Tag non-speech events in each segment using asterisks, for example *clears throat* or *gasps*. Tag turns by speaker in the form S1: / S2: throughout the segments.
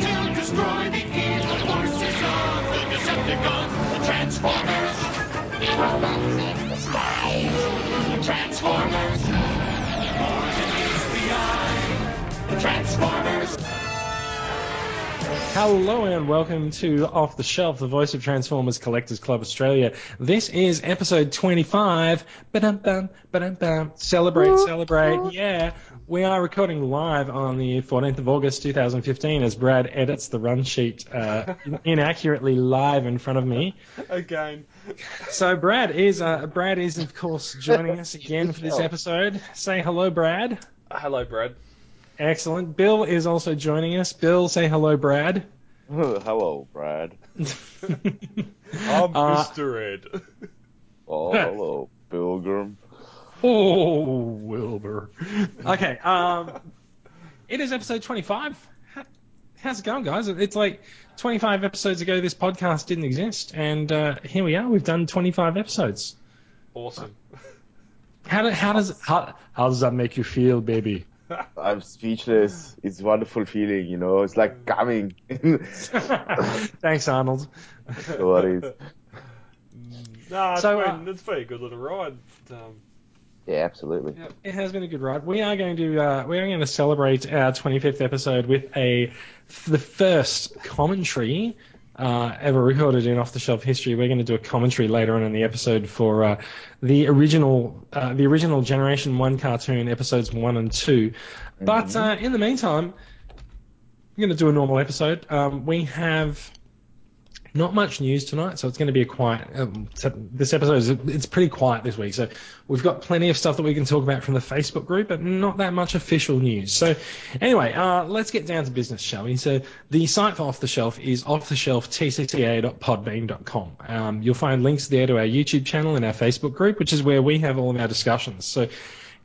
S1: destroy the evil forces of the Decepticons. The Transformers. The Transformers. More than meets the eye. The Transformers.
S2: Hello and welcome to Off the Shelf, the voice of Transformers Collectors Club Australia. This is episode 25. Ba-dum-bum, ba-dum-bum. Celebrate, celebrate. Yeah. We are recording live on the 14th of August 2015 as Brad edits the run sheet uh, inaccurately live in front of me.
S3: Again.
S2: So Brad is uh, Brad is of course joining us again for this episode. Say hello Brad.
S3: Hello, Brad.
S2: Excellent. Bill is also joining us. Bill, say hello Brad. *laughs*
S4: Oh, *laughs* hello, Brad.
S3: I'm
S2: Uh,
S3: Mr. Ed.
S2: *laughs*
S4: Oh, hello, Pilgrim.
S2: Oh, Wilbur. Okay. Um, it is episode 25. How- How's it going, guys? It's like 25 episodes ago, this podcast didn't exist, and uh, here we are. We've done 25 episodes.
S3: Awesome.
S2: How, do, how does how, how does that make you feel, *laughs* baby?
S4: I'm speechless. It's a wonderful feeling, you know. It's like coming. *laughs*
S2: Thanks, Arnold.
S4: what is?
S3: Nah, it's,
S2: So, uh,
S3: been, it's been a good little ride. Um,
S4: Yeah, absolutely.
S3: Yeah.
S2: It has been a good ride. We are going to uh, we are going to celebrate our 25th episode with a the first commentary uh, ever recorded in off the shelf history. We're going to do a commentary later on in the episode for uh, the original uh, the original Generation One cartoon episodes one and 2 But uh, in the meantime, we're going to do a normal episode. Um, we have. Not much news tonight, so it's going to be a quiet. Um, so this episode is it's pretty quiet this week, so We've got plenty of stuff that we can talk about from the Facebook group, but not that much official news. So, anyway, uh, let's get down to business, shall we? So, the site for Off the Shelf is offtheshelftcca.podbean.com. Um, you'll find links there to our YouTube channel and our Facebook group, which is where we have all of our discussions. So,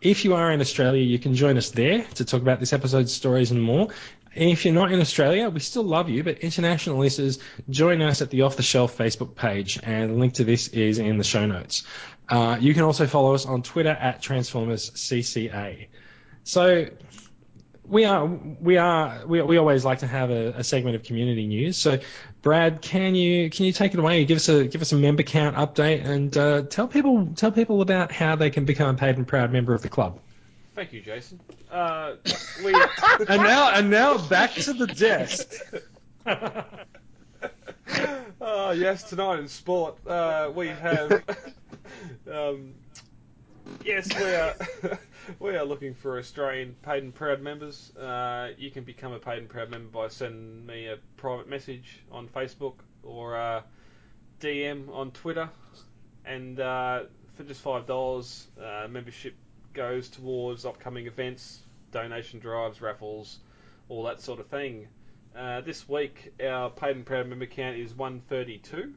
S2: if you are in Australia, you can join us there to talk about this episode's stories and more. If you're not in Australia, we still love you, but international listeners, join us at the Off the Shelf Facebook page, and the link to this is in the show notes. Uh, you can also follow us on Twitter at TransformersCCA. So we are we are we, we always like to have a, a segment of community news. So Brad, can you can you take it away? Give us a give us a member count update and uh, tell people tell people about how they can become a paid and proud member of the club.
S3: thank you, Jason. Uh, we,
S2: And now and now back to the desk.
S3: *laughs* oh, yes, tonight in sport, uh, we have. *laughs* um, yes, we are. *laughs* We are looking for Australian paid and proud members. Uh, you can become a paid and proud member by sending me a private message on Facebook or uh, DM on Twitter. And uh, for just five dollars, uh, membership goes towards upcoming events, donation drives, raffles, all that sort of thing. Uh, this week, our paid and proud member count is 132,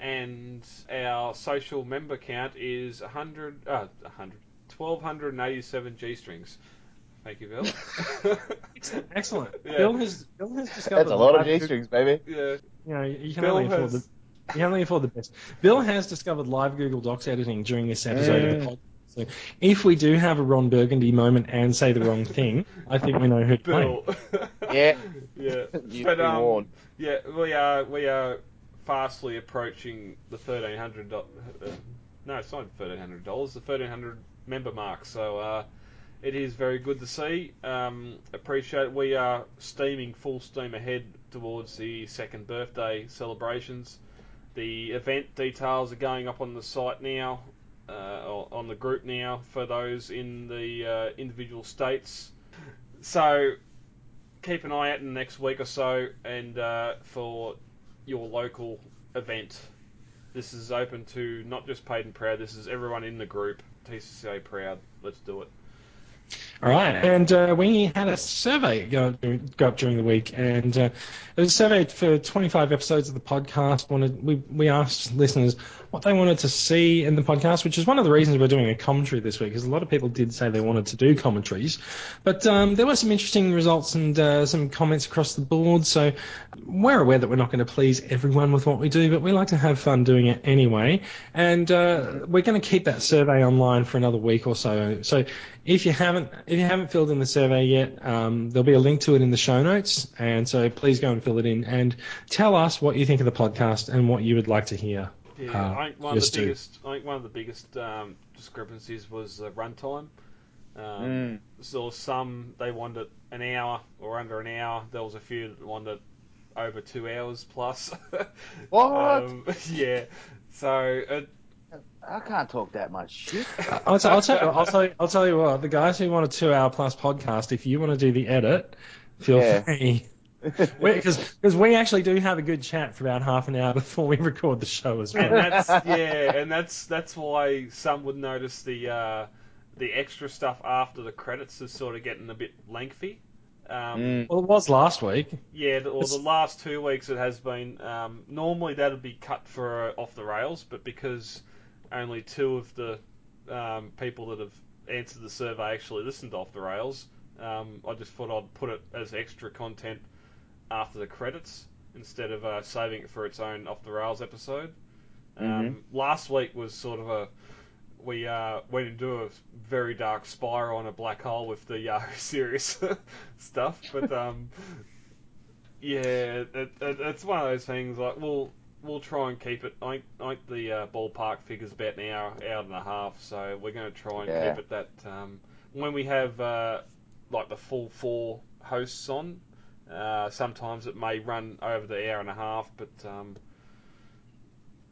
S3: and our social member count is 100, uh, 100 1287 G strings. Thank you, Bill. *laughs*
S2: Excellent.
S3: Yeah.
S2: Bill has Bill has discovered
S4: That's a lot of
S2: live-
S4: G-strings, baby.
S3: yeah,
S2: You know, you can
S3: Bill
S2: only afford
S3: has-
S2: the You can only afford the best. Bill has discovered live Google Docs editing during this episode of the podcast. So if we do have a Ron Burgundy moment and say the wrong thing, I think we know who to blame.
S3: Bill.
S4: *laughs* Yeah.
S3: *laughs* yeah.
S4: You've
S3: But,
S4: been
S3: um,
S4: warned.
S3: Yeah, we are we are fastly approaching the thirteen hundred. Uh, no, it's not thirteen hundred dollars. The thirteen hundred member mark. So uh, it is very good to see. Um, appreciate. We are steaming full steam ahead towards the second birthday celebrations. The event details are going up on the site now, uh, or on the group now for those in the uh, individual states. So keep an eye out in the next week or so and uh, for your local event. This is open to not just paid and proud, this is everyone in the group. TCCA proud. Let's do it.
S2: All right, and uh, we had a survey go up, dur- go up during the week, and uh, it was a survey for 25 episodes of the podcast. Wanted we, we asked listeners what they wanted to see in the podcast, which is one of the reasons we're doing a commentary this week, because a lot of people did say they wanted to do commentaries, but um, there were some interesting results and uh, some comments across the board. So we're aware that we're not going to please everyone with what we do, but we like to have fun doing it anyway, and uh, we're going to keep that survey online for another week or so. So if you haven't, if if you haven't filled in the survey yet, um, there'll be a link to it in the show notes. And so please go and fill it in and tell us what you think of the podcast and what you would like to hear.
S3: Yeah,
S2: Uh,
S3: I think one of
S2: yes,
S3: the
S2: do.
S3: biggest, I think one of the biggest um, discrepancies was the runtime. Um,
S4: Mm.
S3: So some they wanted an hour or under an hour. There was a few that wanted over two hours plus. *laughs*
S4: What?
S3: Um, *laughs* yeah. So it,
S4: I can't talk that much *laughs* shit.
S2: I'll, t- I'll, tell you, I'll, tell you, I'll tell you what, the guys who want a two hour plus podcast, if you want to do the edit, feel
S4: Yeah.
S2: free. *laughs* Because we actually do have a good chat for about half an hour *laughs* before we record the show as *laughs*
S3: and
S2: well.
S3: that's yeah, and that's that's why some would notice the uh, the extra stuff after the credits is sort of getting a bit lengthy. Um,
S4: Mm.
S2: well, it was last week.
S3: Yeah, the- or the
S2: It's-
S3: last two weeks it has been. Um, normally that'd be cut for uh, off the rails, but because only two of the um, people that have answered the survey actually listened to off the rails, um, I just thought I'd put it as extra content after the credits instead of uh, saving it for its own off the rails episode. Um, Last week was sort of a we uh, went into a very dark spiral and a black hole with the Yahoo *laughs* series stuff, but um, yeah, it, it, it's one of those things. Like we'll we'll try and keep it. I I think the uh, ballpark figures about an hour, hour and a half, so we're going to try and
S4: Yeah.
S3: keep it that. Um, when we have uh, like the full four hosts on, uh, sometimes it may run over the hour and a half, but um,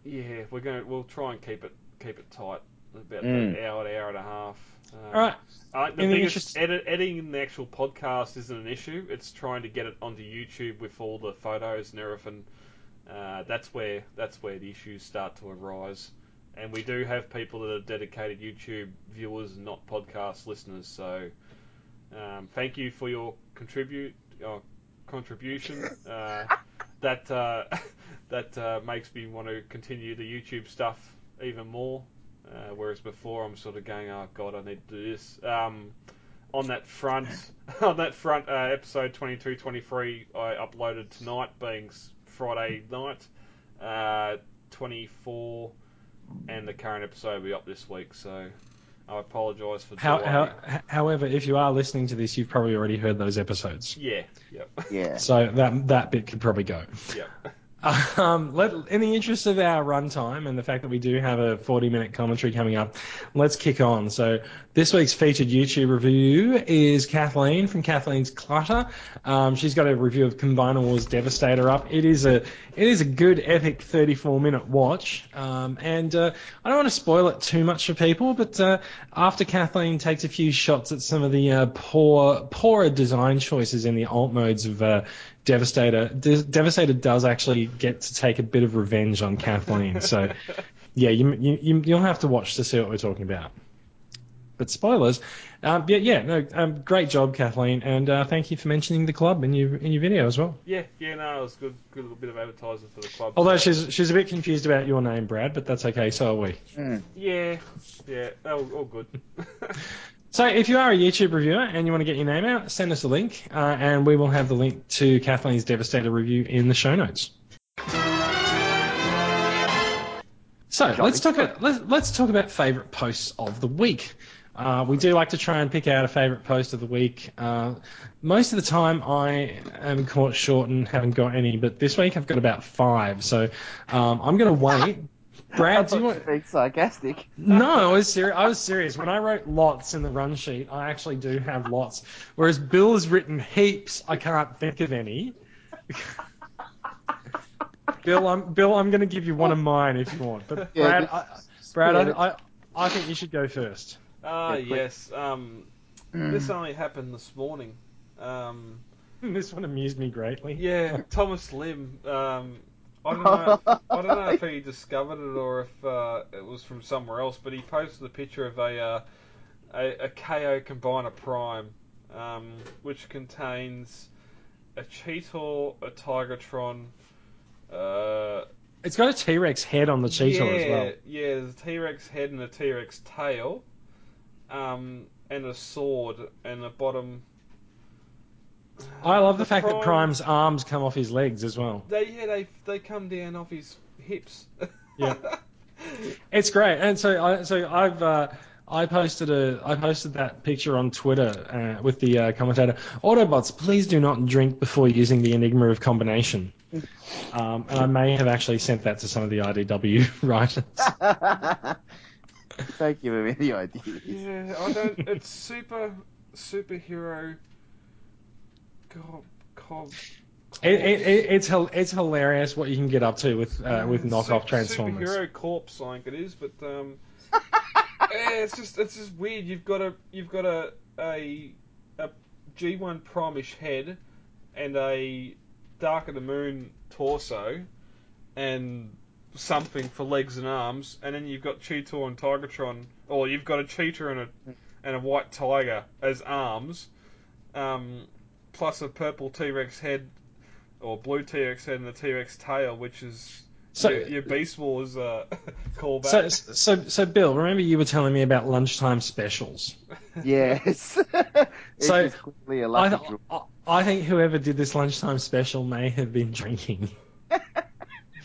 S3: yeah, we're going. to We'll try and keep it keep it tight, about an
S4: Mm.
S3: hour, hour and a half. Um,
S2: All right.
S3: I, the
S2: In the
S3: biggest
S2: interest-
S3: edit, editing the actual podcast isn't an issue. It's trying to get it onto YouTube with all the photos and everything. Uh, that's where that's where the issues start to arise. And we do have people that are dedicated YouTube viewers, not podcast listeners. So um, thank you for your contribute uh, contribution. Uh, that uh, *laughs* that uh, makes me want to continue the YouTube stuff even more. Uh, whereas before, I'm sort of going, "Oh God, I need to do this." Um, on that front, *laughs* on that front, uh, episode 22, 23, I uploaded tonight, being s- Friday night. Uh, 24, and the current episode will be up this week. So, I apologise for
S2: How,
S3: delay.
S2: how, h- however, if you are listening to this, you've probably already heard those episodes.
S3: Yeah. Yep. *laughs*
S4: Yeah.
S2: So that, that bit could probably go.
S3: yep.
S2: *laughs* Um, let, in the interest of our runtime and the fact that we do have a 40 minute commentary coming up, let's kick on. So, this week's featured YouTube review is Kathleen from Kathleen's Clutter. Um, she's got a review of Combiner Wars Devastator up. It is a it is a good epic 34 minute watch. Um, and uh, I don't want to spoil it too much for people, but uh, after Kathleen takes a few shots at some of the uh, poor poorer design choices in the alt modes of uh, Devastator, De- Devastator does actually get to take a bit of revenge on Kathleen. So, yeah, you, you, you, you'll have to watch to see what we're talking about. But spoilers, um, yeah, yeah, no, um, great job, Kathleen, and uh, thank you for mentioning the club in your in your video as well.
S3: Yeah. Yeah. No, it was good. Good little bit of advertising for the club.
S2: Although she's she's a bit confused about your name, Brad, but that's okay. So are we.
S3: Yeah. Yeah. All, all good.
S2: So if you are a YouTube reviewer and you want to get your name out, send us a link, uh, and we will have the link to Kathleen's Devastator review in the show notes. So let's talk. Let's, let's talk about favorite posts of the week. Uh, we do like to try and pick out a favorite post of the week. Uh, most of the time, I am caught short and haven't got any, but this week I've got about five. So um, I'm going to wait. Brad, do you want?
S4: being sarcastic.
S2: No, I was serious. I was serious. When I wrote lots in the run sheet, I actually do have lots. Whereas Bill has written heaps. I can't think of any. *laughs* Bill, I'm Bill. I'm going to give you one of mine if you want. But
S4: Yeah,
S2: Brad,
S4: just-
S2: I, Brad,
S4: yeah. *laughs*
S2: I, I, I think you should go first. *laughs*
S3: Ah,
S4: Yeah, quick.
S3: yes. Um, this
S2: Mm.
S3: only happened this morning. Um,
S2: This one amused me greatly.
S3: yeah, Thomas Lim. Um, I don't know. I don't know
S2: *laughs*
S3: if he discovered it or if uh, it was from somewhere else, but he posted a picture of a uh, a, a KO Combiner Prime, um, which contains a Cheetor, a Tigertron, uh,
S2: It's got a T Rex head on the cheetah
S3: yeah,
S2: as well.
S3: Yeah, there's a T Rex head and a T Rex tail, um, and a sword and a bottom.
S2: I love the, fact
S3: Prime-
S2: that Prime's arms come off his legs as well.
S3: They yeah they they come down off
S2: *laughs*
S3: his hips.
S2: Yeah. It's great, and so I, so I've uh, I posted a I posted that picture on Twitter uh, with the uh, commentator Autobots, please do not drink before using the Enigma of Combination. Um, and I may have actually sent that to some of the IDW *laughs* writers.
S4: Don't give him any ideas.
S2: *laughs*
S3: Yeah, I don't. It's super superhero. God, cob.
S2: It, it, it, it's hil- it's hilarious what you can get up to with uh, with knockoff
S3: Sup-
S2: Transformers.
S3: Superhero corpse, I think it is, but um, yeah, it's just it's just weird. You've got a you've got a a a G one primish head and a Dark of the Moon torso and something for legs and arms, and then you've got Cheetor and Tigertron, or you've got a cheetah and a and a white tiger as arms, um, plus a purple T Rex head. Or blue T Rex head and a T Rex tail, which is
S2: So,
S3: your, your Beast Wars uh, *laughs* callback.
S2: so so so Bill, remember you were telling me about lunchtime specials.
S4: Yes. *laughs* it's
S2: So,
S4: just quickly a
S2: I,
S4: lucky
S2: th-
S4: draw.
S2: I I think whoever did this lunchtime special may have been drinking.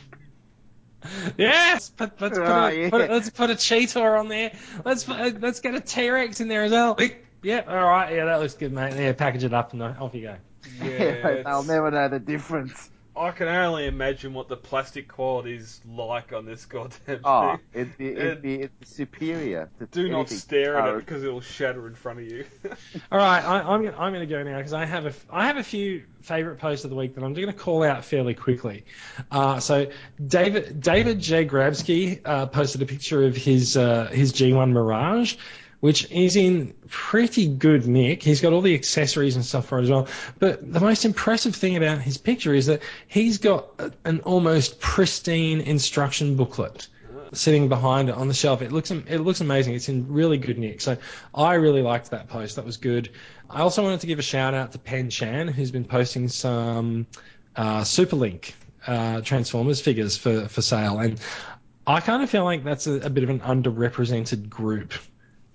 S4: *laughs*
S2: yes, put, let's, put
S4: Ah,
S2: a,
S4: yeah.
S2: put a- let's put a cheetor on there. Let's put, a- let's get a T Rex in there as well. Yep, all right, yeah, that looks good, mate. Yeah, package it up and off you go.
S4: *laughs*
S3: yeah,
S4: Yeah, they'll
S3: it's-
S4: never know
S3: *laughs*
S4: the difference.
S3: I can only imagine what the plastic quality's like on this goddamn
S4: Oh,
S3: thing.
S4: it'd be,
S3: Uh,
S4: it'd be, it'd be superior. To
S3: Do not
S4: anything.
S3: stare at it
S4: Oh,
S3: because it'll shatter in front of you.
S2: *laughs* All right, I, I'm gonna- I'm going to go now because I have a f- I have a few favorite posts of the week that I'm going to call out fairly quickly. Uh, so David David J Grabsky uh, posted a picture of his uh, his G1 Mirage, which is in pretty good nick. He's got all the accessories and stuff for it as well. But the most impressive thing about his picture is that he's got a, an almost pristine instruction booklet sitting behind it on the shelf. It looks am- it looks amazing. It's in really good nick. So I really liked that post. That was good. I also wanted to give a shout out to Pen Chan, who's been posting some uh, Superlink uh, Transformers figures for for sale, and I kind of feel like that's a, a bit of an underrepresented group.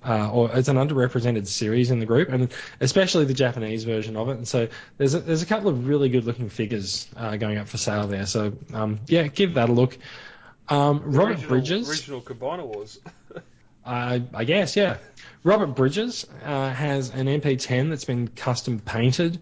S2: Uh, or it's an underrepresented series in the group, and especially the Japanese version of it. And so there's a, there's a couple of really good looking figures uh, going up for sale there. So um, yeah, give that a look. Um, Robert
S3: original,
S2: Bridges,
S3: Original
S2: *laughs*
S3: Combiner Wars. *laughs*
S2: I, I guess, yeah. Robert Bridges uh, has an MP10 that's been custom painted.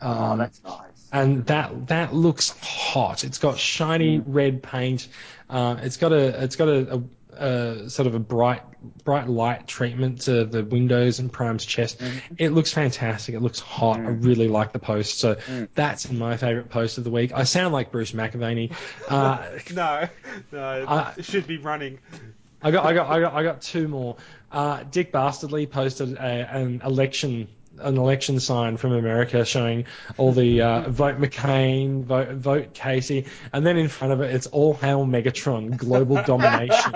S4: Oh,
S2: Um,
S4: that's nice.
S2: and that that looks hot. It's got shiny red paint. Uh, it's got a it's got a, a, a sort of a bright bright light treatment to the windows and Prime's chest. It looks fantastic. It looks hot. I really like the post. So that's my favorite post of the week. I sound like Bruce McAvaney. Uh,
S3: no, no,
S2: I-
S3: it should be running.
S2: I got, I got, I got, I got two more. Uh, Dick Bastardly posted a, an election, an election sign from America showing all the uh, vote McCain, vote, vote Casey, and then in front of it, it's all hail Megatron, global
S3: *laughs*
S2: domination.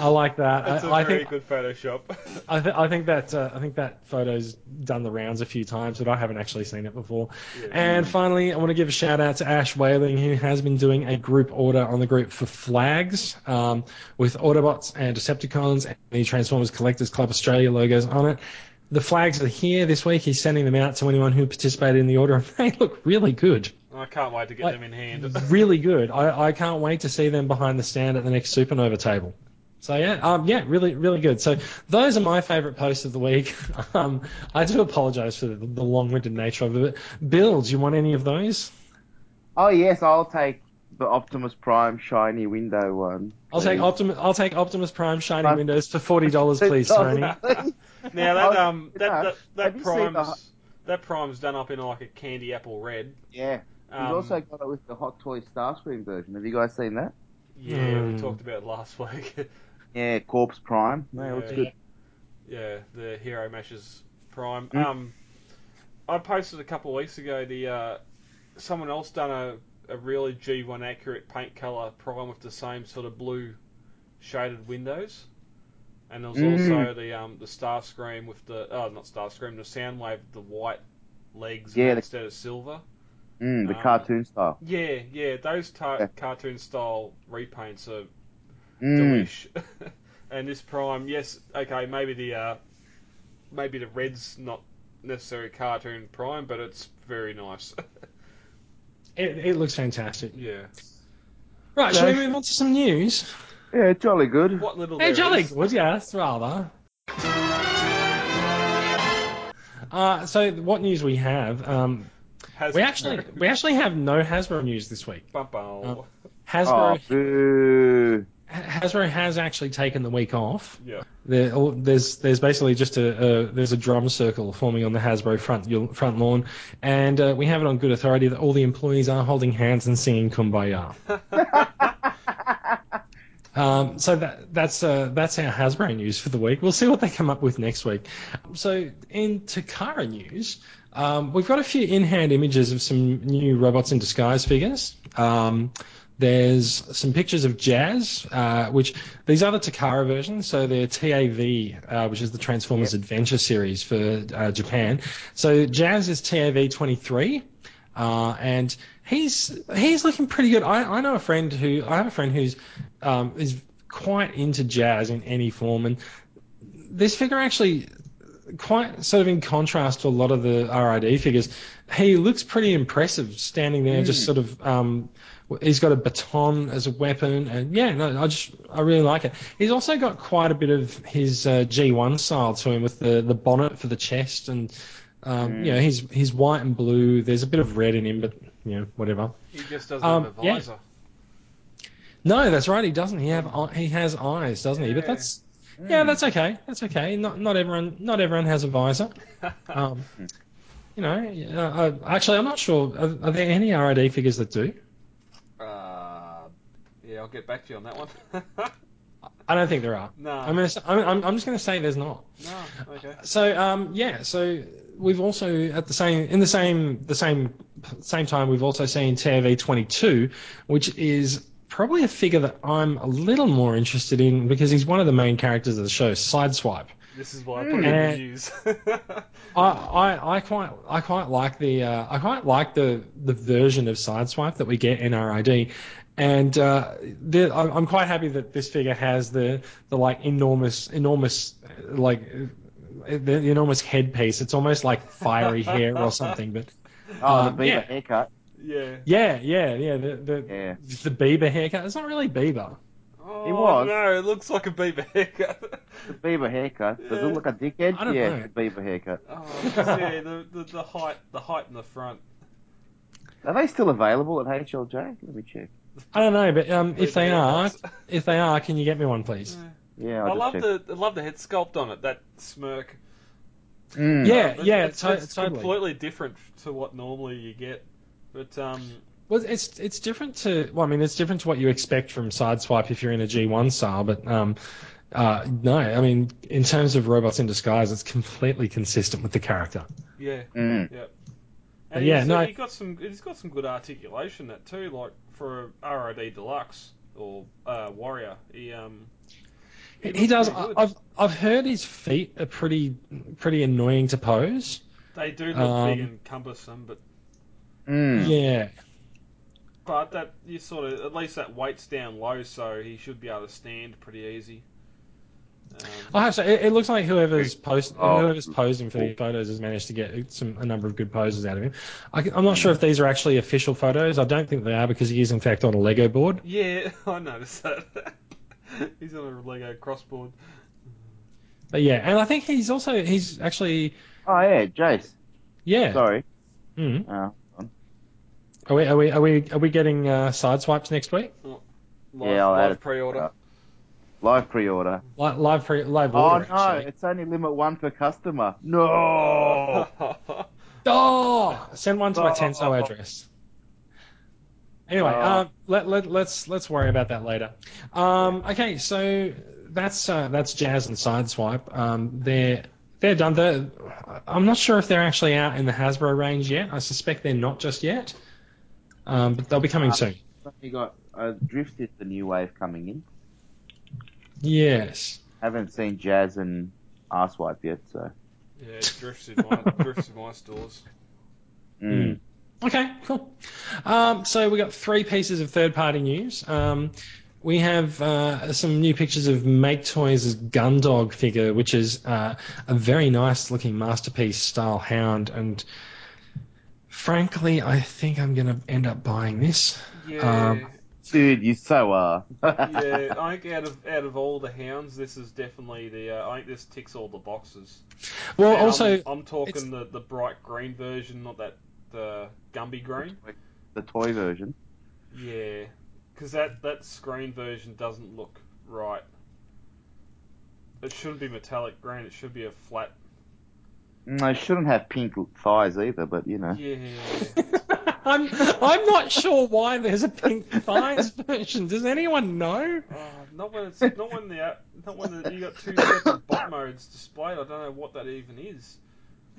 S2: I like that.
S3: That's a
S2: I, I
S3: very
S2: think,
S3: good Photoshop.
S2: I, th- I think that, uh, I think that photo's done the rounds a few times, but I haven't actually seen it before. And finally, I want to give a shout out to Ash Whaling, who has been doing a group order on the group for flags um, with Autobots and Decepticons and the Transformers Collectors Club Australia logos on it. The flags are here this week. He's sending them out to anyone who participated in the order, and they look really good.
S3: I can't wait to get
S2: Like-
S3: them
S2: *laughs*
S3: in hand. *laughs*
S2: Really good. I, I can't wait to see them behind the stand at the next Supernova table. So yeah, um, yeah, really, really good. So those are my favourite posts of the week. *laughs* Um, I do apologise for the, the long-winded nature of it. But Bill, do you want any of those?
S4: Oh yes, I'll take the Optimus Prime shiny window one.
S2: I'll take
S4: Please.
S2: Optimus. I'll take Optimus Prime shiny
S4: Prime-
S2: windows for forty
S4: *laughs*
S2: dollars, please, Tony.
S3: *laughs* Now that um that that,
S4: Have
S3: that
S4: Oh, you seen the-
S3: primes that prime's done up in like a candy apple red.
S4: yeah, he's
S3: Um,
S4: also got it with the Hot Toy Starscream version. Have you guys seen that?
S3: yeah, we
S2: Mm.
S3: talked about it last *laughs* week.
S4: Yeah, Corpse Prime. No, it looks
S3: Yeah.
S4: good.
S3: Yeah, the Hero Meshes Prime.
S4: Mm.
S3: Um, I posted a couple of weeks ago the uh, someone else done a, a really G1 accurate paint color Prime with the same sort of blue shaded windows, and there was
S4: Hmm.
S3: also the um, the Star Scream with the oh not Star Scream the Soundwave with the white legs
S4: Yeah, the-
S3: instead of silver.
S4: Mm, the
S3: Um,
S4: cartoon style.
S3: Yeah, yeah, those tar-
S4: Yeah.
S3: cartoon style repaints are
S4: Mm,
S3: delish. *laughs* and this prime, yes, okay, maybe the uh, maybe the red's not necessarily cartoon prime, but it's very nice. *laughs*
S2: It, it looks fantastic.
S3: yeah.
S2: Right, shall we move on to some news?
S4: Yeah, jolly good.
S3: What little
S2: Hey,
S3: there
S2: jolly
S3: is.
S2: good, yes, rather. Uh, so what news we have? Um,
S3: Has-
S2: we actually
S3: *laughs*
S2: we actually have no Hasbro news this week.
S3: Bum-bum.
S2: Um, Hasbro
S4: Oh, boo.
S2: Hasbro has actually taken the week off.
S3: Yeah.
S2: There, all- there's there's basically just a, a there's a drum circle forming on the Hasbro front your front lawn, and uh, we have it on good authority that all the employees are holding hands and singing "Kumbaya." Um, so that that's uh, that's our Hasbro news for the week. We'll see what they come up with next week. So in Takara news, um, we've got a few in-hand images of some new robots in disguise figures. Um, there's some pictures of Jazz, uh, which these are the Takara versions. So they're TAV, uh, which is the Transformers Adventure series for uh, Japan. So Jazz is TAV 23, uh, and he's he's looking pretty good. I, I know a friend who I have a friend who's um, is quite into jazz in any form, and this figure actually quite sort of in contrast to a lot of the RID figures, he looks pretty impressive standing there, just sort of. Um, he's got a baton as a weapon, and yeah, no, I just I really like it. He's also got quite a bit of his uh, G1 style to him with the the bonnet for the chest, and um, you know he's he's white and blue. There's a bit of red in him, but you know whatever.
S3: He just doesn't
S2: Um,
S3: have a
S2: yeah.
S3: visor. *laughs*
S2: No, that's right. He doesn't. He have eye- he has eyes, doesn't he? But
S3: Yeah.
S2: that's
S4: Hmm.
S2: yeah, that's okay. That's okay. Not not everyone not everyone has a visor. Um, you know, uh, I, actually, I'm not sure. Are, are there any RID figures that do?
S3: Uh, yeah, I'll get back to you on that one. *laughs*
S2: I don't think there are.
S3: no.
S2: I'm gonna. s- I'm, I'm I'm just gonna say there's not.
S3: No. Okay.
S2: So um, yeah, so we've also at the same in the same the same same time we've also seen TAV 22, which is probably a figure that I'm a little more interested in because he's one of the main characters of the show, Sideswipe.
S3: This is why I put it in the
S2: Mm.
S3: news.
S2: I, I, I quite I quite like the uh, I quite like the the version of Sideswipe that we get in RID, and uh, the, I'm I'm quite happy that this figure has the the like enormous enormous uh, like uh, the enormous headpiece. It's almost like
S3: *laughs*
S2: fiery hair or something, but
S4: Oh, the
S2: Um,
S4: Bieber
S2: yeah.
S4: haircut.
S3: *laughs* yeah.
S2: yeah, yeah, yeah. The the,
S4: Yeah.
S2: the Bieber haircut. It's not really Bieber.
S3: Oh,
S4: was.
S3: No, it looks like a beaver *laughs* haircut.
S4: The Bieber haircut. Does
S3: Yeah.
S4: it look like a dickhead?
S2: I don't
S4: yeah,
S2: know.
S4: the Bieber haircut.
S3: oh, yeah, the, the, the height, the height in the front.
S4: Are they still available at HLJ? Let me check.
S2: I don't know, but um, if
S3: Bieber
S2: they are,
S3: haircuts.
S2: if they are, can you get me one, please?
S4: Yeah,
S3: I
S4: I'll
S3: love
S4: just check.
S3: the, I love the head sculpt on it. That smirk.
S4: Mm.
S2: Yeah,
S3: But
S2: yeah,
S3: it's,
S2: to-
S3: it's
S2: totally.
S3: completely different to what normally you get. But um,
S2: Well, it's it's different to well, I mean, it's different to what you expect from Sideswipe if you're in a G1 style, but um, uh, no, I mean, in terms of robots in disguise, it's completely consistent with the character.
S3: yeah,
S4: Mm.
S3: and
S2: yeah,
S3: he's,
S2: no.
S3: he got some, he's got some good articulation that too. Like for a RID Deluxe or uh, Warrior, he um,
S2: He,
S3: looks
S2: he does.
S3: pretty good.
S2: I've I've heard his feet are pretty pretty annoying to pose.
S3: They do look
S2: Um,
S3: big and cumbersome, but
S4: Mm.
S2: Yeah,
S3: but that you sort of at least that weight's down low, so he should be able to stand pretty easy. Um,
S2: I have to. say, It, it looks like whoever's post
S4: Oh.
S2: whoever's posing for these photos has managed to get some a number of good poses out of him. I, am not sure if these are actually official photos. I don't think they are because he is in fact on a Lego board.
S3: yeah, *laughs* I noticed that. He's on a Lego crossboard.
S2: But yeah, and I think he's also he's actually
S4: Oh, yeah, Jace.
S2: yeah.
S4: Sorry.
S2: Mm.
S4: Oh.
S2: Are we are we are we are we getting uh, side swipes next week?
S3: Live,
S4: Yeah, I'll add
S3: live
S4: it.
S3: pre-order.
S4: Uh, Live pre-order.
S2: Live live pre live
S4: Oh
S2: order.
S4: no,
S2: actually.
S4: it's only limit one per customer.
S3: Oh! *laughs*
S4: *laughs* No.
S2: Oh, send one to my
S4: Oh.
S2: Tenso address. Anyway,
S4: Oh.
S2: um, let, let, let's let's worry about that later. Um, okay, so that's uh, that's Jazz and Sideswipe. Um, they're they're done. They're, I'm not sure if they're actually out in the Hasbro range yet. I suspect they're not just yet, um, but they'll be
S4: Uh.
S2: coming soon.
S4: You got uh, Drift is the new wave coming in.
S2: Yes.
S4: Haven't seen Jazz and Arsewipe yet, so.
S3: yeah, it drifts in my drifts in my stores.
S4: Mm.
S2: Okay, cool. Um, so we got three pieces of third-party news. Um, we have uh, some new pictures of Make Toys' Gundog figure, which is uh, a very nice-looking masterpiece-style hound. And frankly, I think I'm going to end up buying this.
S3: Yeah,
S2: Um,
S4: Dude, you so are. *laughs*
S3: yeah, I think out of out of all the hounds, this is definitely the. Uh, I think this ticks all the boxes.
S2: Well,
S3: And
S2: also,
S3: I'm, I'm
S2: it's-
S3: talking the, the bright green version, not that the Gumby green.
S4: the toy version.
S3: Yeah, because that that screen version doesn't look right. It shouldn't be metallic green. It should be a flat.
S4: Mm, I shouldn't have pink thighs either, but you know.
S3: Yeah,
S2: *laughs* I'm I'm not sure why there's a pink thighs *laughs* version. Does anyone know?
S3: oh, not when it's not when the app- not when the, you got two separate *coughs* bot modes displayed. I don't know what that even is.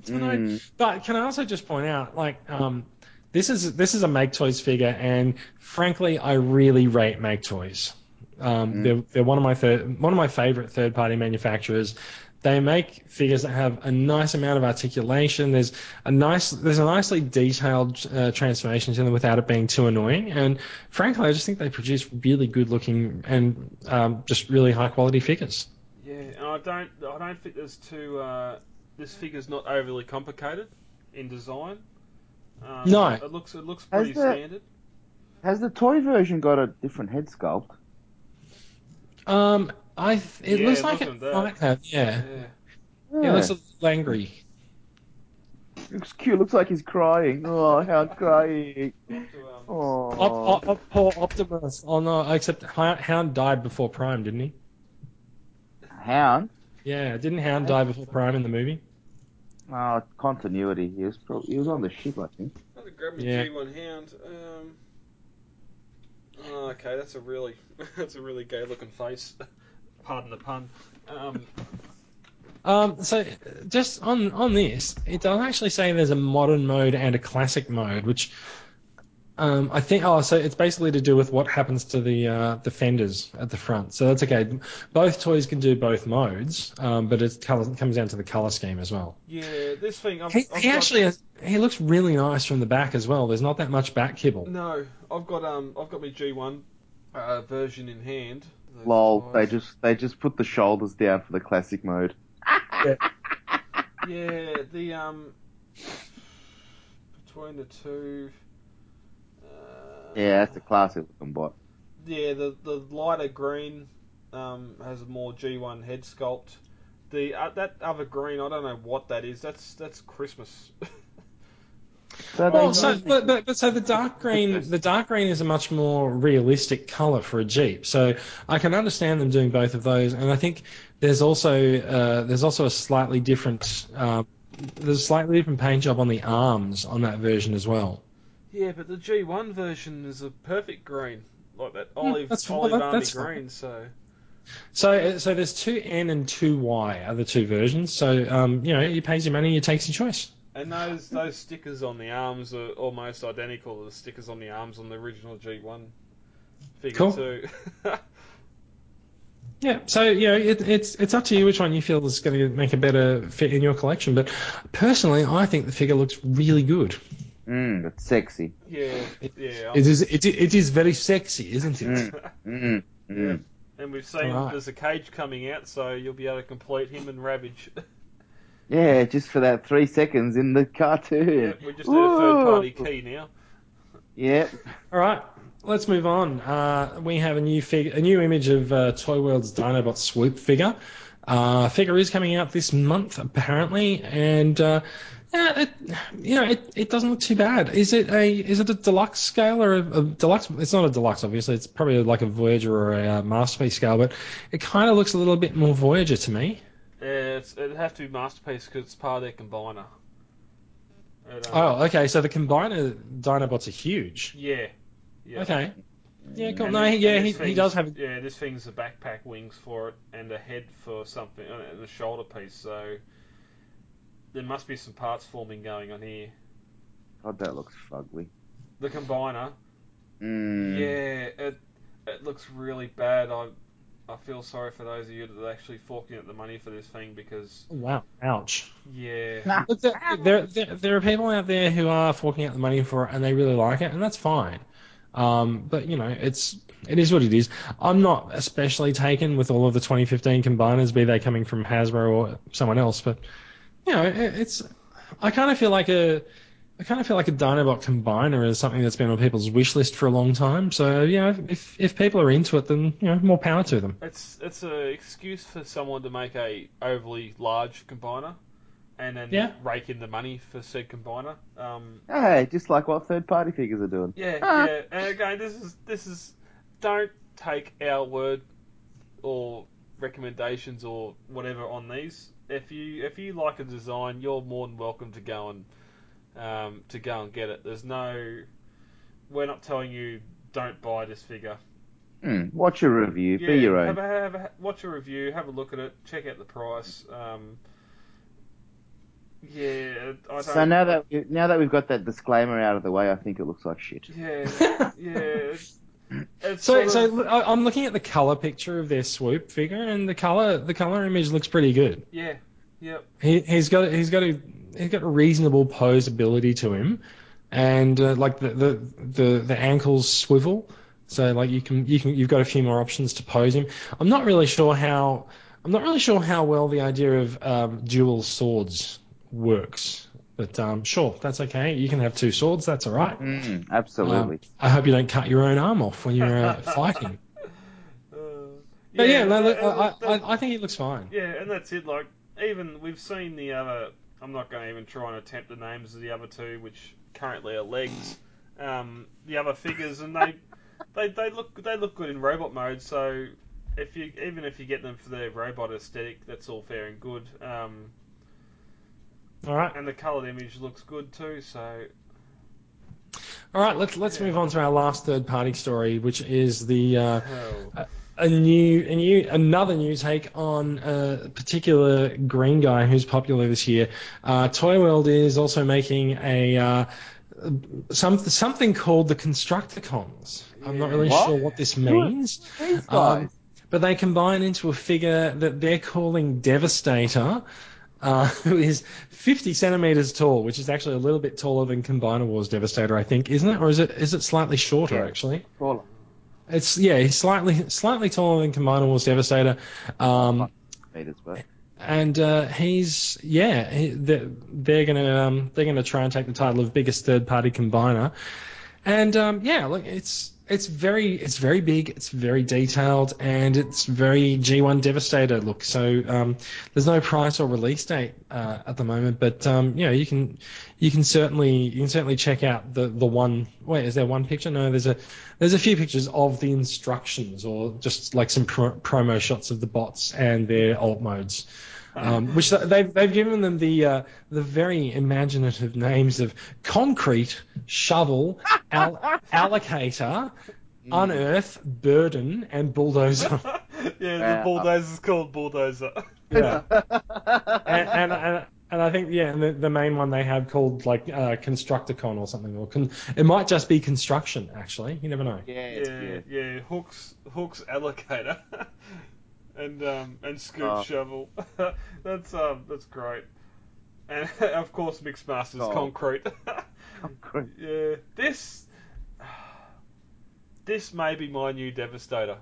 S2: don't know.
S4: Mm.
S2: But can I also just point out, like, um, this is this is a Make Toys figure, and frankly, I really rate Make Toys. Um,
S4: Mm.
S2: They're they're one of my third one of my favorite third party manufacturers. They make figures that have a nice amount of articulation. There's a nice there's a nicely detailed uh, transformation to them without it being too annoying. And frankly, I just think they produce really good looking and um, just really high quality figures.
S3: Yeah, and I don't I don't think there's too. Uh, this figure's not overly complicated in design. Um,
S2: No.
S3: it looks it looks pretty
S4: Has the-
S3: standard.
S4: Has the toy version got a different head sculpt?
S2: Um, I th- it
S3: Yeah,
S2: looks
S3: it
S2: like
S3: looks
S2: it
S3: like that.
S2: might have yeah.
S3: Yeah.
S2: It
S4: Yeah.
S2: looks a little angry.
S4: Looks cute. Looks like he's crying. Oh, how crying. Oh.
S2: Op, op, op, poor Optimus. Oh no, except Hound, Hound died before Prime, didn't he?
S4: Hound.
S2: Yeah, didn't Hound die before Prime in the movie?
S4: Oh, continuity. He was probably, he was on the ship, I think.
S3: grab
S2: Yeah.
S3: G1 hound. Um, oh, okay, that's a really *laughs* that's a really gay looking face. *laughs* Pardon the pun. Um,
S2: Um, so just on on this, it does actually say there's a modern mode and a classic mode, which um, I think. Oh, so it's basically to do with what happens to the uh, the fenders at the front. So that's okay. Both toys can do both modes, um, but it's color, it comes down to the color scheme as well.
S3: yeah, this thing. I've,
S2: He,
S3: Um, I've
S2: he
S3: got-
S2: actually is- he looks really nice from the back as well. There's not that much back kibble.
S3: no. I've got um. I've got my G1 uh, version in hand. The
S4: Lol. They
S3: size.
S4: just they just put the shoulders down for the classic mode.
S3: Yeah, the um. Between the two. Uh,
S4: Yeah, that's a classic looking bot.
S3: Yeah, the the lighter green um, has a more G1 head sculpt. The uh, that other green, I don't know what that is. That's that's Christmas. *laughs*
S4: So
S2: Well,
S4: they-
S2: Oh, so but, but, but so the dark green the dark green is a much more realistic color for a Jeep. So I can understand them doing both of those, and I think there's also uh, there's also a slightly different um, there's a slightly different paint job on the arms on that version as well.
S3: yeah, but the G1 version is a perfect green, like that
S2: Hmm,
S3: olive
S2: that's fine,
S3: olive
S2: that-
S3: army
S2: that's fine.
S3: green. So
S2: So so there's two N and two Y are the two versions. So um, you know you pays your money, you takes your choice.
S3: and those those stickers on the arms are almost identical to the stickers on the arms on the original G1 figure
S2: Cool.
S3: too. *laughs*
S2: Yeah, so you know it, it's it's up to you which one you feel is going to make a better fit in your collection. But personally, I think the figure looks really good.
S4: Mm, that's sexy.
S3: yeah, yeah. I'm-
S2: It is it, it is very sexy, isn't
S3: *laughs*
S2: it?
S4: Mm, mm, mm.
S3: And we've seen
S2: Alright.
S3: there's a cage coming out, so you'll be able to complete him and Ravage.
S4: Yeah, just for that three seconds in the
S3: Yeah,
S4: cartoon.
S3: *laughs* we just need a third party
S4: Ooh.
S3: key now.
S4: Yep.
S2: All right, let's move on. Uh, we have a new fig- a new image of uh, Toy World's Dinobot Swoop figure. Uh, figure is coming out this month apparently, and uh, yeah, it, you know it, it doesn't look too bad. Is it a is it a deluxe scale or a, a deluxe? It's not a deluxe, obviously. It's probably like a Voyager or a uh, masterpiece scale, but it kind of looks a little bit more Voyager to me.
S3: Yeah, it's, it'd have to be masterpiece because it's part of their combiner. It, um,
S2: Oh, okay. So the combiner Dinobots are huge.
S3: yeah, yeah.
S2: Okay. Yeah, cool.
S3: And
S4: Hmm.
S2: No,
S3: this-
S2: he, yeah,
S3: and
S2: he,
S3: this
S2: he
S3: thing's-
S2: does have
S3: Yeah, this thing's a backpack wings for it, and a head for something, uh, and a shoulder piece. So there must be some parts forming going on here.
S4: God, that looks fugly.
S3: The combiner,
S4: Mm.
S3: Yeah, it it looks really bad. I I feel sorry for those of you that are actually forking out the money for this thing because
S2: Wow. Ouch.
S3: yeah,
S2: But there, there, there, there are people out there who are forking out the money for it and they really like it, and that's fine. Um, but you know, it's it is what it is. I'm not especially taken with all of the 2015 combiners, be they coming from Hasbro or someone else. But you know, it, it's I kind of feel like a I kind of feel like a Dinobot combiner is something that's been on people's wish list for a long time. So you know, if if people are into it, then you know, more power to them.
S3: It's it's an excuse for someone to make a overly large combiner, and then
S2: Yeah.
S3: rake in the money for said combiner. Um,
S4: Hey, just like what third party figures are doing.
S3: yeah,
S4: Ah.
S3: yeah. And again, this is this is don't take our word or recommendations or whatever on these. If you if you like a design, you're more than welcome to go and um, to go and get it. There's no, we're not telling you don't buy this figure.
S4: Hmm, watch a review, be your own.
S3: Have a, have a, watch a review, have a look at it, check out the price. Um, yeah, I don't.
S4: So now that we- now that we've got that disclaimer out of the way, I think it looks like shit.
S3: Yeah, *laughs*
S4: *laughs*
S3: yeah. It's, it's
S2: So,
S3: sort
S2: so
S3: of-
S2: l- I- I'm looking at the color picture of their swoop figure, and the color the color image looks pretty good.
S3: yeah, yep.
S2: He he's got he's got a he's got a reasonable poseability to him, and uh, like the, the the the ankles swivel, so like you can you can you've got a few more options to pose him. I'm not really sure how I'm not really sure how well the idea of um, dual swords works, but um, sure that's okay. You can have two swords. That's all right.
S4: Mm, absolutely.
S2: I hope you don't cut your own arm off when you're uh, fighting.
S3: Uh,
S2: But yeah, no, look,
S3: and- and
S2: I,
S3: that-
S2: I, I think he looks fine.
S3: yeah, and that's it. Like, even we've seen the other. I'm not going to even try and attempt the names of the other two, which currently are legs. Um, the other figures,
S2: *laughs*
S3: and they, they, they look they look good in robot mode. So if you even if you get them for their robot aesthetic, that's all fair and good. Um,
S2: All right,
S3: and the coloured image looks good too. So
S2: all right. Let's let's
S3: Yeah.
S2: move on to our last third party story, which is the uh,
S3: hell,
S2: a new a new another new take on a particular green guy who's popular this year. Uh, Toy World is also making a. Uh, some, something called the Constructicons. I'm not really
S4: What?
S2: sure what this means.
S4: These
S2: Um,
S4: guys.
S2: but they combine into a figure that they're calling Devastator, uh, *laughs* who is 50 centimeters tall, which is actually a little bit taller than Combiner Wars Devastator, I think, isn't it? Or is it is it slightly shorter
S4: Yeah.
S2: actually?
S4: Call 'em.
S2: It's yeah, he's slightly slightly taller than Combiner Wars Devastator. Um,
S4: Meters, but
S2: and uh, he's yeah, he, they're, they're gonna um, they're gonna try and take the title of biggest third party combiner, and um, yeah, look, it's it's very it's very big, it's very detailed, and it's very G1 Devastator look. So um, there's no price or release date uh, at the moment, but um, you know you can you can certainly you can certainly check out the the one. Wait, is there one picture? No, there's a there's a few pictures of the instructions or just like some pro- promo shots of the bots and their alt modes um, which th- they've they've given them the uh, the very imaginative names of concrete, shovel, al- allocator, unearth, burden, and
S3: *laughs*
S2: bulldozer.
S3: *laughs* yeah, the
S4: Uh,
S3: bulldozer's called bulldozer. *laughs*
S4: Hmm. *laughs*
S2: Yeah. and, and,
S3: uh,
S2: and and I think yeah, and the, the main one they have called like uh, Constructicon or something, or con- it might just be construction. Actually, you never know.
S4: yeah,
S3: yeah,
S4: yeah.
S3: yeah, hooks, hooks, allocator, *laughs* and um, and scoop
S4: Oh.
S3: shovel. *laughs* that's um, that's great. And *laughs* of course, mixed masters
S4: Oh.
S3: concrete. *laughs*
S4: Concrete.
S3: yeah, this, *sighs* this may be my new devastator.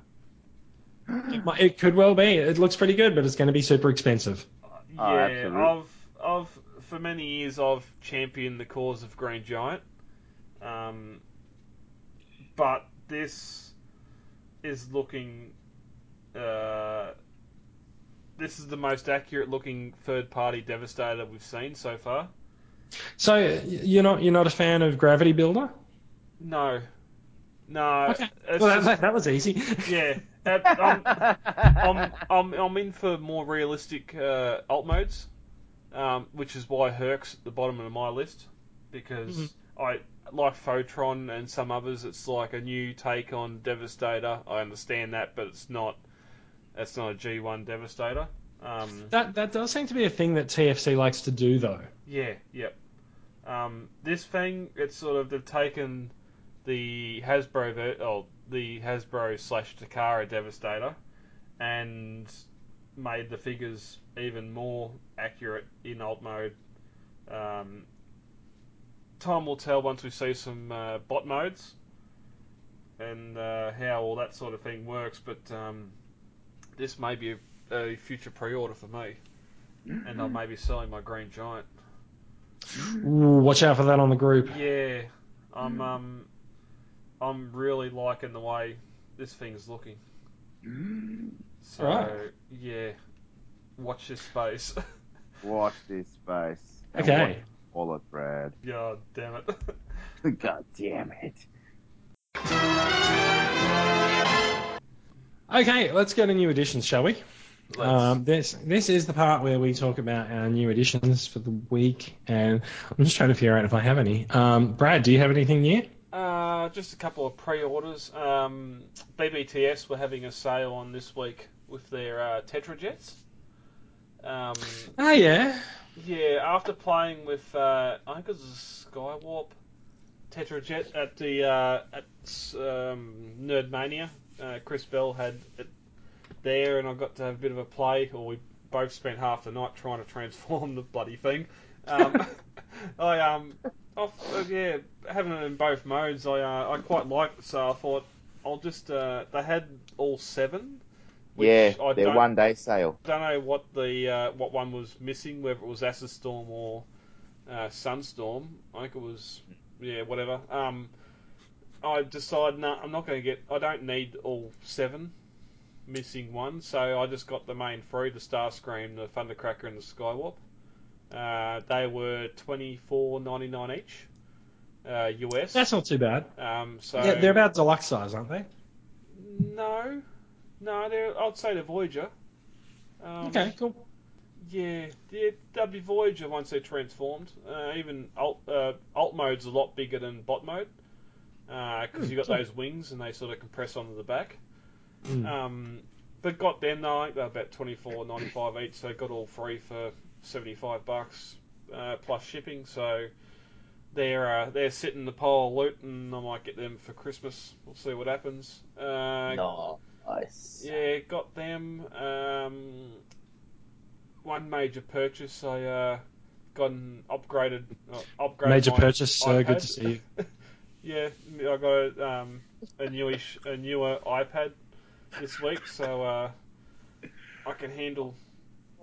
S2: It, might, it could well be. It looks pretty good, but it's going to be super expensive.
S3: Yeah,
S4: Oh, absolutely.
S3: I've I've for many years I've championed the cause of Green Giant, um, but this is looking. Uh, this is the most accurate looking third party Devastator we've seen so far.
S2: So y- you're not you're not a fan of Gravity Builder?
S3: No, no.
S2: Okay.
S3: it's
S2: Well, that,
S3: just-
S2: that, that was easy.
S3: yeah, uh, I'm, I'm, I'm, I'm in for more realistic uh, alt modes, um, which is why Herc's at the bottom of my list because I like Photron and some others. It's like a new take on Devastator. I understand that, but it's not. It's not a G1 Devastator. Um,
S2: That that does seem to be a thing that TFC likes to do, though.
S3: yeah, yep. Um, this thing, it's sort of they've taken the Hasbro ver- oh, the Hasbro slash Takara Devastator, and made the figures even more accurate in alt mode. Um, time will tell once we see some uh, bot modes and uh, how all that sort of thing works. But um, this may be a, a future pre-order for me, and I may be selling my Green Giant.
S2: Ooh, watch out for that on the group.
S3: Yeah, I'm um, I'm really liking the way this thing's looking. So
S2: Alright.
S3: yeah, watch this space.
S4: *laughs*
S3: *laughs*
S4: Watch this space.
S3: Oh,
S4: And
S2: Okay.
S4: watch- Follow it, Brad. *laughs*
S3: God damn it. *laughs*
S4: God damn it.
S2: Okay, let's go to new editions, shall we?
S3: Let's-
S2: Um, this this is the part where we talk about our new editions for the week, and I'm just trying to figure out if I have any. Um, Brad, do you have anything new?
S3: Uh, just a couple of pre-orders. Um, BBTS were having a sale on this week with their uh, Tetra Jets. Um,
S2: Oh yeah,
S3: yeah, after playing with uh, I think it was a Skywarp Tetra Jet at the uh, at um, Nerd Mania, uh, Chris Bell had it there, and I got to have a bit of a play. Or we both spent half the night trying to transform the bloody thing. Um, I um, off, uh, yeah, having it in both modes, I uh, I quite liked it, so I thought I'll just uh, they had all seven. Which
S5: yeah,
S3: I
S5: their
S3: don't-
S5: one day sale.
S3: don't know what the uh, what one was missing, whether it was Acid Storm or uh, Sunstorm. I think it was yeah, whatever. Um, I decided no, I'm not going to get. I don't need all seven missing one, so I just got the main three: the Starscream, the Thundercracker, and the Skywarp. Uh, they were twenty four ninety nine each, uh, US.
S2: that's not too bad.
S3: um, so
S2: Yeah, they're about deluxe size, aren't they?
S3: no, no. They're, I'd say the Voyager. Um,
S2: Okay, cool.
S3: Yeah, yeah, that'd be Voyager once they're transformed. Uh, even alt, uh, alt mode's a lot bigger than bot mode because you got
S2: cool.
S3: those wings and they sort of compress onto the back.
S2: Mm.
S3: Um, but got them though, I think they're about twenty four ninety five each. So got all three for seventy five bucks uh, plus shipping. So they're uh, they're sitting the pole loot, and I might get them for Christmas. We'll see what happens. Uh,
S5: Nice.
S3: yeah, got them. Um, one major purchase. I uh, got an upgraded. Uh, upgraded
S2: Major
S3: my
S2: purchase. Uh, good
S3: iPad.
S2: to see you.
S3: *laughs* Yeah, I got a, um, a newish, a newer iPad this week, so uh, I can handle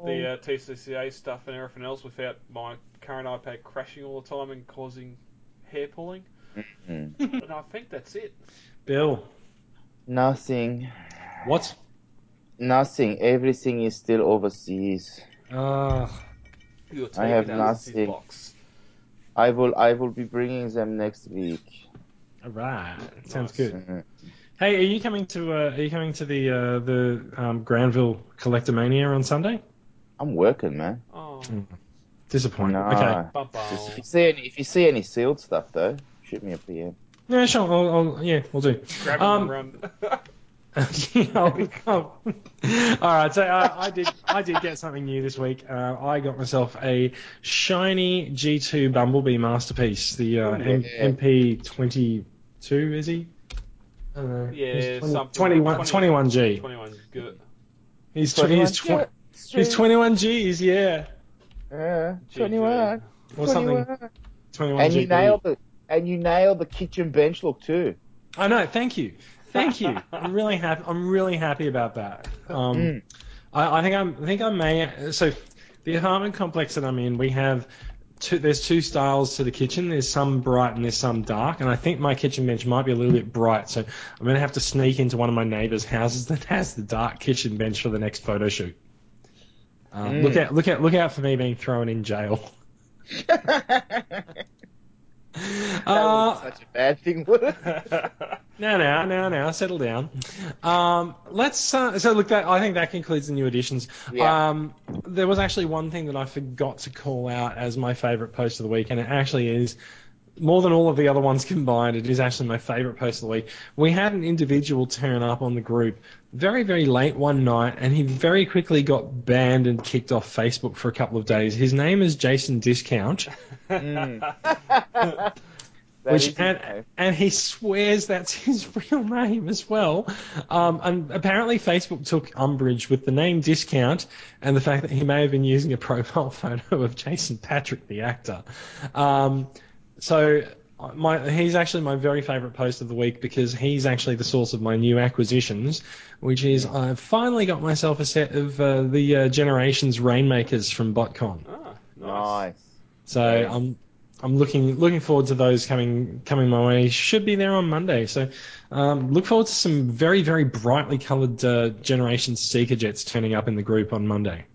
S3: the uh, TCCA stuff and everything else without my current iPad crashing all the time and causing hair pulling.
S5: Mhm.
S2: Mm-hmm.
S3: *laughs* and I think that's it.
S2: Bill,
S5: Nothing.
S2: what?
S5: Nothing. Everything is still overseas.
S2: Uh,
S3: You're
S5: I have
S3: taking out this
S5: nothing.
S3: box.
S5: I will. I will be bringing them next week.
S2: all right, sounds
S3: Nice.
S2: good.
S5: Mhm.
S2: Hey, are you coming to uh, are you coming to the uh, the um, Granville Collectomania on Sunday?
S5: I'm working, man.
S3: Oh,
S2: Disappointing.
S5: No.
S2: Okay.
S5: Just if
S3: bye
S5: you see any, if you see any sealed stuff though, shoot me a PM.
S2: Yeah, sure. I'll, I'll, yeah, we'll do.
S3: Grab
S2: Um,
S3: him
S2: *laughs*
S3: and run. *laughs*
S2: I'll become. *laughs* All right, so uh, I did. I did get something new this week. Uh, I got myself a shiny G2 Bumblebee masterpiece, the uh, M-
S5: Yeah.
S2: MP22. Is he? I don't know.
S3: Yeah,
S2: He's 20
S3: something-
S2: 21,
S3: 20.
S2: 21G.
S3: 21's good.
S2: *laughs* He's, tw- he's, tw- he's 21 Gs, yeah.
S5: Yeah,
S3: GG.
S5: twenty-one.
S2: Or something. 21
S5: And you
S2: GB.
S5: nailed the and you nailed the kitchen bench look too.
S2: I know. Thank you.
S5: *laughs*
S2: Thank you. I'm really happy. I'm really happy about that. Um,
S5: Mm. *laughs*
S2: I, I think I'm. I think I may. So, the apartment complex that I'm in, we have. Two, there's two styles to the kitchen. There's some bright and there's some dark, and I think my kitchen bench might be a little bit bright, so I'm gonna have to sneak into one of my neighbours' houses *laughs* that has the dark kitchen bench for the next photo shoot. Um,
S5: Mm.
S2: Look out! Look out! Look out for me being thrown in jail. *laughs*
S5: that
S2: Uh,
S5: was such a bad thing, *laughs* would it?
S2: No, no, no, no. Settle down. Um, let's. Uh, so look, that I think that concludes the new editions.
S5: Yeah.
S2: Um, there was actually one thing that I forgot to call out as my favourite post of the week, and it actually is more than all of the other ones combined. It is actually my favourite post of the week. We had an individual turn up on the group very, very late one night, and he very quickly got banned and kicked off Facebook for a couple of days. His name is Jason Discount.
S5: Mm. That
S2: *laughs* Which-
S5: is insane.
S2: and he swears that's his *laughs* real name as well. Um, and apparently, Facebook took umbrage with the name discount and the fact that he may have been using a profile *laughs* photo of Jason Patrick, the actor. Um, so. uh, My, he's actually my very favourite post of the week because he's actually the source of my new acquisitions, which is I've finally got myself a set of uh, the uh, Generations Rainmakers from BotCon.
S3: Ah, nice.
S5: nice.
S2: So I'm I'm looking looking forward to those coming coming my way. Should be there on Monday. So um, look forward to some very very brightly coloured uh, Generation Seeker jets turning up in the group on Monday.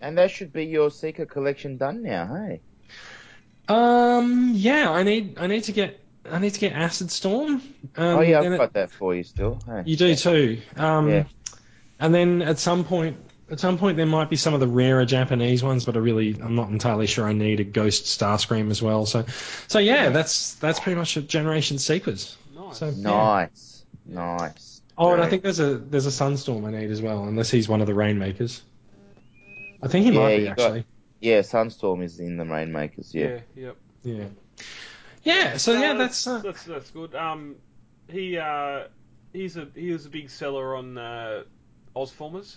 S5: And that should be your Seeker collection done now, hey?
S2: Um, yeah, I need I need to get I need to get Acid Storm. Um,
S5: oh, yeah, I've
S2: and it-
S5: got that for you still. Hey?
S2: You do too. Um,
S5: Yeah.
S2: And then at some point, at some point there might be some of the rarer Japanese ones, but I really, I'm not entirely sure I need a Ghost Starscream as well. So, so yeah, that's that's pretty much a Generation Seekers.
S3: Nice.
S2: So-
S5: Nice. Nice.
S2: Oh, and I
S5: Great.
S2: think there's a there's a Sunstorm I need as well, unless he's one of the Rainmakers. I think he might
S5: Yeah,
S2: be
S5: you got-
S2: actually.
S5: Yeah, Sunstorm is in the Rainmakers, yeah.
S3: yeah. Yep.
S2: Yeah. Yeah. So
S3: No,
S2: yeah, that's. Uh,
S3: that's that's good. Um, he uh, he's a he was a big seller on uh, Ozformers.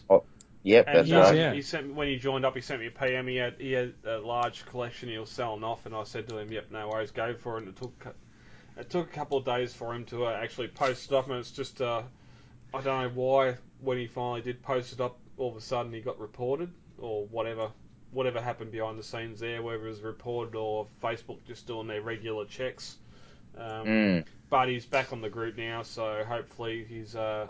S5: Yep,
S3: And
S5: that's
S3: he,
S2: Yes,
S5: right.
S2: yeah.
S3: he sent me- when he joined up, he sent me a PM. He had he had a large collection he was selling off, and I said to him, "Yep, no worries, go for it." And it took cou- it took a couple of days for him to uh, actually post it up, and it's just uh, I don't know why when he finally did post it up, all of a sudden he got reported or whatever whatever happened behind the scenes there, whether it was reported or Facebook just doing their regular checks. Um,
S5: Mm.
S3: But he's back on the group now, so hopefully he's uh,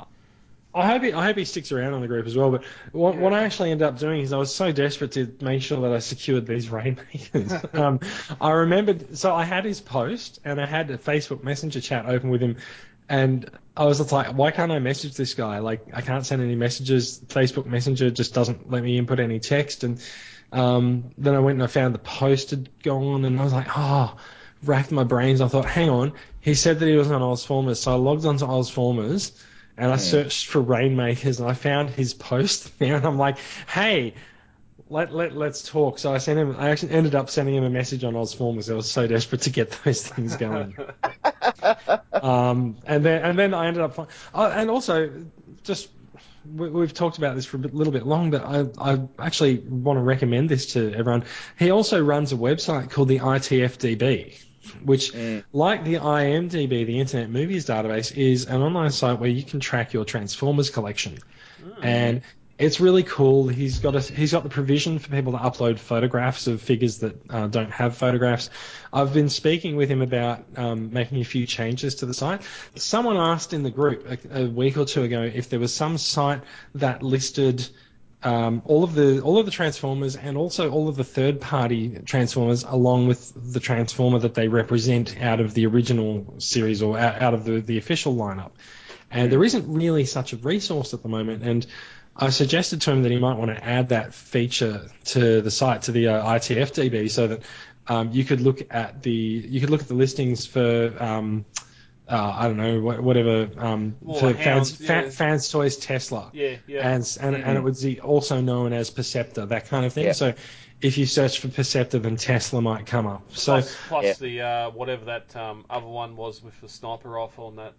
S2: I hope he, I hope he sticks around on the group as well. But what, what I actually ended up doing is I was so desperate to make sure that I secured these rainmakers. um, I remembered, so I had his post and I had a Facebook Messenger chat open with him, and I was just like, why can't I message this guy? Like, I can't send any messages. Facebook Messenger just doesn't let me input any text. And um, then I went and I found the post had gone, and I was like, oh, racked my brains. I thought, hang on, he said that he was on Ozformers, so I logged onto Ozformers and I searched for Rainmakers and I found his post *laughs* there and I'm like, hey, let, let, let's talk. So I sent him, I actually ended up sending him a message on Ozformers. I was so desperate to get *laughs* those things going. um, and then, and then I ended up, fin- oh, and also just, we, we've talked about this for a bit, little bit long, but I, I actually want to recommend this to everyone. He also runs a website called the ITFDB, which
S5: Mm.
S2: like the IMDb, the Internet Movies Database, is an online site where you can track your Transformers collection, and it's really cool. He's got a, he's got the provision for people to upload photographs of figures that uh, don't have photographs. I've been speaking with him about um, making a few changes to the site. Someone asked in the group a, a week or two ago if there was some site that listed um, all of the all of the transformers and also all of the third party transformers along with the transformer that they represent out of the original series or out, out of the, the official lineup and there isn't really such a resource at the moment and I suggested to him that he might want to add that feature to the site to the uh, ITFDB so that um, you could look at the you could look at the listings for um, uh, I don't know wha- whatever um,
S3: Well,
S2: for
S3: hounds,
S2: fans fa-
S3: yeah.
S2: fans toys Tesla
S3: yeah yeah. Mm-hmm.
S2: and s- and, and it would be also known as Perceptor, that kind of thing.
S5: Yeah.
S2: So if you search for Perceptor, then Tesla might come up. So
S3: Plus, plus the uh, whatever that um, other one was with the sniper rifle and that.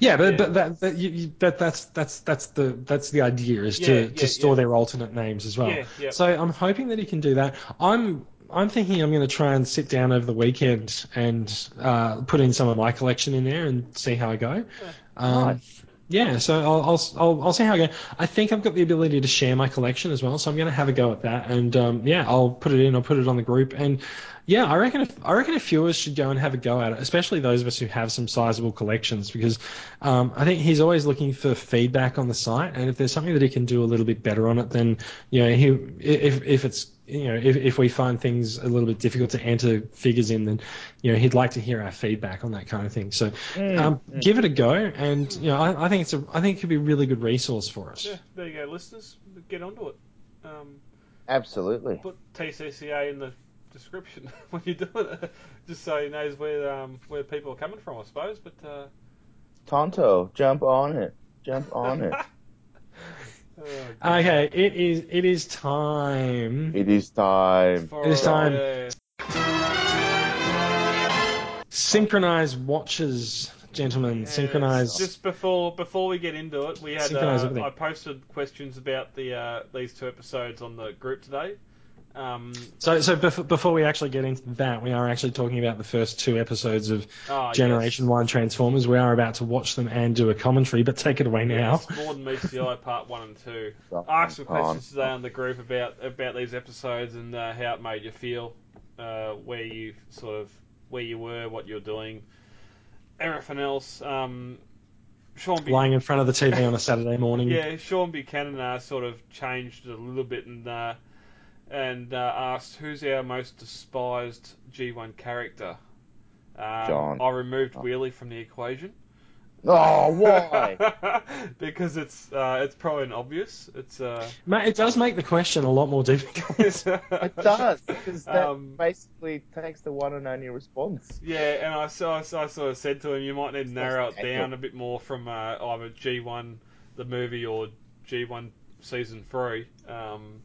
S2: yeah, but,
S3: yeah.
S2: but that, that, you, you, that that's that's that's the that's the idea is to,
S3: Yeah, yeah,
S2: to store
S3: yeah.
S2: their alternate names as well.
S3: Yeah, yeah.
S2: So I'm hoping that he can do that. I'm I'm thinking I'm going to try and sit down over the weekend and uh, put in some of my collection in there and see how I go. Um, Yeah, so I'll, I'll, I'll, I'll see how I go. I think I've got the ability to share my collection as well, so I'm going to have a go at that. And um, yeah, I'll put it in. I'll put it on the group. And yeah, I reckon if, I reckon a few of us should go and have a go at it, especially those of us who have some sizable collections, because um, I think he's always looking for feedback on the site. And if there's something that he can do a little bit better on it, then you know he if if it's you know if, if we find things a little bit difficult to enter figures in, then you know he'd like to hear our feedback on that kind of thing. So
S3: Mm,
S5: Mm.
S2: um, give it a go, and you know, I, I think it's a, I think it could be a really good resource for us.
S3: Yeah, there you go, listeners. Get onto it. Um,
S5: Absolutely.
S3: put TCCA in the description *laughs* when you do it, just so he knows where um, where people are coming from, I suppose. But uh,
S5: Tonto, jump on it. Jump on
S2: *laughs*
S5: it.
S3: uh,
S2: Okay, it is it is time.
S5: it is time.
S3: for,
S2: This time-
S3: yeah,
S2: Synchronize watches, gentlemen.
S3: yeah.
S2: synchronize.
S3: Just before before we get into it, we had
S2: Synchronise
S3: uh,
S2: everything.
S3: I posted questions about the uh, these two episodes on the group today. Um,
S2: So so bef- before we actually get into that, we are actually talking about the first two episodes of
S3: ah, yes.
S2: Generation One Transformers. We are about to watch them and do a commentary, but take it away now.
S3: It's More than meets the eye, part one and two.
S5: Jump
S3: I asked some
S5: on.
S3: questions today on the group about about these episodes and uh, how it made you feel. uh, where you sort of where you were, what you're doing, everything else. Um, Sean Buchanan,
S2: Lying in front of the TV on a Saturday morning.
S3: yeah, Sean Buchanan uh, sort of changed it a little bit and uh, and uh, asked, "Who's our most despised G1 character?" Um,
S4: John.
S3: I removed Wheelie from the equation.
S5: *laughs*
S4: Oh, why?
S3: *laughs* because it's uh, it's probably an obvious. It's uh,
S2: Ma- It does make the question a lot more difficult.
S3: *laughs*
S4: it does because that
S3: Um,
S4: basically takes the one and only response.
S3: Yeah, and I, so, I, so I sort of said to him, you might need to narrow it
S4: Tactical.
S3: down a bit more from uh, either G1, the movie, or G1 season three. Um,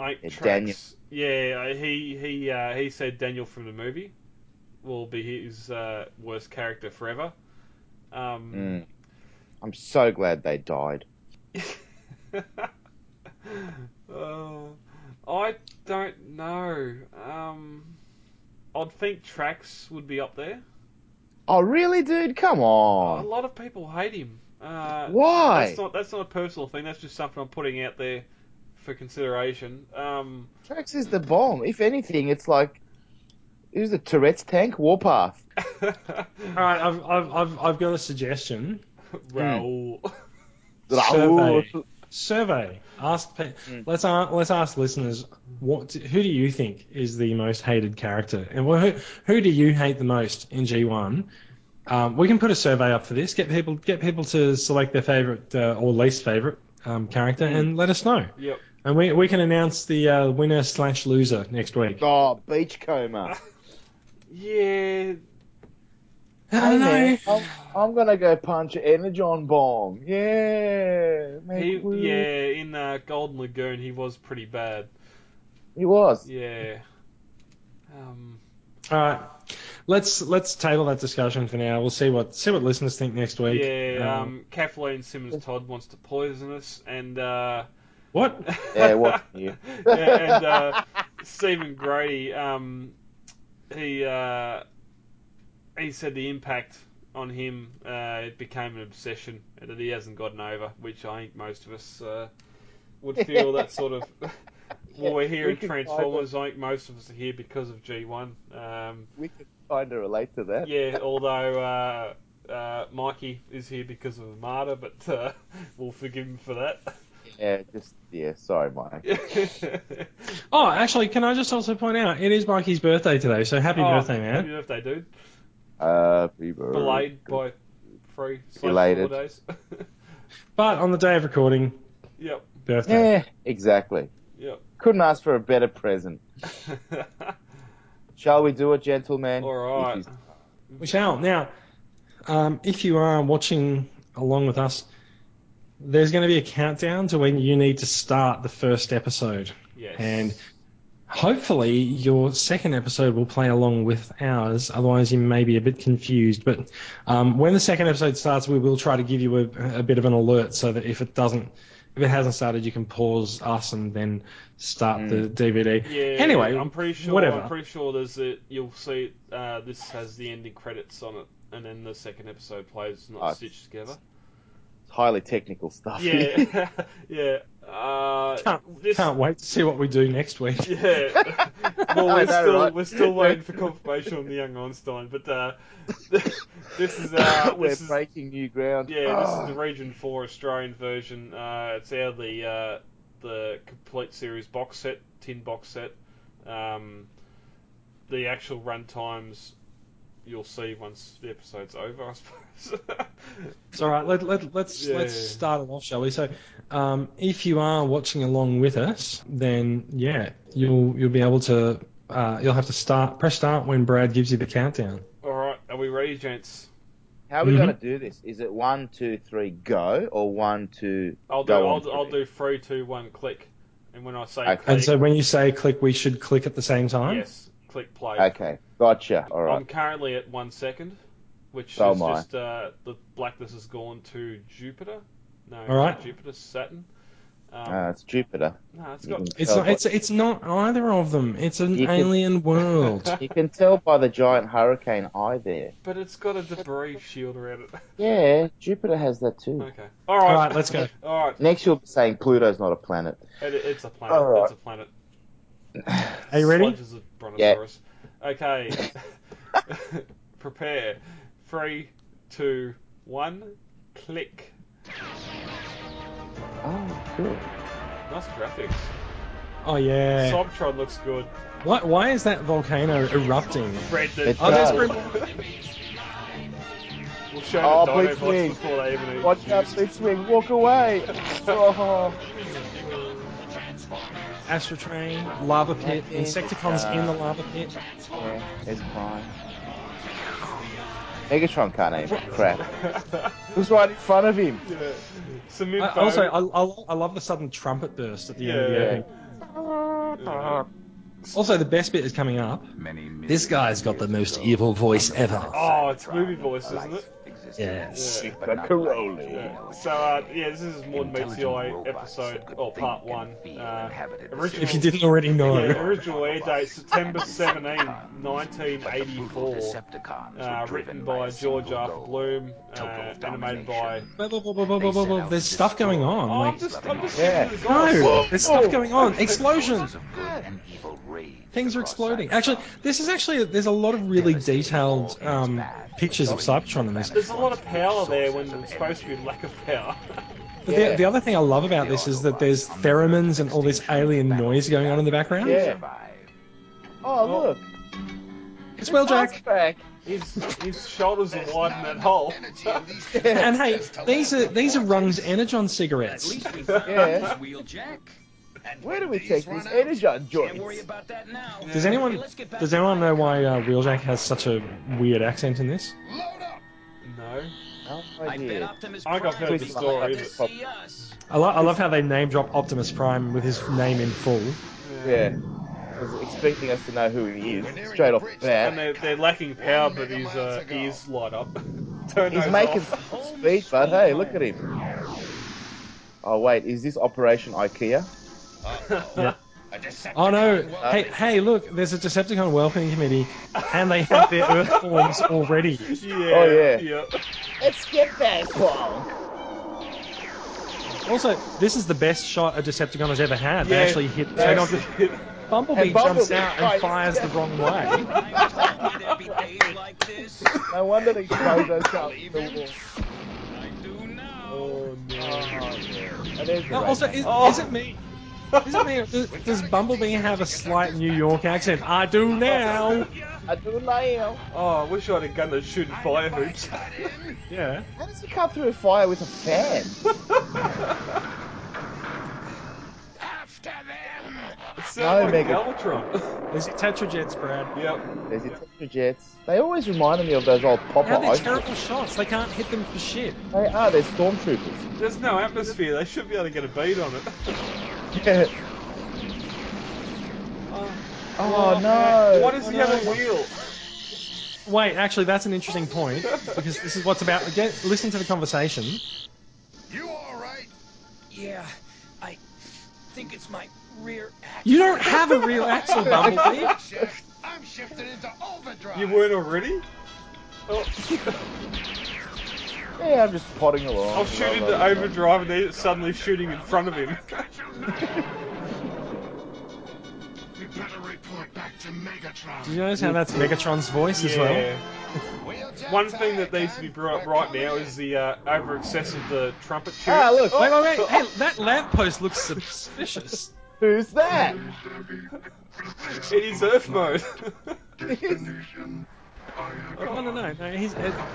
S3: I
S4: Yeah,
S3: think
S4: Daniel.
S3: tracks. Yeah, he he uh, he said Daniel from the movie will be his uh, worst character forever. Um,
S4: Mm. I'm so glad they died.
S3: *laughs* oh, I don't know. Um, I'd think Trax would be up there.
S4: Oh, really, dude? Come
S3: A
S4: on.
S3: lot of people hate him. Uh,
S4: Oh. Why?
S3: That's not that's not a personal thing. That's just something I'm putting out there for consideration. Um, *laughs*
S4: Trax is the bomb. If anything, it's like it was the Tourette's tank warpath.
S2: All right, I've, I've, I've, I've got a suggestion.
S3: Raoul.
S2: Survey.
S4: Oh,
S2: Survey. Ask. Pe-
S4: Mm.
S2: Let's ask. Let's ask listeners. What? Who do you think is the most hated character? And wh- who who do you hate the most in G one? Um, we can put a survey up for this. Get people get people to select their favorite uh, or least favorite um, character, and let us know.
S3: Yep.
S2: And we, we can announce the uh, winner slash loser next week.
S4: Oh, beachcomber.
S3: Yeah.
S4: Hey,
S2: Oh,
S4: man,
S2: no.
S4: I'm, I'm gonna go punch an energon bomb. Yeah, make
S3: He,
S4: wood.
S3: yeah. In uh, Golden Lagoon, he was pretty bad.
S4: he was.
S3: Yeah. Um,
S2: All right. Let's let's table that discussion for now. We'll see what see what listeners think next week.
S3: yeah. Um, Kathleen Simmons Todd wants to poison us, and uh,
S2: what?
S4: Yeah, what you?
S3: *laughs* yeah, and uh,
S4: *laughs*
S3: Stephen Grady, um, he uh, he said the impact on him uh, it became an obsession and that he hasn't gotten over, which I think most of us uh, would feel that sort
S4: *laughs*
S3: of. *laughs* Well, we're here
S4: we
S3: in
S4: can find
S3: Transformers. I think most of us are here because of G1. Um,
S4: We could kind of relate to that.
S3: yeah, although uh, uh, Mikey is here because of Amada, but uh, we'll forgive him
S2: *laughs*
S3: for that.
S4: Yeah, just yeah. Sorry, Mike.
S2: Oh, actually, can I just also point out it is Mikey's birthday today, so happy
S3: Oh,
S2: birthday,
S3: Happy
S2: man!
S3: birthday, dude.
S4: Uh, people.
S3: Delayed by three slash
S4: Belated.
S3: four days.
S2: But on the day of recording,
S3: yep,
S2: birthday.
S4: Yeah, exactly.
S3: yep.
S4: Couldn't ask for a better present. Shall we do it, gentlemen?
S3: All right.
S2: We shall now. Um, if you are watching along with us, there's going to be a countdown to when you need to start the first episode.
S3: Yes.
S2: And- Hopefully, your second episode will play along with ours. Otherwise, you may be a bit confused. But um, when the second episode starts, we will try to give you a, a bit of an alert so that if it doesn't, if it hasn't started, you can pause us and then start the DVD.
S3: Mm. yeah.
S2: Anyway,
S3: I'm pretty sure.
S2: whatever.
S3: I'm pretty sure there's a, You'll see. Uh, this has the ending credits on it, and then the second episode plays, not
S4: Oh,
S3: stitched together.
S4: It's highly technical stuff. *laughs*
S3: Yeah. *laughs* yeah. Uh,
S2: Can't-
S3: this,
S2: Can't wait to see what we do next week.
S4: *laughs*
S3: Yeah. well, we're
S4: I know,
S3: still
S4: right?
S3: we're still waiting for confirmation on the young Einstein, but uh, *laughs* this is uh,
S4: *laughs* We're
S3: this is
S4: breaking new ground. Ah.
S3: Yeah, this is the Region Four Australian version. Uh, it's out of the uh, the complete series box set, tin box set. Um, the actual run times you'll see once the episode's over, I suppose. *laughs*
S2: It's all right. Let, let, let's
S3: Yeah.
S2: let's start it off, shall we? So, um, if you are watching along with us, then yeah, you'll you'll be able to. Uh, you'll have to start press start when Brad gives you the countdown.
S3: All right, are we ready, gents?
S4: How are we
S2: Mhm.
S4: gonna do this? Is it one, two, three, go, or one, two?
S3: I'll do
S4: Go on,
S3: I'll, I'll do three, two, one, click, and when I say
S4: Okay.
S2: And
S3: click,
S2: so when you say click, we should click at the same time.
S3: yes, click play.
S4: Okay, gotcha. All
S3: I'm
S4: right.
S3: currently at one second, which
S4: So
S3: is
S4: am I.
S3: just uh, the blackness has gone to Jupiter. No,
S2: All right.
S3: not Jupiter, Saturn. Um,
S4: Uh, mm. it's Jupiter.
S3: no, it's
S4: You
S3: got.
S4: can
S2: It's
S4: tell
S2: not.
S4: by-
S2: It's it's not either of them. It's an
S4: You can-
S2: *laughs* alien world.
S3: *laughs*
S4: You can tell by the giant hurricane eye there.
S3: But it's got a debris shield around it. *laughs*
S4: Yeah, Jupiter has that too.
S3: Okay. All right.
S2: All right, let's go.
S3: *laughs* All right.
S4: Next, you'll be saying Pluto's not a planet.
S3: It, it's a planet.
S4: All right.
S3: It's a planet.
S2: Are you ready?
S3: Sludges of brontosaurus.
S4: *laughs*
S3: Okay. *laughs* Prepare. Three, two, one. Click.
S5: Oh, good.
S3: Nice graphics.
S2: Oh yeah.
S3: Sobtron looks good.
S2: Why, why is that volcano erupting?
S3: Brendan.
S2: Oh, there's
S5: does.
S2: Grim-
S3: We'll show
S4: Oh,
S3: the Dino
S4: please,
S3: Bots
S4: please.
S3: before they even
S4: Watch out,
S3: introduced.
S4: they swing. Walk away.
S3: *laughs*
S4: Oh.
S2: Astro Train, lava pit, uh, Insecticons in the lava pit.
S5: Yeah, it's fine. Megatron can't aim for crap.
S4: Who's right in front of him?
S3: *laughs* yeah. Some
S2: I,
S3: info.
S2: also, I, I, I love the sudden trumpet burst at the end of the
S3: Yeah.
S2: opening. Also, the best bit is coming up. This guy's got the most evil voice ever.
S3: Oh, it's movie voice, isn't it?
S2: Yes.
S3: Yeah.
S6: The Caroli.
S3: Yeah. So, uh, yeah, this is Morn Meets the Eye episode, or part one. Uh, original-
S2: If you didn't already know.
S3: Yeah, original air date
S4: *laughs*
S3: September 17, 1984. Uh, written by George Arthur Bloom, uh, animated by.
S2: Blah, blah, blah, blah, blah, blah, blah, blah. There's stuff going on.
S3: Oh, I'm
S2: Like,
S3: just, I'm just
S4: Yeah.
S3: thinking of the guys.
S2: no, there's stuff going
S3: *laughs*
S2: on. Explosion. Things are exploding. Actually, this is actually there's a lot of really detailed um, pictures of Cybertron in this.
S3: There's a lot of power there when there's supposed to be lack of power.
S2: But the, the other thing I love about this is that there's theremins and all this alien noise going on in the background.
S4: Yeah. Oh, look.
S2: It's well, Jack.
S4: It's back.
S3: His, his shoulders are wide in that hole.
S4: Yeah.
S2: And hey, these are these are Rung's Energon cigarettes.
S4: yeah.
S7: Wheel Jack. And
S4: Where do we
S7: these
S4: take
S7: run
S4: these
S7: out.
S4: energon
S7: Can't worry
S4: joints?
S7: about that now.
S2: Does anyone does anyone know why uh, Wheeljack has such a weird accent in this?
S7: Load up.
S3: No.
S4: No
S7: I bet
S4: idea.
S7: Optimus
S3: I
S7: Prime
S3: got heard
S7: would
S4: the
S7: be
S4: story,
S7: glad to
S4: but-
S7: see us.
S2: I, lo- I love how they name drop Optimus Prime with his name in full.
S4: Yeah. I was expecting us to know who he is straight off the
S3: And
S4: bat.
S3: they're, they're lacking power, but his uh, ears light up. *laughs* Turn
S4: He's
S3: those
S4: making
S3: off.
S4: some speed, but hey, look at him. Oh wait, is this Operation IKEA?
S2: Yeah. Oh no! Hey, hey! Look, there's a Decepticon welcoming committee, and they have their
S4: *laughs*
S2: Earth forms already.
S3: Yeah,
S4: Oh, yeah.
S3: yeah.
S4: Let's get back home.
S2: Also, this is the best shot a Decepticon has ever had. They
S3: Yeah.
S2: actually hit. They
S4: Yes.
S2: don't, Bumblebee,
S4: And Bumblebee
S2: jumps out and
S4: fights.
S2: fires the wrong way.
S7: Prime told me there'd be days like this.
S4: No wonder they throw those out the wall.
S7: I do now.
S3: Oh,
S4: And there's the
S2: No, also, is,
S3: Oh.
S2: is it me? Is it me? or Does, does Bumblebee have a slight New York accent? I do now.
S4: I do now.
S3: Oh, I wish I had a gun that shooting fire hoops.
S2: Yeah.
S4: How does he cut through a fire with a fan?
S7: After them.
S3: It sounds
S4: No,
S3: like
S4: Megan.
S3: Galvatron. *laughs*
S2: There's your Tetrajets, Brad.
S3: yep.
S4: There's the Tetra Jets. They always reminded me of those old
S2: Now they're
S4: Popeyes.
S2: terrible shots. They can't hit them for shit.
S4: They are. They're stormtroopers.
S3: There's no atmosphere. They should be able to get a beat on it.
S4: Yeah. Oh no!
S3: What is the other wheel?
S2: Wait, actually, that's an interesting point because this is what's about. Get, listen to the conversation.
S7: You all right? Yeah, I think it's my rear axle.
S2: You don't have a real accent, Bumblebee.
S7: Shift. I'm shifting into overdrive.
S3: You weren't already? Oh,
S4: Yeah, I'm just potting along.
S3: I'll shoot into
S4: Blah, blah, blah, blah.
S3: overdrive and they're suddenly shooting in front of him.
S7: We better report back to Megatron.
S2: Do you notice how that's Megatron's voice as well?
S3: Yeah. One thing that needs to be brought up right now is the uh, over excess of the trumpet tune.
S4: Ah, look!
S2: Wait, wait, wait. Hey, that lamppost looks suspicious.
S4: Who's that?
S3: It is Earth
S4: *laughs*
S3: mode.
S2: No, no, no. no he's, uh,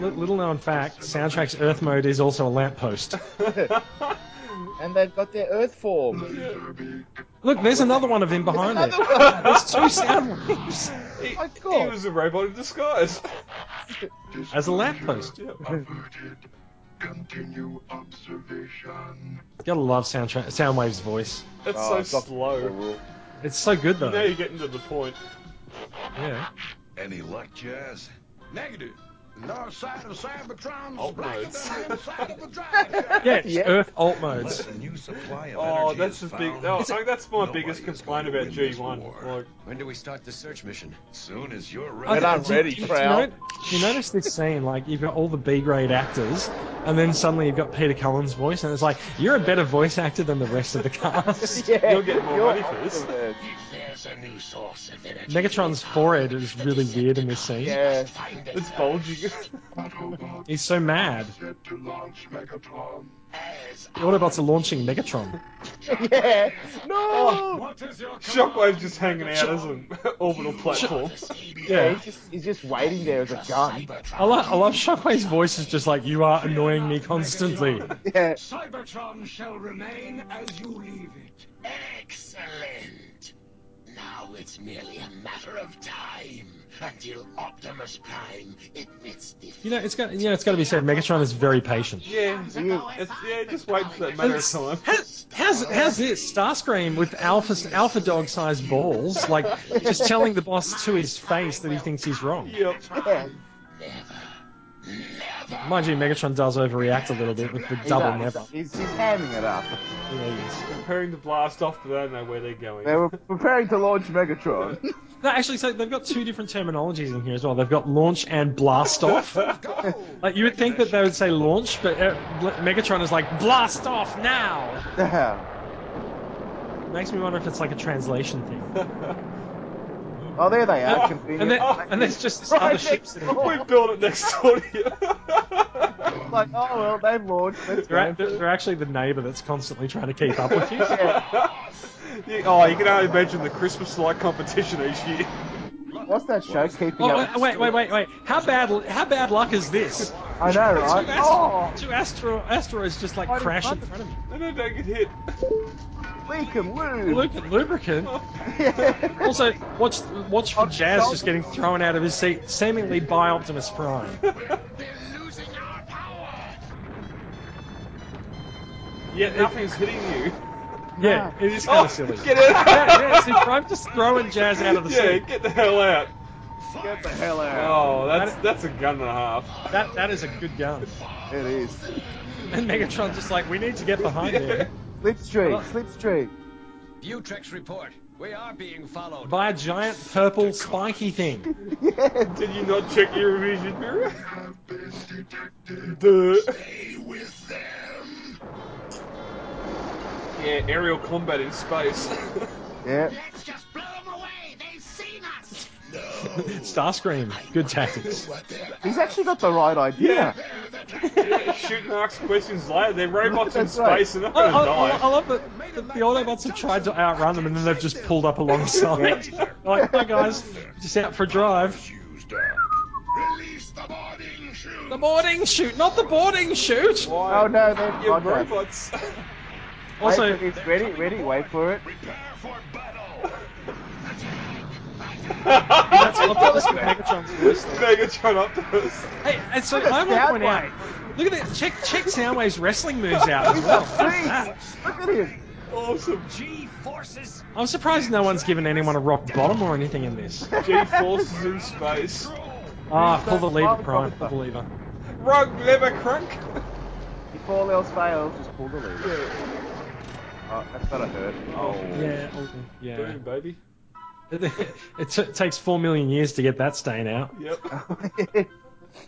S2: li- little known fact Soundtrack's Earth mode is also a lamppost.
S4: and they've got their Earth form.
S2: Look, there's another one of him behind
S4: Another
S2: it.
S4: one.
S2: There's two sound waves
S3: he,
S4: My
S3: he
S4: God.
S3: was a robot in
S4: *laughs*
S3: disguise.
S2: as a lamppost.
S3: Yep.
S6: Continue observation.
S2: Gotta love soundtrack, Soundwave's voice.
S3: That's
S6: Ah,
S4: Oh,
S3: so
S4: Dr.
S3: slow.
S2: It's so good
S3: Now
S2: though.
S3: you're getting to the point.
S2: Yeah.
S6: Any luck, Jazz?
S7: Negative. North side of Cybertron's
S3: Alt
S7: blacker
S6: *laughs*
S3: modes.
S7: than the inside of a drive.
S2: Yeah, it's
S4: Yeah.
S2: Earth alt modes.
S6: Unless a new supply of
S3: Oh,
S6: energy
S3: that's a
S6: is
S3: big.
S6: found,
S3: Oh, I- that's my
S6: nobody
S3: biggest
S6: is
S3: complaint
S6: going to
S3: about
S6: win this
S3: G1.
S6: war.
S3: Like,
S6: When do we start the search mission? Soon as you're
S4: And
S6: ready.
S4: I'm
S2: Do you-
S4: ready,
S2: do you
S4: proud.
S2: note- do you notice this scene? Like, you've got all the B grade actors, and then suddenly you've got Peter Cullen's voice, and it's like, you're a better voice actor than the rest of the cast.
S4: *laughs* *laughs* Yeah,
S3: You'll get more
S4: you're *laughs*
S3: money for this.
S4: Optimus.
S7: new source of energy.
S2: Megatron's forehead is really weird in this scene.
S5: Yeah.
S4: *laughs*
S7: Find
S6: *laughs*
S7: it.
S3: It's bulging. *laughs*
S6: Autobots
S2: He's so mad.
S6: set to launch Megatron.
S7: As
S2: The Autobots are launching Megatron.
S5: yeah. No.
S6: What is your
S3: Shockwave's just hanging out as an orbital platform.
S2: Yeah.
S5: He's just he's just waiting there as a gun.
S4: *laughs*
S2: I, lo- I love Shockwave's voice is just like, you are annoying me constantly.
S5: Yeah.
S6: Cybertron shall remain as you leave it.
S7: Excellent. Now it's merely a matter of time until Optimus Prime admits defeat.
S2: You know, it's got, you know, it's got to be said, Megatron is very patient.
S3: Yeah, it's, yeah, just wait for that matter of time.
S2: How's, how's, how's this? Starscream with alpha, alpha dog sized balls, like just telling the boss to his face that he thinks he's wrong.
S3: Yep.
S5: Yeah.
S3: *laughs*
S4: *laughs*
S2: Mind you, Megatron does overreact a little bit with the double
S5: He's-
S2: never.
S5: He's, he's hamming it up.
S2: He is.
S3: Preparing to blast off, but they don't know where they're going.
S4: They were preparing to launch Megatron.
S2: No, actually, so they've got two different terminologies in here as well. They've got launch and blast
S4: *laughs*
S2: off. like you would think that they would say launch, but uh, Bl- Megatron is like blast off now.
S4: Damn.
S2: Makes me wonder if it's like a translation thing.
S4: *laughs* Oh, there they are.
S2: And,
S4: Convenient.
S2: and, then, and there's just this
S4: Right
S2: other
S4: next
S2: ship sitting
S3: *laughs* we
S2: there.
S3: built it next door *laughs* to you.
S4: Like, oh well, they've launched. Let's
S2: They're,
S4: go.
S2: act- they're actually the neighbour that's constantly trying to keep up
S4: *laughs*
S2: with you.
S3: You- oh, you can only imagine the Christmas-like competition each year.
S4: What's that show? Keeping
S2: Oh,
S4: up.
S2: wait, wait, wait, wait, wait. How bad, how bad luck is this?
S4: I know,
S2: Two,
S4: right? Oh,
S2: astro- two astro- asteroids just like
S4: Right in
S2: crash in
S4: front of
S2: front of me.
S3: No, no, don't get hit.
S4: we can lose. *laughs*
S2: Look at lubricant. Also, watch watch for Jazz just getting thrown out of his seat, seemingly by Optimus
S3: *laughs*
S2: Prime.
S7: They're losing our power.
S3: Yeah, nothing's hitting *laughs* you.
S2: Yeah, it is kind of silly. Yeah,
S3: Oh, Get out!
S2: yeah, see, Prime just throwing Jazz out of the
S3: *laughs* Yeah,
S2: seat.
S3: get the hell out.
S4: Get the hell out.
S3: Oh, that's that's a gun and a half.
S2: That that is a good gun.
S4: It is.
S2: And Megatron just like, we need to get behind there
S4: Slipstream, slipstream. *laughs*
S6: Butrex report. We are being followed.
S2: by a giant purple spiky thing. *laughs*
S4: Yeah.
S3: Did you not check your revision mirror?
S6: Have been detected.
S3: Duh.
S6: Stay with them.
S3: Yeah, aerial combat in space.
S4: Yeah.
S7: Let's just blow them away. They've seen us.
S2: Starscream, good tactics.
S6: But they're
S4: He's actually got the right idea.
S3: *laughs* Shoot and ask questions later. They're robots in
S4: That's right.
S3: space and they're
S2: I,
S3: not
S2: I,
S3: gonna
S2: I- I
S3: die.
S2: love that the, the Autobots have tried to outrun them and then they've just pulled up alongside. They're *laughs* like, hi guys, just out for a drive.
S6: used up. Release the boarding chute.
S2: The boarding chute, not the boarding chute!
S3: Why?
S4: Oh no, they're
S3: You're
S4: oh, no.
S3: robots.
S2: Also,
S4: Wait for this. ready, ready, wait for it.
S6: Prepare for battle.
S2: that's Optimus with Megatron's voice there.
S3: Megatron Optimus.
S2: Hey, and so I want to point out, look at that, check, check Soundwave's wrestling moves out as well. How's that?
S4: Look at him.
S3: Awesome.
S7: G forces.
S2: I'm surprised no one's given anyone a rock bottom or anything in this.
S3: G
S4: *laughs*
S3: forces in space.
S2: Ah, pull the lever, Prime, pull the lever.
S3: Rug lever crunk.
S4: If all else fails, just pull the lever. Oh, that's gotta hurt. *laughs*
S3: Oh.
S2: Yeah, okay, yeah.
S3: Boom, baby.
S2: It t- takes four million years to get that stain out.
S3: Yep.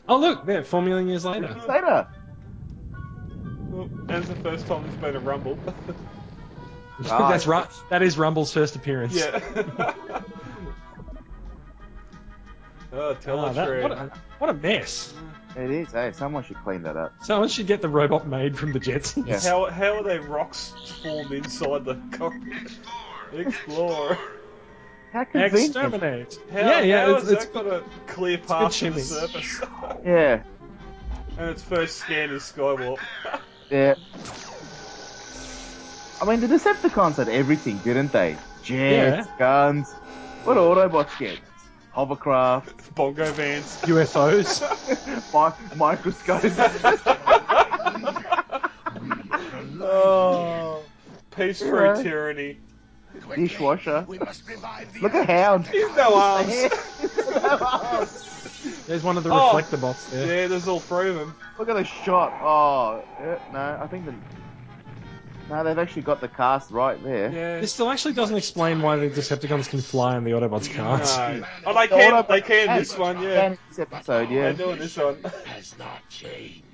S2: Oh, look, there, four million years later. *laughs*
S4: Later.
S3: That's the first time there's been a rumble.
S2: That's right. That is Rumble's first
S3: *laughs*
S2: appearance.
S3: yeah. oh,
S2: Ah, that-
S3: Teletran.
S2: what, a, what a mess.
S4: It is. Hey, someone should clean that up.
S2: Someone should get the robot made from the Jetsons.
S4: Yeah.
S3: How, how are they rocks formed inside the cockpit? Explore.
S4: How convenient.
S2: *laughs* Exterminate.
S3: How,
S2: yeah, yeah,
S3: how
S2: it's,
S3: has
S2: it's,
S3: that got a clear path to the
S2: shimmy.
S3: surface? *laughs*
S4: Yeah.
S3: and its first scan is Skywarp.
S4: Yeah. I mean, the Decepticons had everything, didn't they?
S2: Yeah.
S4: Jets, guns. What do Autobots get?
S3: *laughs*
S4: Hovercraft,
S3: Bongo
S2: *laughs*
S3: vans. *laughs*
S2: UFOs.
S4: mi- microscopes.
S3: *laughs* Oh, peace through
S4: Yeah.
S3: tyranny.
S4: Dishwasher.
S7: We must revive the.
S4: Look at Hound.
S3: He's
S4: *laughs*
S3: no arms.
S2: There's one of the
S3: Oh.
S2: reflector bots there.
S3: yeah, there's all three of them.
S4: Look at the shot. Oh, yeah, no, I think the. No, they've actually got the cast right there.
S3: Yeah.
S2: This still actually doesn't explain why the Decepticons can fly in the Autobots
S3: no.
S2: can't.
S3: Oh, they can. They can this one. Yeah.
S4: This episode, yeah.
S3: They're doing this one.
S7: has not changed.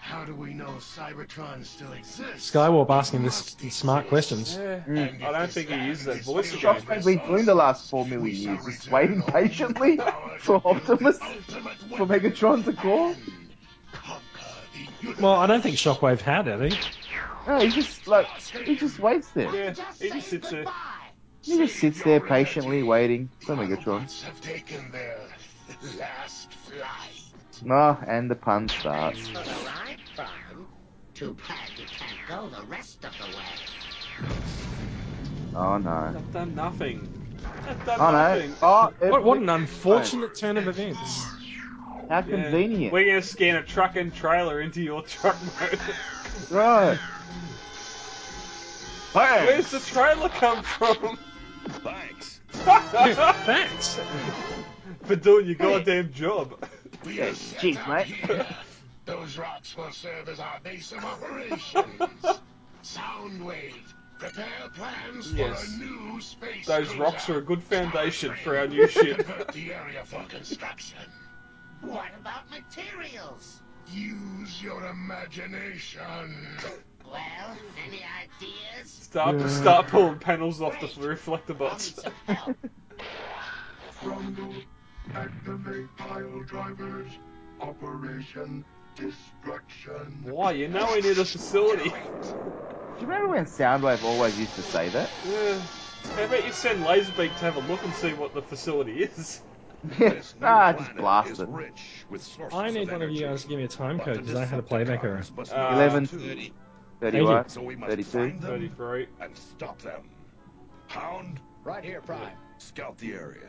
S6: How do we know Cybertron still exists?
S2: Skywarp asking this smart questions.
S3: Yeah.
S4: Mm.
S3: I don't think he used that voice again.
S4: Shock's been doing the last four million years, just waiting patiently for Optimus, for Megatron to call.
S2: Well, I don't think Shockwave had it. eh?
S4: No, he just like he just waits there.
S3: Yeah, he just sits there.
S4: He just sits there patiently waiting for Megatron.
S7: Autobots have taken their last flight.
S4: Ah, and the pun starts.
S7: Where I'm from, too bad you can't go the rest of the way.
S4: Oh no.
S3: I've done nothing. I've done
S4: Oh
S3: nothing.
S4: no. Oh,
S2: What, what an unfortunate turn of events.
S3: *laughs*
S4: How
S3: Yeah.
S4: convenient.
S3: We're gonna scan a truck and trailer into your truck mode.
S4: Right.
S3: Where's the trailer come from?
S8: Thanks.
S2: Thanks.
S3: *laughs* For doing your goddamn job.
S7: We are set
S4: Jeez,
S7: up
S4: mate.
S7: here. Those rocks will serve as our base of
S3: *laughs*
S7: operations. Soundwave, prepare plans
S3: Yes.
S7: for a new space.
S3: Those
S7: cruiser.
S3: rocks are a good foundation for our new ship.
S7: Convert the area for construction.
S9: What about materials?
S7: Use your imagination.
S9: Well, any ideas?
S3: Start start pulling panels off the reflector
S9: I
S3: box.
S9: need some help.
S6: Rumble, activate pile drivers. Operation Destruction.
S3: Why? You're nowhere near the facility.
S4: Do you remember when Soundwave always used to say that? *laughs*
S3: Yeah. How about you send Laserbeak to have a look and see what the facility is?
S8: This new
S4: ah, just
S8: planet
S4: blast
S8: is
S4: it.
S8: rich with sources
S2: I need one of you
S8: energy,
S2: guys to give me a time
S8: but
S2: code
S8: the
S2: because I had a playback error.
S8: Decepticons must be
S3: Uh,
S8: around
S4: 11.
S8: 30,
S4: 31.
S8: So we must
S4: 32.
S8: find them
S3: 33.
S8: and stop them. Hound, uh,
S6: Right here, Prime.
S8: scout the area.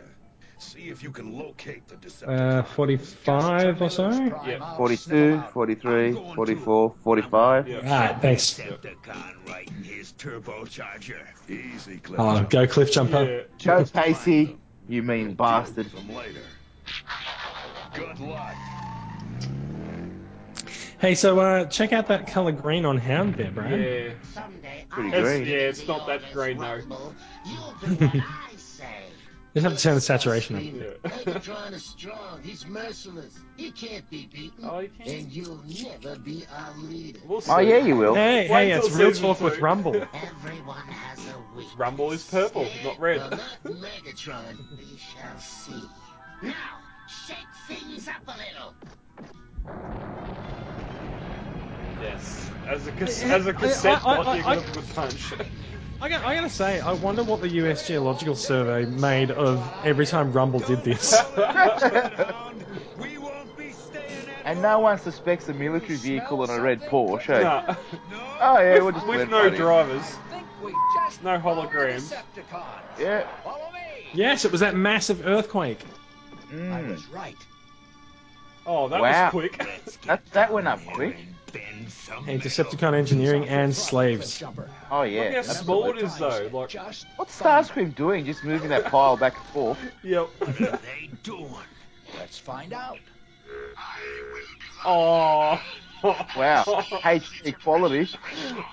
S8: See if you can locate the
S2: Uh,
S8: Decepticons.
S2: 45 or so?
S3: Yep.
S4: 42, 43, 44, 45.
S3: Yeah.
S2: Ah, thanks.
S8: Decepticon right in his turbocharger. Easy, Cliff.
S2: Oh, go cliff jumper.
S3: Yeah.
S4: Go, Casey. You mean bastard.
S8: Them later. Good luck.
S2: Hey, so uh, check out that color green on Hound there, bro.
S3: Yeah.
S9: Someday
S4: Pretty
S9: I'll
S4: green.
S9: give
S3: Yeah, it's
S9: you
S3: not that
S9: all this
S3: green, though.
S9: rumble. You'll do what I say.
S2: Just have to turn the saturation
S7: *laughs*
S2: up.
S3: Yeah.
S7: Megatron is strong. He's merciless. He can't be beaten.
S3: Oh, *laughs* you can't.
S7: And you'll never be our leader.
S3: We'll see.
S4: Oh, yeah, you will.
S2: Hey,
S3: Wait
S2: hey,
S3: till
S2: it's real
S3: season
S2: talk with
S3: two.
S2: Rumble.
S3: *laughs*
S9: Everyone has a weakness.
S3: Rumble is purple,
S7: Well,
S3: not red.
S7: not Megatron.
S9: We shall see. Now, shake things up a little.
S3: Yes. As a, cas- as a cassette
S2: I- I-
S3: bot,
S2: I-
S3: you
S2: I-
S3: can have a good punch.
S2: I got, I gotta say, I wonder what the US Geological Survey made of every time Rumble did
S3: *laughs*
S2: this.
S4: *laughs*
S8: Hound, we won't be staying at
S4: And
S8: home.
S4: no one suspects a military vehicle on a red Porsche.
S3: *laughs*
S4: eh?
S3: Nah.
S8: No.
S4: Oh, yeah, we'll just
S3: With
S4: let
S3: no
S4: that in.
S3: drivers.
S6: think we just
S3: No holograms.
S6: Decepticon.
S4: Yeah.
S6: Follow me.
S2: Yes, it was that massive earthquake.
S4: Mm.
S6: right.
S3: Oh, that
S4: Wow.
S3: was *laughs* quick.
S4: That, that went up quick.
S2: Hey, Decepticon engineering and
S3: *laughs*
S2: slaves.
S4: Oh,
S3: Look
S4: yeah.
S3: how small it
S4: absolutely.
S3: is, though. Like,
S4: What's Starscream doing? Just moving that pile back and forth.
S3: yep.
S8: they doing?
S6: Let's find
S3: *laughs*
S6: out.
S3: Oh. *laughs*
S4: Wow. HD quality.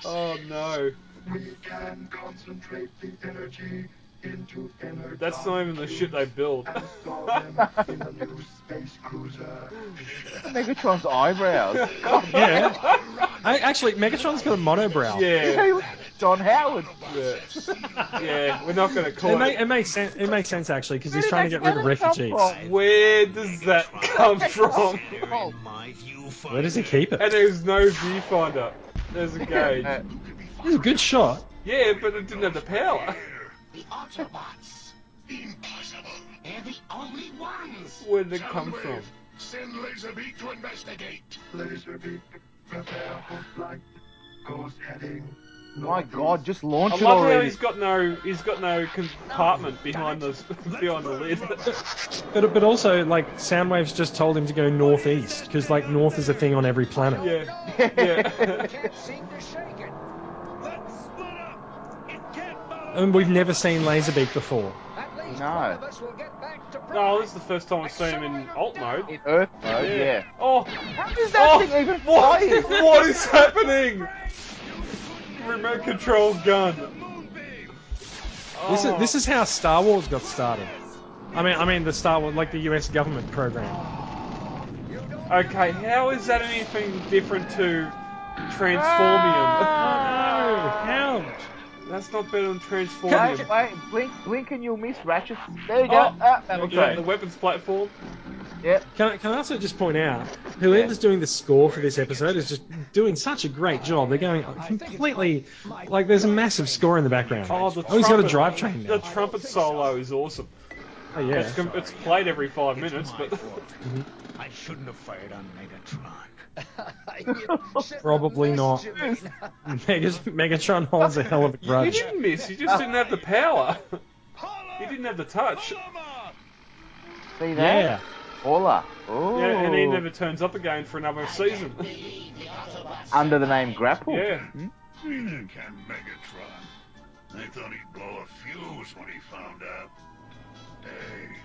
S3: Oh no.
S6: We can concentrate the energy into inner
S3: That's not even the shit they build. *laughs*
S6: and store them in a new space cruiser.
S4: Megatron's
S3: *laughs*
S4: eyebrows.
S2: Yeah. I, actually, Megatron's got a monobrow.
S3: Yeah.
S4: Don Howard.
S3: Yeah. Yeah, we're not gonna
S2: It,
S3: call
S2: ma-
S3: it.
S2: it makes sense. It makes sense actually because he's
S4: Where
S2: trying to
S4: did
S2: get rid of
S4: that come
S2: refugees.
S4: from?
S3: Where does that come from?
S2: Where does he keep
S3: And
S2: it?
S3: there's no viewfinder. There's a gauge.
S4: Uh,
S2: It's a good shot.
S3: Yeah, but it didn't have the power.
S9: The Autobots.
S7: Impossible.
S9: They're the only ones.
S3: Where did it come from?
S7: Send Laserbeak to investigate.
S6: Laser beam, prepare for flight. Course heading.
S4: my
S6: northeast.
S4: god, just
S3: I
S4: launch it
S3: love how
S4: already.
S3: he's got no he's got no compartment behind the *laughs* behind the lid. *laughs*
S2: But but also like Soundwave's just told him to go northeast because like north is a thing on every planet.
S3: Yeah.
S4: *laughs*
S3: Yeah.
S6: Can't seem to shake it.
S8: Let's split up. It can't follow.
S2: And we've never seen Laserbeak before.
S6: At least
S4: No.
S6: one of us will get back to
S3: No,
S6: Prime.
S3: this is the first time I've seen him in alt mode.
S4: In Earth mode, yeah.
S3: Oh,
S4: How does that
S3: Oh,
S4: thing even
S3: what?
S4: fly?
S3: what is happening? Remote control's gun.
S2: This is this is how Star Wars got started. I mean I mean the Star Wars like the U.S. government program.
S6: You don't
S3: Oh, Okay, how is that anything different to Transformium?
S2: Oh, count.
S3: *laughs* That's not better than
S4: Wait,
S3: Transformium.
S4: wait, blink, blink, and you'll miss Ratchet. There you go.
S3: Oh,
S4: ah, that'll
S3: Yeah, the
S4: do.
S3: weapons platform.
S2: Can I, can I also just point out, whoever's doing the score for this episode is just doing such a great job. They're going completely like there's a massive score in the background.
S3: Oh, the
S2: he's got a
S3: trumpet.
S2: drivetrain
S3: The
S2: now.
S3: trumpet solo is awesome.
S2: Oh, yeah.
S3: It's, com- it's played every five minutes,
S8: my
S3: but
S8: fault. I shouldn't have fired on Megatron.
S2: Probably not. Megas- Megatron holds a hell of a
S3: *laughs* you
S2: grudge.
S3: didn't miss. You just didn't have the power. *laughs* You didn't have the touch.
S4: See that?
S2: Yeah.
S4: Hola. Ooh.
S3: Yeah, and he never turns up again for another season.
S4: Under the name Grapple.
S3: Yeah.
S8: Neither can Megatron. I thought he'd blow a fuse when he found out. Hey,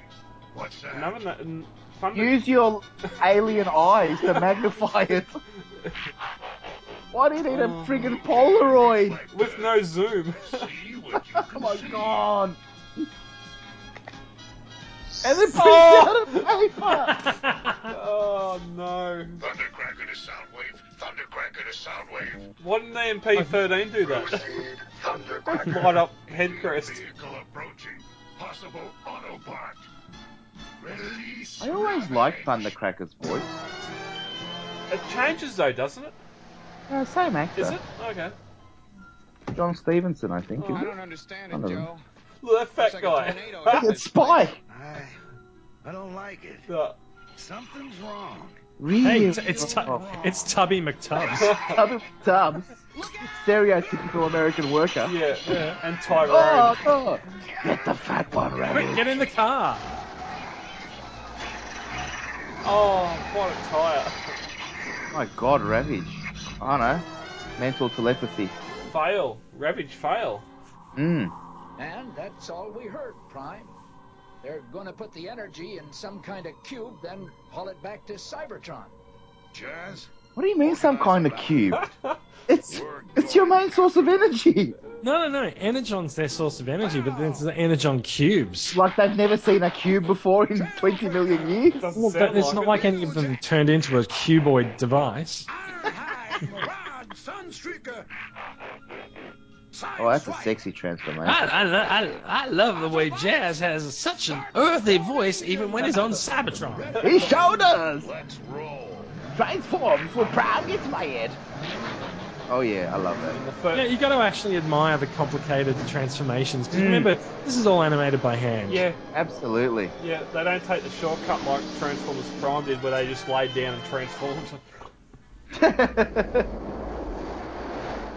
S8: what's that?
S3: Another na- n- fun.
S4: Use your alien eyes to magnify it. Why do you need a friggin' Polaroid?
S3: with no zoom.
S8: See what
S4: *laughs*
S8: you
S4: Oh
S8: can
S4: my
S8: see.
S4: god. And then print out a paper.
S3: oh no!
S8: Thundercracker to Soundwave. Thundercracker
S4: *laughs*
S8: to Soundwave.
S3: Why didn't AMP thirteen do that?
S8: Thundercracker.
S3: Light up head crest.
S8: Vehicle approaching. Possible Autobot. Release.
S4: I always liked Thundercracker's voice.
S3: It changes though, doesn't it?
S4: Uh, same actor.
S3: Is it? Okay.
S4: John Stevenson, I think.
S10: I
S4: Is it?
S10: don't understand
S4: One
S10: it,
S4: of them.
S10: Joe.
S3: Look, that fat
S10: Looks like a tornado.
S3: guy.
S4: It's Spike.
S8: I, I don't like it.
S3: The-
S8: Something's wrong.
S2: *laughs*
S4: Really? Oh.
S2: Hey, it's it's, tu- it's Tubby McTubs.
S4: Tubby Tubbs. Stereotypical American worker.
S3: *laughs* yeah,
S2: Yeah.
S3: and Tyrone.
S4: Oh, God. Get the fat one,
S2: Quick,
S4: Rabbit.
S2: get in the car.
S3: Oh, what a tire.
S4: My God, Ravage. I know. Mental telepathy.
S3: Fail. Ravage fail.
S4: Mmm.
S10: And that's all we heard, Prime. They're gonna put the energy in some kind of cube, then haul it back to Cybertron.
S8: Jazz,
S4: What do you mean, some kind of
S2: *laughs*
S4: cube? It's
S8: we're
S4: it's your
S8: going.
S4: main source of energy.
S2: No, no, no. Energon's their source of energy, but there's the Energon cubes.
S4: Like they've never seen a cube before in 20 million years.
S3: Doesn't
S2: Well,
S3: sound
S2: but it's
S3: like
S2: not
S3: it.
S2: like any of them turned into a cuboid device.
S8: Ironhide, Mirage, Sunstreaker.
S4: Oh, that's a
S8: Sideswipe.
S4: sexy
S2: *laughs*
S4: transformation.
S2: I, I, lo- I, I love the way Jazz has such an earthy voice even when he's on Cybertron.
S4: His shoulders!
S8: Let's roll.
S4: Transforms will proudly it. Oh, yeah, I love that.
S3: And the fir-
S2: Yeah, you got to actually admire the complicated transformations. 'cause remember, this is all animated by hand.
S3: yeah,
S4: Absolutely.
S3: yeah, they don't take the shortcut like Transformers Prime did where they just laid down and transformed. *laughs*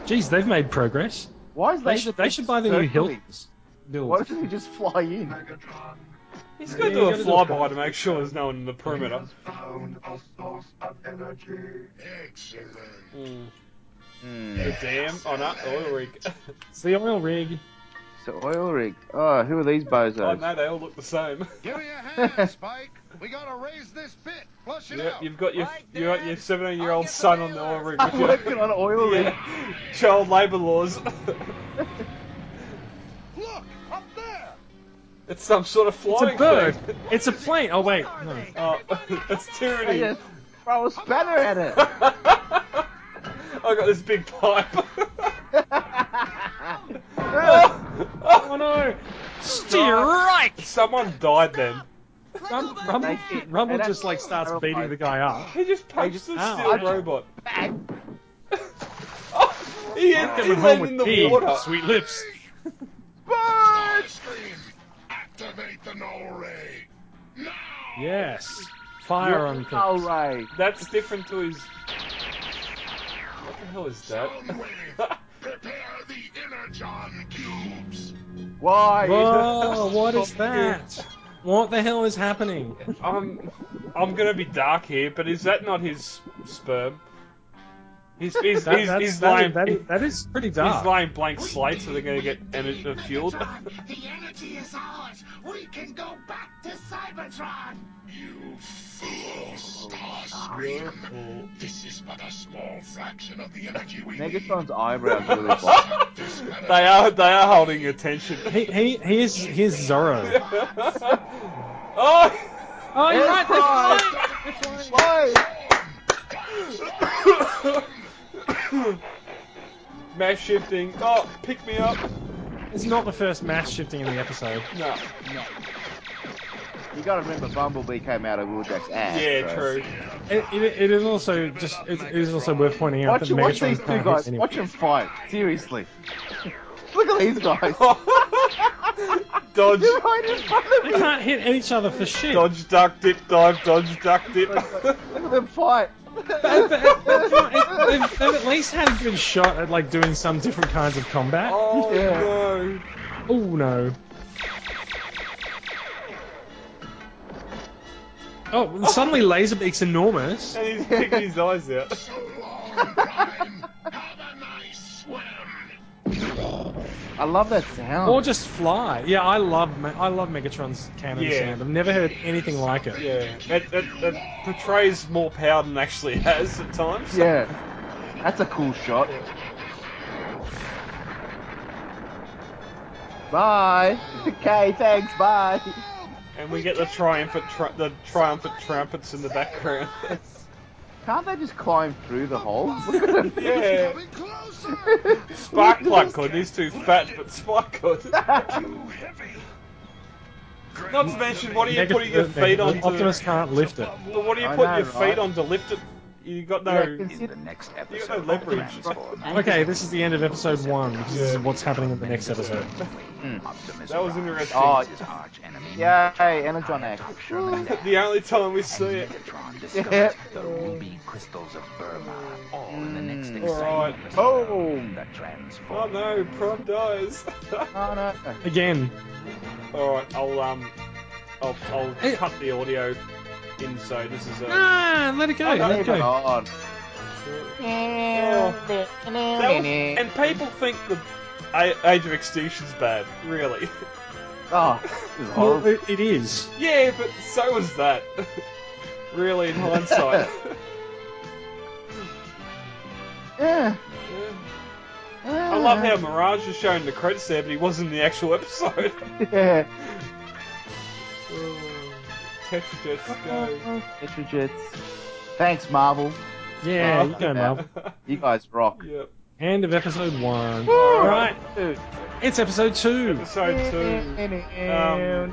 S2: Geez, they've made progress.
S4: *laughs* Why is
S2: They should, they should buy the new
S4: Circling.
S2: Hiltons. build.
S4: Why doesn't he just fly in?
S3: He's going to
S2: Yeah,
S3: do
S2: you
S3: a
S2: gotta do a
S3: flyby to make sure there's no one in the perimeter.
S6: Found a source of energy.
S8: Excellent.
S3: Mm.
S4: Hmm.
S3: The dam on that oil rig. *laughs*
S2: It's the oil rig.
S4: So oil rig. Oh, who are these
S3: oh
S4: bozos?
S3: no, they all look the same.
S8: Give me a
S3: *laughs*
S8: hand, Spike. We gotta raise this bit. Flush it
S3: Yep,
S8: out.
S3: you've got your
S10: Right,
S3: you got
S10: Dad.
S3: your 17 year
S10: I'll
S3: old
S10: get the
S3: son on the oil
S10: bailiff.
S3: rig
S4: *laughs*
S10: *laughs*
S4: I'm
S3: with
S4: working on oil
S3: your
S4: rig.
S3: yeah, *laughs* child labour laws. *laughs*
S8: Look up there.
S3: it's some sort of
S2: It's
S3: flying
S2: a bird.
S3: thing. *laughs*
S2: It's a plane. Oh wait, no.
S3: Oh, *laughs* that's
S4: I
S3: tyranny.
S4: just throw a spanner
S3: *laughs*
S4: at it. *laughs*
S3: I got this big pipe. *laughs*
S2: Oh no! Steer right.
S3: Someone died then.
S2: Rum, Rumble,
S4: They-
S2: Rumble
S4: they-
S2: just like starts beating the guy up.
S3: He just punched the
S2: Ow.
S3: steel robot. *laughs* Oh,
S4: Bang.
S3: He, he landed in the water.
S2: Sweet lips.
S8: Scream. Activate the null ray. Now.
S2: Yes. Fire on
S4: All
S2: things.
S4: right.
S3: That's different to his. What the hell is that? *laughs*
S8: Soundwave. Prepare the Energon cubes.
S4: Why?
S2: Whoa, *laughs* what is that? What the hell is happening?
S3: I'm, I'm gonna be dark here, but is that not his sperm? He's he's
S2: That-
S3: he's,
S2: that's-
S3: he's
S2: that
S3: lying.
S2: is- that is- that is pretty
S3: He's
S2: dark.
S3: lying blank slate, so they're gonna get ener- uh, fueled. *laughs*
S9: The energy is ours. We can go back to Cybertron.
S8: You fool,
S3: Oh,
S8: Starscream! This is but a small fraction of the energy we
S4: Megatron's eyebrows really
S2: *laughs*
S4: bother.
S8: need. This planet
S3: They are they are holding attention. *laughs*
S2: He, he, he is, he is Zorro.
S3: oh,
S2: Oh, you're right,
S4: Enterprise!
S2: that's right.
S4: Why?
S3: *coughs* Mass shifting. Oh, pick me up.
S2: It's not the first mass shifting in the episode.
S3: No.
S4: You gotta remember, Bumblebee came out of Wheeljack's ass.
S3: Yeah,
S4: so-
S3: true.
S2: It, it, it is also just it, it is also worth pointing out
S4: Watch,
S2: that
S4: watch
S2: Megatron's
S4: these two
S2: power
S4: guys.
S2: hits anyone.
S4: Watch them fight. Seriously. *laughs* Look at these guys.
S3: *laughs* Dodge,
S4: They're right in front
S2: They
S4: of me.
S2: can't hit each other for shit.
S3: dodge, duck, dip, dive, dodge, duck,
S4: *laughs*
S3: dip.
S4: Look at them fight.
S2: But- but- but it's not- it- they've, they've at least had a good shot at like doing some different kinds of combat. Oh,
S3: oh
S4: Yeah.
S3: no.
S2: no. Oh, suddenly Laserbeak's enormous.
S3: And he's picking his eyes out.
S7: So long, Prime. Have a nice swim.
S4: I love that sound.
S2: Or just fly. Yeah, I love Me- I love Megatron's cannon
S3: Yeah.
S2: sound. I've never heard anything like it.
S3: Yeah, that, that, that portrays more power than it actually has at times.
S4: Yeah. That's a cool shot.
S10: *laughs*
S4: Bye. Okay, thanks. Bye.
S3: And we get the triumphant, tri- the triumphant trumpets in the
S4: *laughs*
S3: background.
S4: Can't they just climb through the hole? Look at them.
S3: *laughs* yeah,
S7: closer.
S3: *laughs*
S4: *laughs*
S3: Sparkplug could. He's too fat, but Spark could.
S7: Too heavy.
S3: Not to mention, what are you
S2: Mega-
S3: putting your
S2: uh,
S3: feet on? to-
S2: Optimus can't lift it.
S3: But what are you
S4: I
S3: putting
S4: know,
S3: your
S4: right?
S3: feet on to lift it? You got no.
S4: Yeah, consider-
S10: next
S3: You got no leverage. *laughs*
S2: Okay, this is the end of episode one. This is
S3: Yeah.
S2: what's happening in the next episode.
S3: Hmm. That was interesting.
S4: Oh,
S10: arch enemy.
S4: yay, Energon X. Woo.
S3: *laughs* the only time we see it.
S10: Megatron
S4: Yeah.
S10: discovered the ruby crystals of Burma, all in the next
S4: Mm.
S10: exciting
S3: Alright.
S10: episode,
S4: Boom.
S10: The
S3: Oh
S10: Transform.
S3: no, Prod dies.
S4: Oh, no.
S2: Again,
S3: All right, I'll um, I'll, I'll cut the audio in. So this is a.
S2: ah, let it go, let it
S4: Leave it
S2: go.
S4: on.
S3: That was, and people think the A- Age of Extinction's bad, really. *laughs*
S4: Oh, this is
S2: Well,
S4: horrible.
S2: it, it is.
S3: Yeah, but so was that. *laughs* really,
S2: *laughs*
S3: in hindsight.
S4: Yeah.
S3: Yeah. I love how Mirage is showing the credits there, but he wasn't in the
S2: *laughs*
S3: actual episode.
S4: Yeah.
S3: Tetra Jets go. *laughs*
S4: Extra jets. Thanks, Marvel.
S2: Yeah,
S3: Oh.
S2: you go, Marv.
S4: You guys rock.
S3: Yep.
S2: End of episode one. All right,
S4: Dude.
S2: it's episode two.
S3: Episode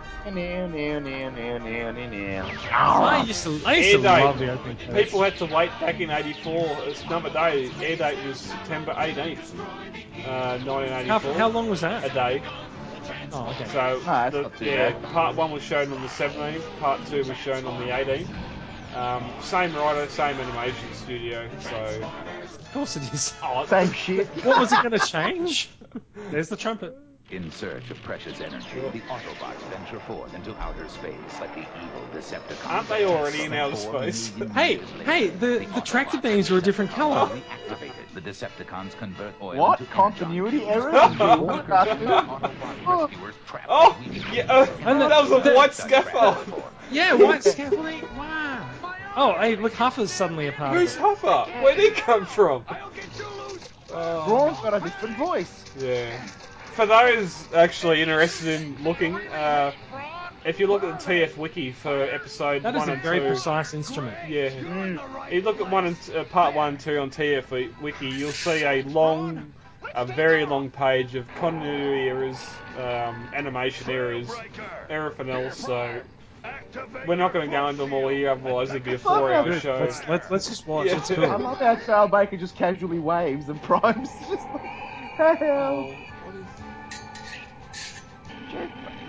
S2: I used to, I used to
S3: Air date.
S2: love the opening
S3: 2.
S2: credits.
S3: Ah. People had to wait back in 84. It's number day. Air date was September 18th, uh, 1984.
S2: how, how long was
S3: A
S2: that?
S3: day.
S2: Oh, okay.
S3: *laughs* So
S4: that's
S3: the,
S4: not too
S3: yeah,
S4: bad.
S3: part one was shown on the 17th, part two was shown on the 18th. Um, same writer, same animation studio. So
S2: Of course it is.
S3: oh,
S4: Same shit.
S2: What was it going to
S3: *laughs*
S2: change? There's the trumpet.
S10: In search of precious energy, the Autobots venture forth into outer space like the evil Decepticons.
S3: Aren't they already in outer space?
S2: Hey, hey, the- the tractor beams were a different colour.
S10: Reactivated. The Decepticons convert oil
S4: What?
S10: into
S4: Continuity
S10: energon.
S4: error?
S3: *laughs*
S10: Workers
S4: What?
S10: and Autobot rescuers trapped
S3: Oh,
S10: between
S3: yeah, uh,
S2: And the-
S3: that was a
S2: the-
S3: white
S10: the
S3: scaffold.
S10: platform.
S2: Yeah, white scaffolding. Wow. Oh, hey, look, Huffer's suddenly a part
S3: Who's
S2: of it.
S3: Huffer? Where'd he come from? Oh,
S4: Braun's got a different voice.
S3: yeah. For those actually interested in looking, uh, if you look at the TF wiki for episode
S2: That is
S3: one
S2: a
S3: and
S2: very
S3: two,
S2: precise instrument.
S3: yeah, if you look at one and uh, part one and two on TF wi- wiki, you'll see a long, a very long page of continuity errors, um, animation errors, everything else. So we're not going to go into them all here, otherwise it'd be a four-hour
S2: Dude,
S3: show.
S2: let's, let's, let's just watch.
S3: Yeah.
S2: It's
S4: I
S2: cool.
S4: love how Sal Baker just casually waves and primes. Just like,
S3: Oh,
S4: hell.
S3: what is-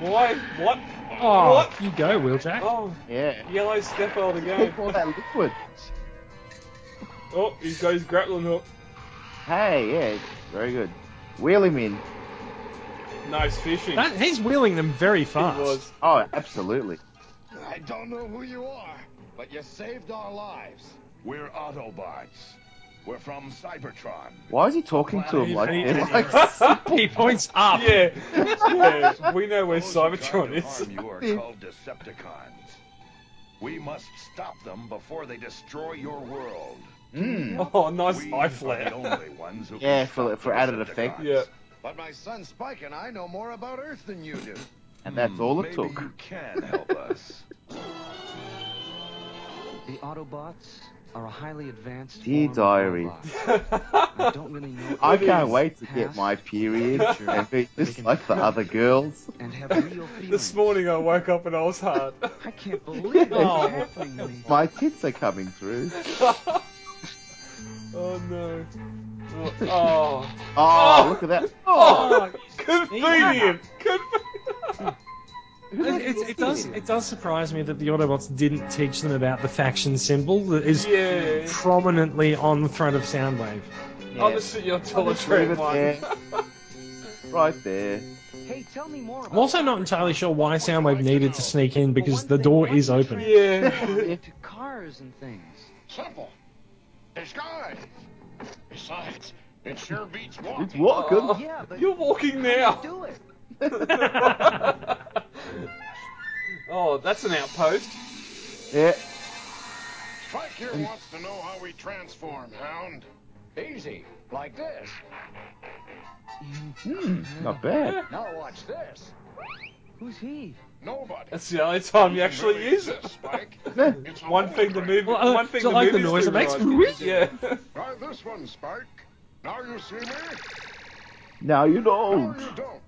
S3: Why? What?
S2: Oh,
S3: What?
S2: you go, Wheeljack.
S3: Oh,
S4: Yeah.
S3: yellow scaffold again.
S4: Take all that liquid.
S3: Oh, he's got his grappling hook.
S4: Hey, yeah. Very good. Wheel him in.
S3: Nice fishing.
S2: That, he's wheeling them very
S3: He
S2: fast.
S3: was.
S4: Oh, absolutely.
S7: I don't know who you are, but you saved our lives.
S8: We're Autobots. We're from Cybertron.
S4: Why is he talking to him like
S2: He-
S4: they're
S2: he- *laughs*
S4: like
S2: He points up.
S3: *laughs* Yeah, yeah. We know where
S8: Those who try
S3: Cybertron
S8: to
S3: is.
S8: harm
S3: *laughs*
S8: you are called Decepticons. We must stop them before they destroy your world.
S4: Mm.
S3: Oh, nice
S8: we
S3: eye
S8: Are
S3: flare.
S8: the only ones who
S4: Yeah,
S8: can
S4: for-
S8: stop
S4: for
S8: the
S4: added effect.
S8: Decepticons.
S3: Yeah.
S7: But my son Spike and I know more about Earth than you do.
S3: Hmm,
S4: And that's all it
S8: Maybe
S4: took.
S8: you can help us.
S11: The Autobots are a highly advanced.
S4: Dear
S11: form of
S4: diary. *laughs*
S11: robot. I don't really know.
S4: I
S11: if
S4: can't
S11: it's
S4: wait to
S11: past
S4: get
S3: *laughs*
S4: my period
S11: Future.
S4: and be just like the other girls.
S11: And have real
S3: This morning I woke up and I was hard.
S11: I can't believe
S3: Oh.
S11: it's happening to me.
S4: My tits are coming through.
S3: oh no. *laughs* Oh.
S4: Oh, look at that.
S3: Oh,
S2: Oh,
S3: convenient. Convenient.
S2: It, it, it does. It does surprise me that the Autobots didn't teach them about the faction symbol that is
S3: Yeah.
S2: prominently on the front of Soundwave.
S3: Opposite your toiletry
S4: leave it there.
S3: one.
S4: Right there.
S11: Hey, tell me more
S2: I'm also not entirely sure why Soundwave needed to sneak in because the door is open.
S3: yeah.
S11: into cars and things.
S8: *laughs* Simple. It's good. Besides, it sure beats
S4: It's
S3: Oh.
S8: walking.
S4: walking.
S11: Yeah, but
S3: You're walking now.
S11: do it.
S3: oh, that's an outpost.
S4: Yeah.
S8: Spike here wants to know how we transform, Hound.
S12: Easy, like this.
S4: Hmm, not bad.
S12: Now watch this.
S11: Who's he?
S8: Nobody.
S3: That's the only time you actually
S8: really
S3: use it.
S8: Spike.
S3: *laughs*
S4: Yeah.
S8: It's a
S3: One thing the
S8: hologram.
S3: movie.
S2: Well, uh,
S3: one thing
S2: so
S3: the
S2: like the
S3: movies
S2: noise
S3: do
S2: it makes.
S3: right. Yeah.
S8: Try this one, Spike. Now you see me.
S4: Now you
S8: Now
S4: know.
S8: you don't.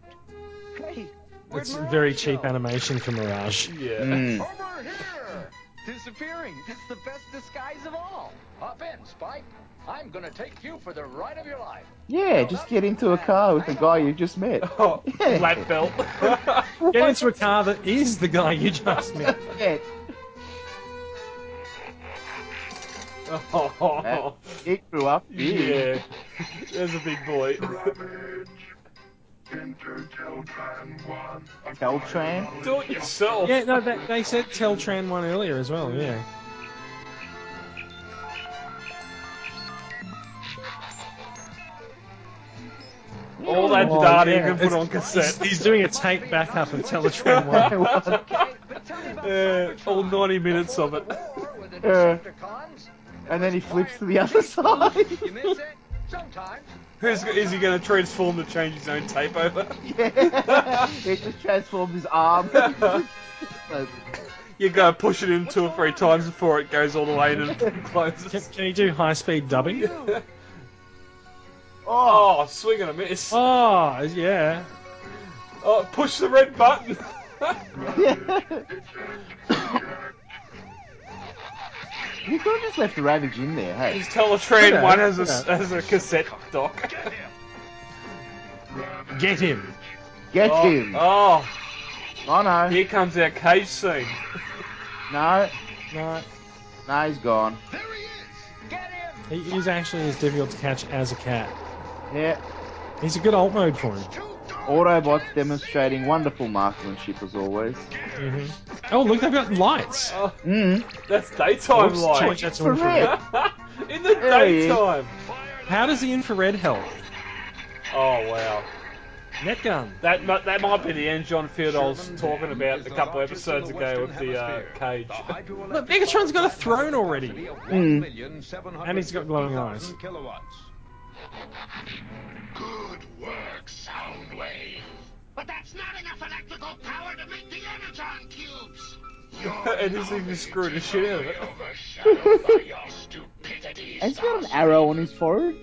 S11: Hey, where'd
S2: It's
S11: Mirage
S2: very cheap
S11: go?
S2: animation for Mirage.
S3: Yeah.
S4: Mm.
S8: Over here.
S11: Disappearing. It's the best disguise of all.
S12: Hop in, Spike. I'm gonna take you for the ride of your life.
S4: Yeah, just get into a car with the guy you just met. *laughs*
S3: Oh,
S4: Yeah.
S3: lap belt.
S2: Get into a car that is the guy you just met.
S4: Yeah.
S3: oh,
S4: He grew up big.
S3: yeah. There's a big boy.
S13: Ravage. Enter Teltran 1.
S4: Caltran.
S3: Do it yourself.
S2: Yeah, no, that, they said Teltran one earlier as well. Yeah.
S3: All that
S2: Oh,
S3: data
S2: yeah.
S3: you can put
S2: It's-
S3: on cassette.
S2: He's doing a tape backup of Teltran one.
S12: Okay, but tell me about
S3: Yeah,
S12: Cybertron.
S3: Uh, all 90 minutes
S12: Before
S3: of it.
S12: the war with the
S4: Yeah.
S12: Decepticons,
S4: *laughs* And then he
S3: *laughs*
S4: flips to the other *laughs* side.
S12: you miss it? Sometimes.
S3: Who's is he going to transform to change his own tape over?
S4: yeah. He just transforms his
S3: *laughs*
S4: arm. *laughs* Uh,
S3: You're going to push it in two or three times before it goes all the way to closes.
S2: Can, can you do high speed dubbing?
S4: oh,
S3: Oh, swing and a miss. Oh,
S2: Oh, yeah.
S3: push the red button.
S4: *coughs* you could have just left the Ravage in there, hey.
S3: His Teletrain
S2: Yeah,
S3: one has a,
S2: yeah.
S3: has a cassette dock.
S2: Get him.
S4: Get
S3: Oh,
S4: him. Oh,
S3: oh,
S4: no.
S3: here comes our cage scene.
S4: No.
S2: No,
S4: No, he's gone.
S8: There he is.
S12: Get him!
S2: he is actually as difficult to catch as a cat.
S4: Yeah.
S2: He's a good alt mode for him.
S8: Two dogs
S4: Autobots
S8: can't
S4: demonstrating wonderful marksmanship as always.
S2: hmm Oh, look, they've got lights.
S3: Oh,
S4: Mm.
S3: that's daytime
S2: Oops,
S3: light. *laughs*
S2: change that to
S4: For
S2: infrared.
S3: In the
S4: There he is.
S3: daytime.
S2: How does the infrared help?
S3: Oh wow.
S2: Netgun.
S3: That mu- that might be the end John Fieldall's talking about a couple episodes ago with the uh, cage.
S2: Look, Megatron's got a throne already. Hmm.
S12: And
S2: And he's got glowing eyes.
S12: Kilowatts.
S8: Good work, Soundwave.
S14: But that's not enough electrical power to make the energon
S3: *laughs*
S14: cubes.
S8: You're
S3: And he's even screwed the shit out of it.
S8: overshadowed by
S3: *laughs*
S8: your stupidity.
S4: And he's got an arrow on his forehead.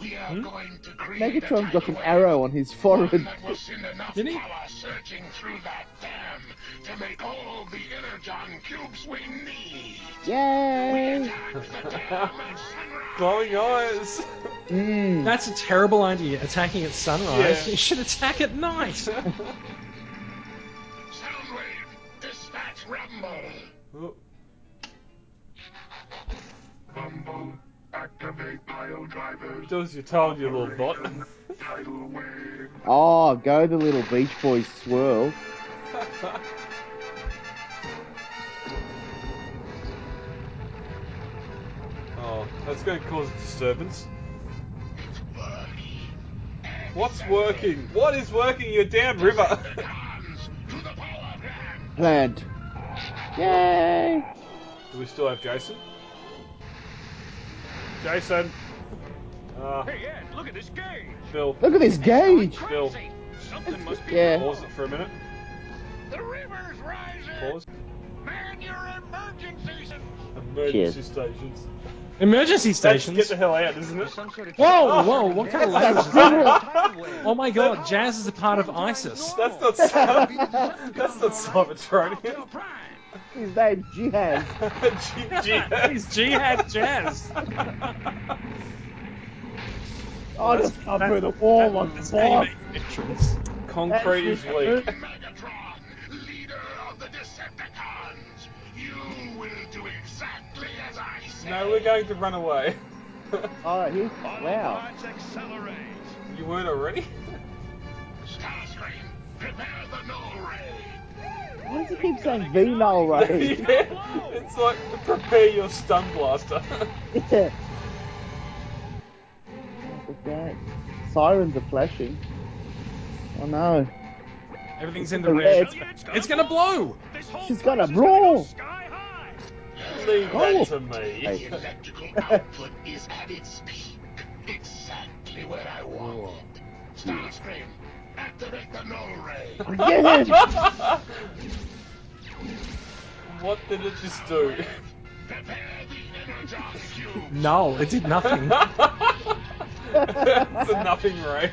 S8: We
S3: Hmm?
S8: are going to create a
S4: Megatron's got an
S8: tidal
S4: arrow on his
S8: One
S4: forehead.
S8: that will send enough
S2: Didn't he?
S8: power surging through that dam to make all the energon cubes we need.
S4: Yay!
S8: Attack the dam at sunrise.
S3: Glowing eyes.
S4: Mm.
S2: That's a terrible idea, attacking at sunrise.
S3: Yeah.
S2: You should attack at night.
S8: Soundwave, dispatch Rumble.
S3: Oh,
S13: Bumble. Activate bio drivers.
S3: Does you told you little bot.
S13: Tidal wave.
S4: Oh, go the little Beach Boys swirl.
S3: *laughs* Oh, that's going to cause a disturbance.
S8: It's working.
S3: What's working? What is working? You're down river. *laughs*
S8: The comms to the power
S4: Plant.
S8: plant.
S4: Yay!
S3: Do we still have Jason? Jason. Ah,
S15: Hey, Ed, look at this game.
S3: Phil.
S4: Look at this gauge! *laughs*
S3: Phil.
S15: Something must be.
S4: Yeah.
S3: Pause it for a minute.
S8: The river's rising.
S3: Pause.
S8: Man, your emergencies.
S3: Emergency stations.
S2: Emergency
S3: That's
S2: stations.
S3: get the hell out, isn't it?
S2: Whoa, whoa, what kind of language is that? Oh my god, jazz is a part of ISIS.
S3: *laughs* That's not cyber. That's not *laughs* Cybertronian.
S4: His name Jihad.
S2: He's jihad jazz.
S4: I just come through the wall on
S2: That's how you
S4: board.
S2: make veterans.
S3: Concrete is weak.
S8: Megatron, leader of the Decepticons, you will do exactly as I say.
S3: No, we're going to run away.
S4: Oh, he's wow.
S16: accelerate.
S3: you weren't already? *laughs*
S8: Starscream, prepare the null ray.
S4: Why does he keep saying venal *laughs* right?
S3: yeah. It's like prepare your stun blaster.
S4: yeah. Okay. Sirens are flashing. Oh *laughs* no.
S2: Everything's in
S4: It's
S2: the
S4: a
S2: red.
S4: red.
S2: It's gonna blow!
S4: She's got a brawl.
S3: Leave
S4: Oh.
S3: that to *laughs* me.
S8: The electrical output is at its peak, exactly where I want it. Starscream, activate the null ray.
S4: Get him!
S3: What did it just do?
S8: Prepare the energon cube.
S2: No, it did nothing.
S3: it's a nothing ray.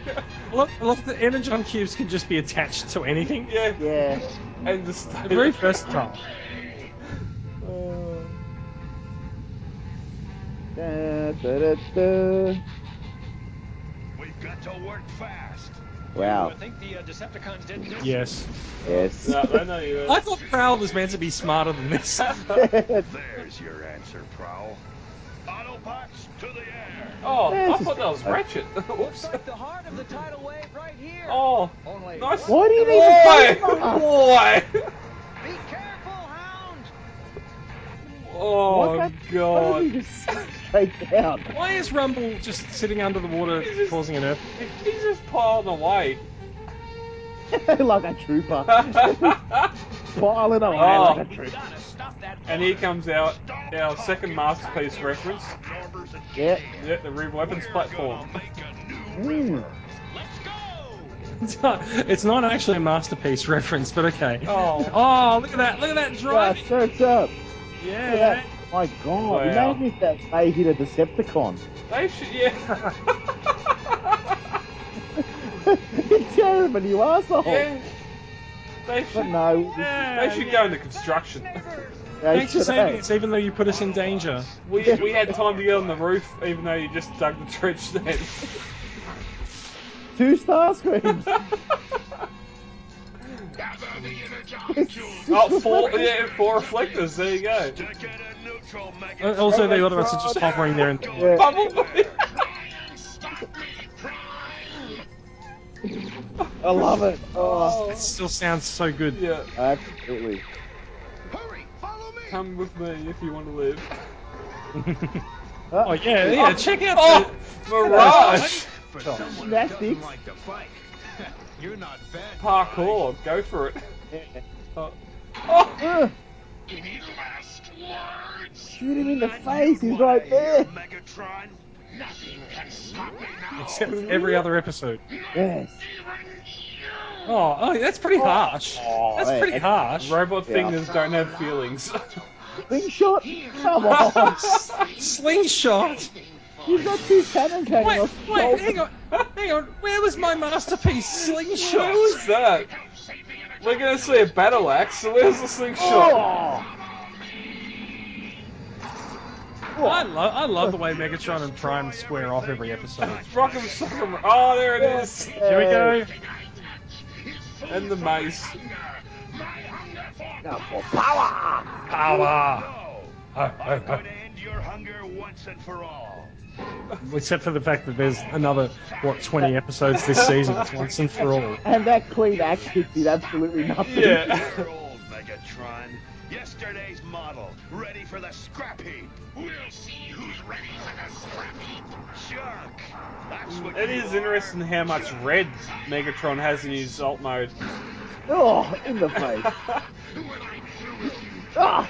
S2: look, look, the energon cubes can just be attached to anything.
S3: yeah,
S4: Yeah.
S3: and the state.
S2: The very first time.
S3: Oh.
S4: Da, da, da, da.
S16: We've got to work fast.
S4: Wow.
S11: think the uh, Decepticons did this?
S2: Yes.
S4: Yes.
S3: No, they
S4: *laughs*
S3: know you.
S2: I thought Prowl was meant to be smarter than this.
S3: *laughs*
S16: There's your answer, Prowl. Autobots to the air.
S3: Oh, I thought that was Ratchet. *laughs* Oops.
S11: Like the heart of the tidal wave right here.
S3: Oh,
S11: Only
S3: nice.
S4: Why do you need to *laughs*
S3: Why?
S4: fight him?
S3: Why?
S11: Be careful, Hound.
S3: Oh
S4: Why can't- Why
S3: god.
S4: did he just sit straight down? *laughs*
S2: Why is Rumble just sitting under the water
S3: He's just-
S2: causing an earth? *laughs*
S3: He's just piled away. *laughs*
S4: like a trooper. Piling away
S3: Oh.
S4: like a trooper.
S3: And here comes our our second masterpiece reference.
S16: Numbers and
S4: Yeah.
S3: Yeah, the Rib Weapons
S16: we're
S3: platform.
S16: gonna make a new
S4: Mm.
S16: river.
S2: It's not, it's not actually a masterpiece reference, but okay.
S3: Oh.
S2: oh look at that! Look at that
S4: Yeah,
S2: driving!
S4: search up. Look at
S2: Yeah.
S4: that. My god,
S3: Wow.
S4: imagine if that they hit a Decepticon.
S3: They should, yeah. *laughs*
S4: it's German, you asshole.
S3: yeah. They
S4: But
S3: should,
S4: no.
S2: Yeah.
S3: they should go into construction.
S4: they
S2: Thanks for
S4: should-
S2: saving us, even though you put us in danger.
S3: We, we had time to get on the roof, even though you just dug the trench then.
S4: Two star screams.
S8: Gather the energon cube.
S3: Oh, four, yeah, four reflectors, there you go.
S16: Stick it in neutral,
S2: Uh,
S16: Megatron.
S2: Also, the other us are just hovering there. And
S4: Yeah.
S3: Bumblebee!
S8: Prime, stop me, Prime.
S4: I love it. Oh,
S2: it still sounds so *laughs* good.
S3: *laughs* Yeah,
S4: absolutely.
S11: Hurry, follow me.
S3: come with me if you want to live.
S4: Uh,
S2: Oh yeah, yeah. Check out
S3: Oh!
S2: the,
S3: Mirage!
S16: For someone who
S4: That's
S16: doesn't
S4: it.
S16: like to fight. You're not bad.
S3: *laughs* Parkour, go for it.
S4: Yeah.
S3: Oh. Oh!
S4: Ugh,
S8: Any last words?
S4: shoot him in the
S16: guys.
S4: face, he's right there.
S16: Megatron.
S8: Nothing can stop me now.
S2: except every other episode.
S4: Yes.
S8: Even you.
S2: Oh, oh, that's pretty harsh.
S4: Oh,
S2: That's
S4: hey,
S2: pretty
S4: that's-
S2: harsh.
S3: Robot
S4: Yeah.
S3: fingers don't have *laughs* feelings.
S4: Slingshot? Come on.
S2: Oh, *laughs* Slingshot.
S4: You've got two cannon came
S2: Wait,
S4: off.
S2: wait, hang on, hang on. Where was my masterpiece
S3: Where
S2: slingshot?
S3: was that? We're gonna see a battle axe, so where's the
S4: Oh.
S3: slingshot?
S2: I love, I love the way Megatron and Prime square off every episode.
S3: Rock'em sock'em. Oh, there it is.
S2: Here we go.
S3: And the mace.
S4: Now for power.
S2: Power.
S16: No.
S2: Oh,
S16: I'm
S2: oh,
S16: going to end *laughs* your hunger once and for all.
S2: oh. Except for the fact that there's another what 20 episodes this season, It's once and for all.
S4: And that clean axe just did absolutely nothing.
S3: Yeah.
S8: *laughs*
S16: You're old, Megatron. Yesterday's model, ready for the scrap heap.
S8: We'll see who's ready for the scrap heap.
S16: Junk. That's what
S3: It
S16: you
S3: is
S16: are.
S3: interesting how much
S16: Junk.
S3: red Megatron has in his alt mode.
S4: Oh, in the face.
S2: *laughs*
S8: When I'm through with you,
S4: Ah,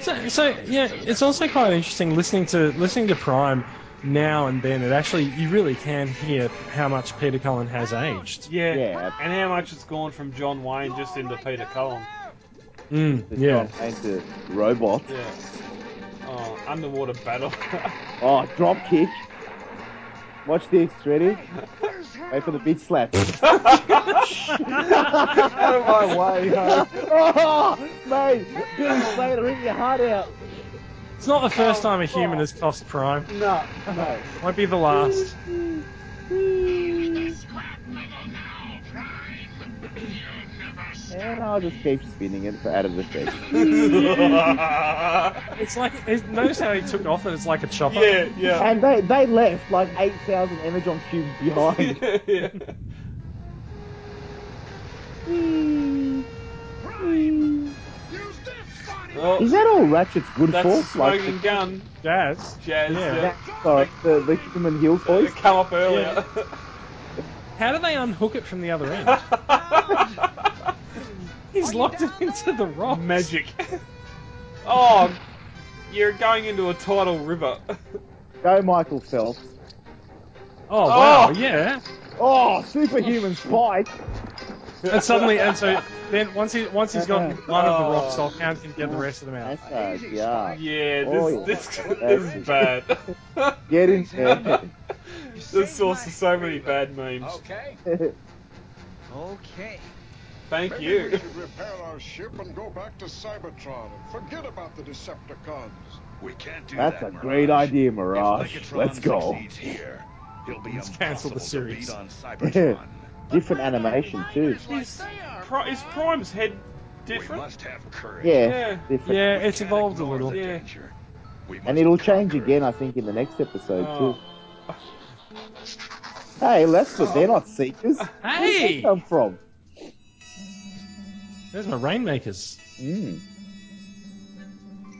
S2: So, so yeah, it's also quite interesting listening to listening to Prime now and then. It actually you really can hear how much Peter Cullen has aged.
S3: Yeah.
S4: Yeah.
S3: And how much it's gone from John Wayne just into Peter Cullen.
S2: Mm,
S4: It's
S2: yeah,
S4: not aimed at robot.
S3: Yeah. underwater battle.
S4: Oh, drop kick. Watch this. Ready? Wait for the bitch
S3: *laughs*
S4: slap.
S3: Out of my way, ho.
S4: oh, mate, Billy Slater, rip your heart out.
S2: It's not the first time a human has cost Prime.
S3: No, no.
S2: Won't be the last.
S4: And I'll just keep spinning it for out of the thing.
S3: yeah,
S2: It's like it, notice how he took off and it's like a chopper.
S3: *laughs* yeah.
S4: And they, they left like 8,000 Energon cubes behind.
S3: *laughs* yeah. Oh,
S4: Is that all Ratchet's good
S3: that's
S4: for?
S3: a smoking
S4: Like,
S3: gun.
S2: Jazz.
S3: Jazz,
S2: Yeah.
S3: yeah.
S4: that, sorry, the, the human heel
S3: It
S4: voice?
S3: come up earlier.
S2: How do they unhook it from the other
S3: *laughs*
S2: end? He's locked it into the rock.
S3: *laughs* Magic. Oh, you're going into a tidal river.
S4: Go Michael Phelps.
S2: Oh wow,
S3: Oh.
S2: yeah.
S4: Oh, superhuman spike!
S2: And suddenly, and so then once he once he's
S3: *laughs*
S2: got one of the rocks,
S3: Oh.
S2: I'll count him get the rest of them out.
S4: That's uh, yeah.
S3: Yeah, this
S4: Oh,
S3: this,
S4: yeah.
S3: this is bad.
S4: Get in there. *laughs*
S3: this source is so many bad memes.
S11: Okay. Okay.
S3: Thank
S17: Maybe
S3: you.
S17: we should repair our ship and go back to Cybertron and forget about the Decepticons.
S8: We can't do
S4: That's a
S8: that.
S4: great idea, Mirage.
S8: Megatron
S4: Let's go. *laughs*
S8: succeeds here, he'll be
S2: Let's cancel the
S8: impossible to
S2: series.
S8: beat on Cybertron.
S4: Different animation too.
S3: Is, Pri- is Prime's head
S8: we
S3: different?
S8: must have courage.
S4: Yeah,
S3: Yeah.
S4: different.
S2: Yeah,
S8: We
S2: it's
S8: can't
S2: evolved a
S8: ignore
S2: little.
S8: the
S3: Yeah.
S8: danger. We
S4: And
S8: must
S4: it'll change
S8: conquer
S4: again, I think, in the next episode
S3: Oh.
S4: too. Hey, that's what they're not seekers. Where did
S2: Hey,
S4: they come from?
S2: there's my *laughs* rainmakers.
S4: Mm.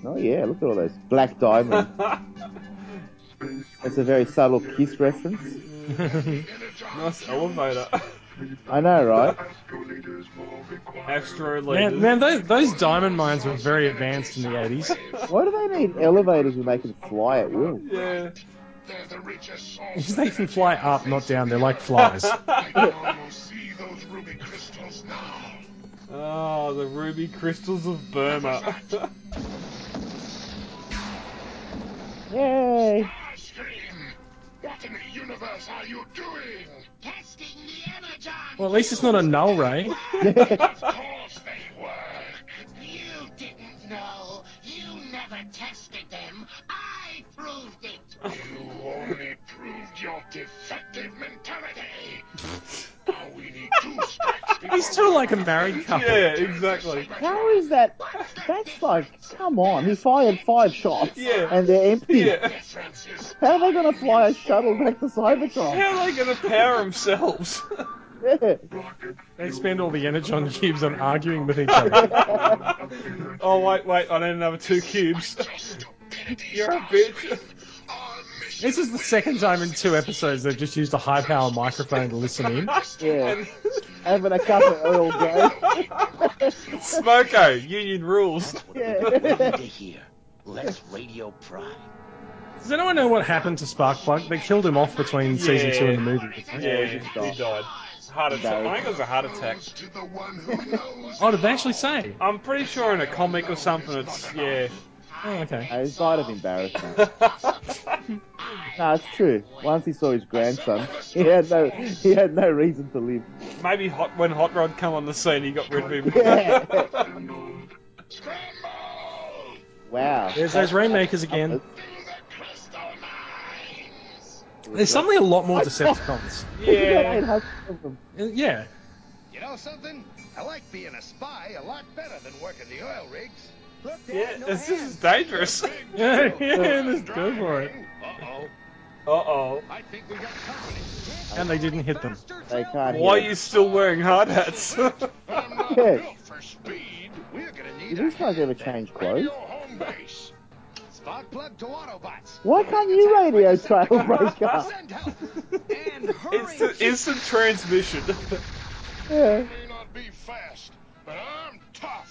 S4: Oh yeah, look at all those
S3: *laughs*
S4: black diamonds. That's a very subtle kiss reference.
S3: nice elevator.
S4: I know, right?
S3: Extra leaders.
S2: Man, man, those, those diamond mines were very advanced in the 80s.
S4: Why do they need elevators when they can fly at will?
S3: Yeah.
S8: They're the richest
S2: Because
S8: souls.
S2: they can fly up, not down. They're like flies.
S8: I know you'll see those ruby crystals now.
S3: *laughs* Oh, the ruby crystals of Burma. *laughs*
S4: Yay!
S8: Starscream! What in the universe are you doing?
S18: Testing the energon.
S2: Well, at least it's not a null ray.
S8: *laughs* of course they work!
S18: You didn't know. You never tested them. I proved it.
S8: You only proved your defective
S2: *laughs*
S8: mentality! Now we need two strikes
S2: These two are like a married couple.
S3: yeah, exactly.
S4: How is that? That's like, come on, he fired five shots
S3: Yeah.
S4: and they're empty.
S3: Yeah.
S4: How are they gonna fly a shuttle back to Cybertron?
S3: How are they gonna power themselves? *laughs*
S2: They spend all the energon cubes on arguing with each other.
S3: oh wait, wait, I need another two cubes. *laughs* You're a bitch.
S2: This is the second time in two episodes they've just used a high power microphone to listen in.
S3: *laughs*
S4: yeah, having a cup of Earl Grey.
S3: *laughs* Smoko, union rules.
S10: That's what
S4: Yeah.
S10: we need to hear.
S4: *laughs*
S10: Let's radio Prime.
S2: Does anyone know what happened to Sparkplug? They killed him off between season two and the movie.
S3: Yeah,
S2: didn't they?
S3: he died. Heart attack. I think it was a heart attack.
S8: To the one who
S2: *laughs*
S8: knows.
S2: Oh, did they actually say?
S3: I'm pretty sure in a comic or something it's yeah.
S2: Oh, okay.
S4: I died of embarrassment. No, it's true. Once he saw his grandson, he had no, he had no reason to live.
S3: Maybe hot when Hot Rod come on the scene he got rid of him.
S4: Yeah.
S8: Scramble!
S4: Wow.
S2: There's those Rainmakers again.
S8: Through the crystal mines!
S2: There's suddenly a lot more Decepticons.
S4: Yeah.
S3: *laughs*
S4: *laughs*
S3: yeah.
S2: Uh, Yeah.
S11: You know something? I like being a spy a lot better than working the oil rigs. Look, Dad,
S3: Yeah,
S11: no
S3: this
S11: hands.
S3: is dangerous. Uh
S2: *laughs* Yeah, yeah, let's go for it.
S11: Uh-oh.
S3: oh.
S11: I think we got company.
S2: And they didn't hit them.
S4: They can't
S3: Why are
S4: hear.
S3: you still wearing hard hats? *laughs*
S8: I'm not
S4: Yeah.
S8: built for speed.
S11: We're gonna need
S4: Did
S11: a
S4: these guys ever change clothes?
S8: Radio home base.
S11: spark plug to Autobots.
S4: Why can't you radio trail broker?
S11: Send help.
S2: *laughs*
S11: And hurry.
S3: instant, instant transmission. *laughs*
S4: Yeah.
S8: May not be fast, but I'm tough.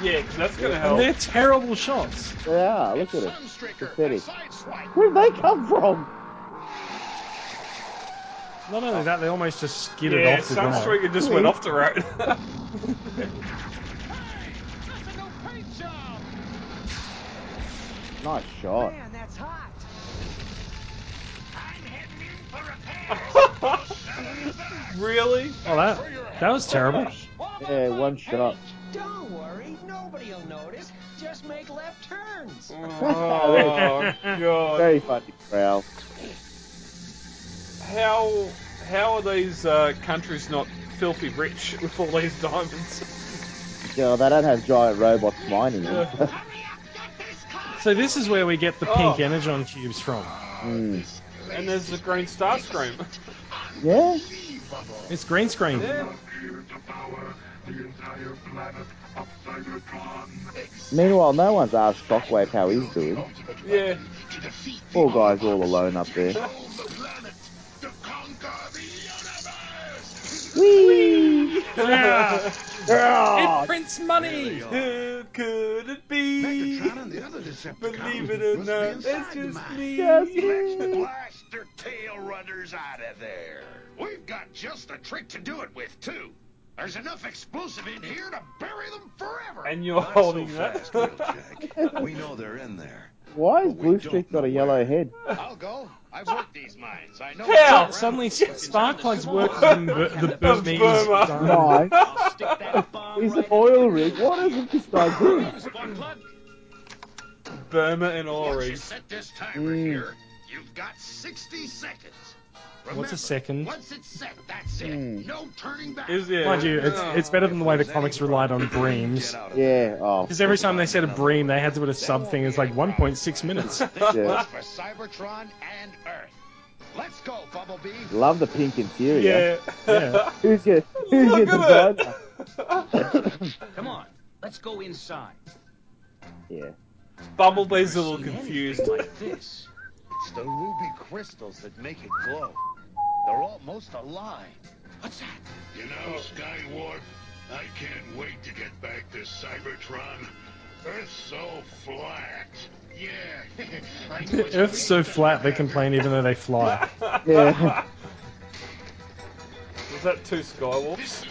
S3: yeah, 'cause that's gonna
S2: And they're
S3: help.
S2: terrible shots.
S4: Yeah, look at it.
S8: Sunstreaker,
S4: Pathetic.
S8: sideswipe.
S4: Where'd they come from?
S2: Not only that, they almost just skidded
S3: Yeah,
S2: off the ground.
S3: Sunstreaker just went off the road. *laughs*
S11: Hey, that's a no paint job.
S4: Nice shot.
S7: Man, that's
S3: *laughs*
S7: hot. I'm heading in for
S3: really?
S2: Oh, that that was terrible.
S4: Yeah, one shot.
S7: Don't worry, nobody'll notice. Just make left turns.
S3: Oh, God.
S4: Very funny crowd.
S3: How how are these uh, countries not filthy rich with all these diamonds?
S4: Yeah, they don't have giant robots mining them. *laughs*
S2: So this is where we get the pink
S3: Oh.
S2: energon cubes from.
S4: Mm.
S3: And there's the green star scream.
S4: Yeah.
S2: It's green screen. *laughs*
S4: Meanwhile, no one's asked Shockwave how he's doing.
S3: Yeah.
S4: Poor guy's all alone up there. Whee!
S2: Yeah.
S4: Ah!
S2: It prints money.
S3: Who could it be?
S8: Megatron and the other Decepticons
S3: Believe it or
S8: must be
S3: not, it's
S8: inside the
S3: just
S8: mine.
S3: me.
S8: Let's blast their tail rudders out of there. We've got just the trick to do it with, too. There's enough explosive in here to bury them forever.
S3: And you're
S8: Not
S3: holding
S8: so
S3: that. *laughs*
S8: fast, Wheeljack. we know they're in there.
S4: Why has
S8: But we
S4: Blue
S8: don't
S4: Streak got a
S8: know
S4: yellow
S8: where.
S4: head?
S10: I'll go. I've worked these mines. I know.
S3: Hell!
S2: Oh, Suddenly, spark plugs work
S3: *laughs*
S2: for the, the Burmese
S3: Burma.
S2: diamond.
S3: *laughs*
S4: No. He's an oil rig. What is it this guy doing?
S3: Burma and
S8: Once you
S3: Ori.
S8: set this timer
S4: Mm.
S8: here, you've got 60 seconds. Remember,
S2: What's a second?
S8: Once it's set, that's it.
S4: Mm.
S8: No turning back.
S3: Is it? Oh.
S2: Mind you, it's, it's better than the way the comics relied on breams.
S8: Get out of
S4: Yeah. Oh.
S2: Because every time they said a bream, they had to put a sub thing. It's like 1.6
S3: *laughs*
S2: minutes.
S4: Yeah.
S10: for Cybertron and Earth. Let's go, Bumblebee.
S4: Love the pink interior.
S3: Yeah.
S2: Yeah.
S4: Who's your Who's your
S3: Look at it.
S4: designer? *laughs*
S19: Come on, let's go inside.
S4: Yeah.
S3: Bumblebee's a little
S19: Seen anything
S3: confused.
S19: Like this.
S10: It's the ruby crystals that make it glow. They're almost alive.
S19: What's that?
S8: You know, Skywarp, I can't wait to get back to Cybertron. Earth's so flat. Yeah. *laughs* I know it's
S2: Earth's so flat they complain even though they fly.
S4: Yeah.
S3: Was that two Skywalks?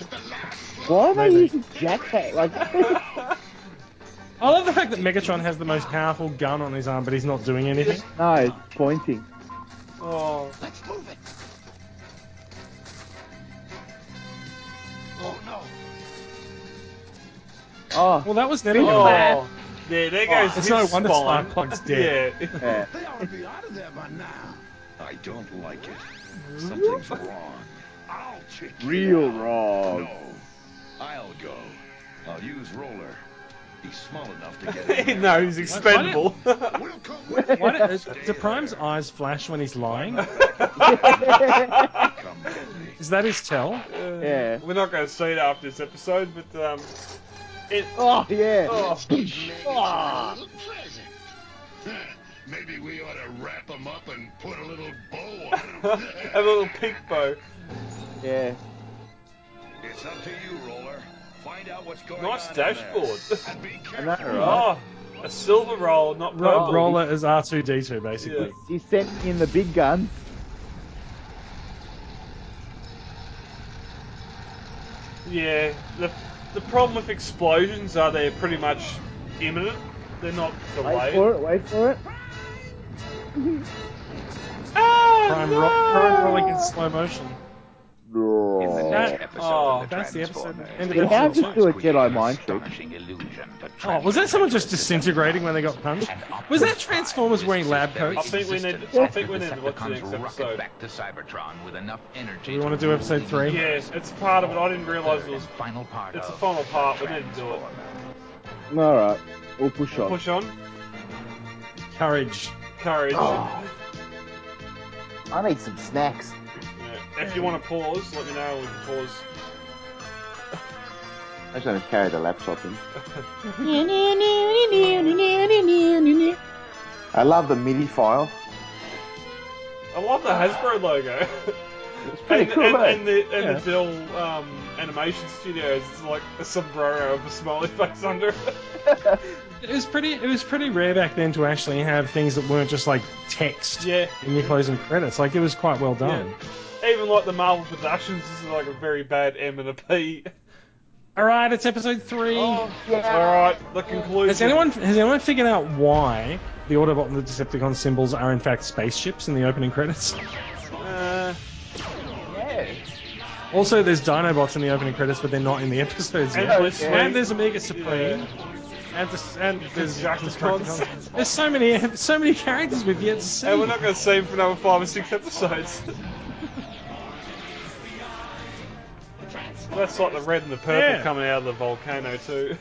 S8: *laughs*
S4: Why are they
S2: Maybe.
S4: using jackpack? Like, *laughs*
S2: I love the fact that Megatron has the most powerful gun on his arm, but he's not doing anything.
S4: no, it's pointing.
S3: Oh.
S19: Let's move it.
S10: Oh no!
S4: Oh.
S2: Well, that was never gonna
S3: Oh. There, there goes
S2: It's
S3: his
S2: no wonder
S3: spine.
S2: Sparkplug's dead.
S3: Yeah.
S4: Yeah.
S8: They ought to be out of there by now. I don't like it. Something's wrong. I'll check it
S4: Real
S8: out.
S4: wrong.
S8: No, I'll go. I'll use Roller. He's small enough to
S4: *laughs*
S3: *laughs*
S8: get in there.
S3: no, he's expendable. *laughs*
S8: We'll come with you.
S2: Why do, is- do Prime's eyes flash when he's lying?
S8: Come get
S4: *laughs*
S8: me.
S2: Is that his tell?
S4: Yeah.
S3: We're not going to see it after this episode, but um, it. *laughs*
S4: Oh yeah.
S3: Oh,
S4: Ah.
S8: Megatron a little present. Huh, *laughs* Maybe we ought to wrap him up and put a little bow
S4: *laughs*
S8: on him.
S3: a little pink bow.
S4: Yeah.
S8: It's up to you, Roller. Find out what's going
S3: Nice
S8: on.
S3: dashboard. *laughs*
S8: In there. And be careful.
S4: that right?
S3: Oh, a silver roll, not
S2: Ro-
S3: purple.
S2: Roller is R2D2 basically.
S4: He sent in the big guns.
S3: Yeah, the, the problem with explosions are they're pretty much imminent. They're not
S4: Wait
S3: delayed.
S4: for it. Wait for it.
S3: Ah,
S2: Prime,
S3: no!
S2: ro- Prime rolling in slow motion.
S4: Yeah,
S2: That,
S3: Oh,
S2: that's the episode. End of
S4: how
S2: episode
S4: did you
S2: two.
S4: do a Jedi mind trick?
S2: Oh, was that someone just disintegrating when they got punched? Was that Transformers wearing lab
S3: I
S2: coats?
S3: think we need. I think we need to watch the next episode.
S20: back to Cybertron with enough energy.
S2: We
S20: to
S2: want to do episode three.
S3: Yeah, it's part of it. I didn't realise it was.
S20: final part
S3: It's the
S20: of
S3: final part. We need to do it.
S4: All right. We'll push on.
S3: Push on,
S2: Courage.
S3: courage.
S2: Ah.
S4: I need some snacks.
S3: Yeah. If you want to pause, let me know. We can pause.
S4: I'm just gonna carry the laptop *laughs* in. I love the MIDI file.
S3: I love the Hasbro logo.
S4: It's
S3: *laughs*
S4: pretty
S3: and,
S4: cool,
S3: and,
S4: eh?
S3: and the and
S2: Yeah.
S3: the Dell um, animation studios. It's like a sombrero with a smiley face under it.
S2: *laughs* It was pretty. It was pretty rare back then to actually have things that weren't just like text
S3: Yeah.
S2: in your closing credits. Like it was quite well done. *laughs*
S3: Even like the Marvel Productions, this is like a very bad M and a P.
S2: All right, it's episode three.
S3: Oh. All right, the conclusion.
S2: Oh, Has anyone has anyone figured out why the Autobot and the Decepticon symbols are in fact spaceships in the opening credits?
S3: Uh,
S2: Also, there's Dinobots in the opening credits, but they're not in the episodes
S3: And
S2: yet.
S3: Blitzwing.
S2: And there's Omega Supreme. And, the, and there's *laughs* Constructicons. There's so many, so many characters we've yet to see.
S3: and we're not going to see him for another five or six episodes. That's like the red and the purple
S2: Yeah.
S3: coming out of the volcano too.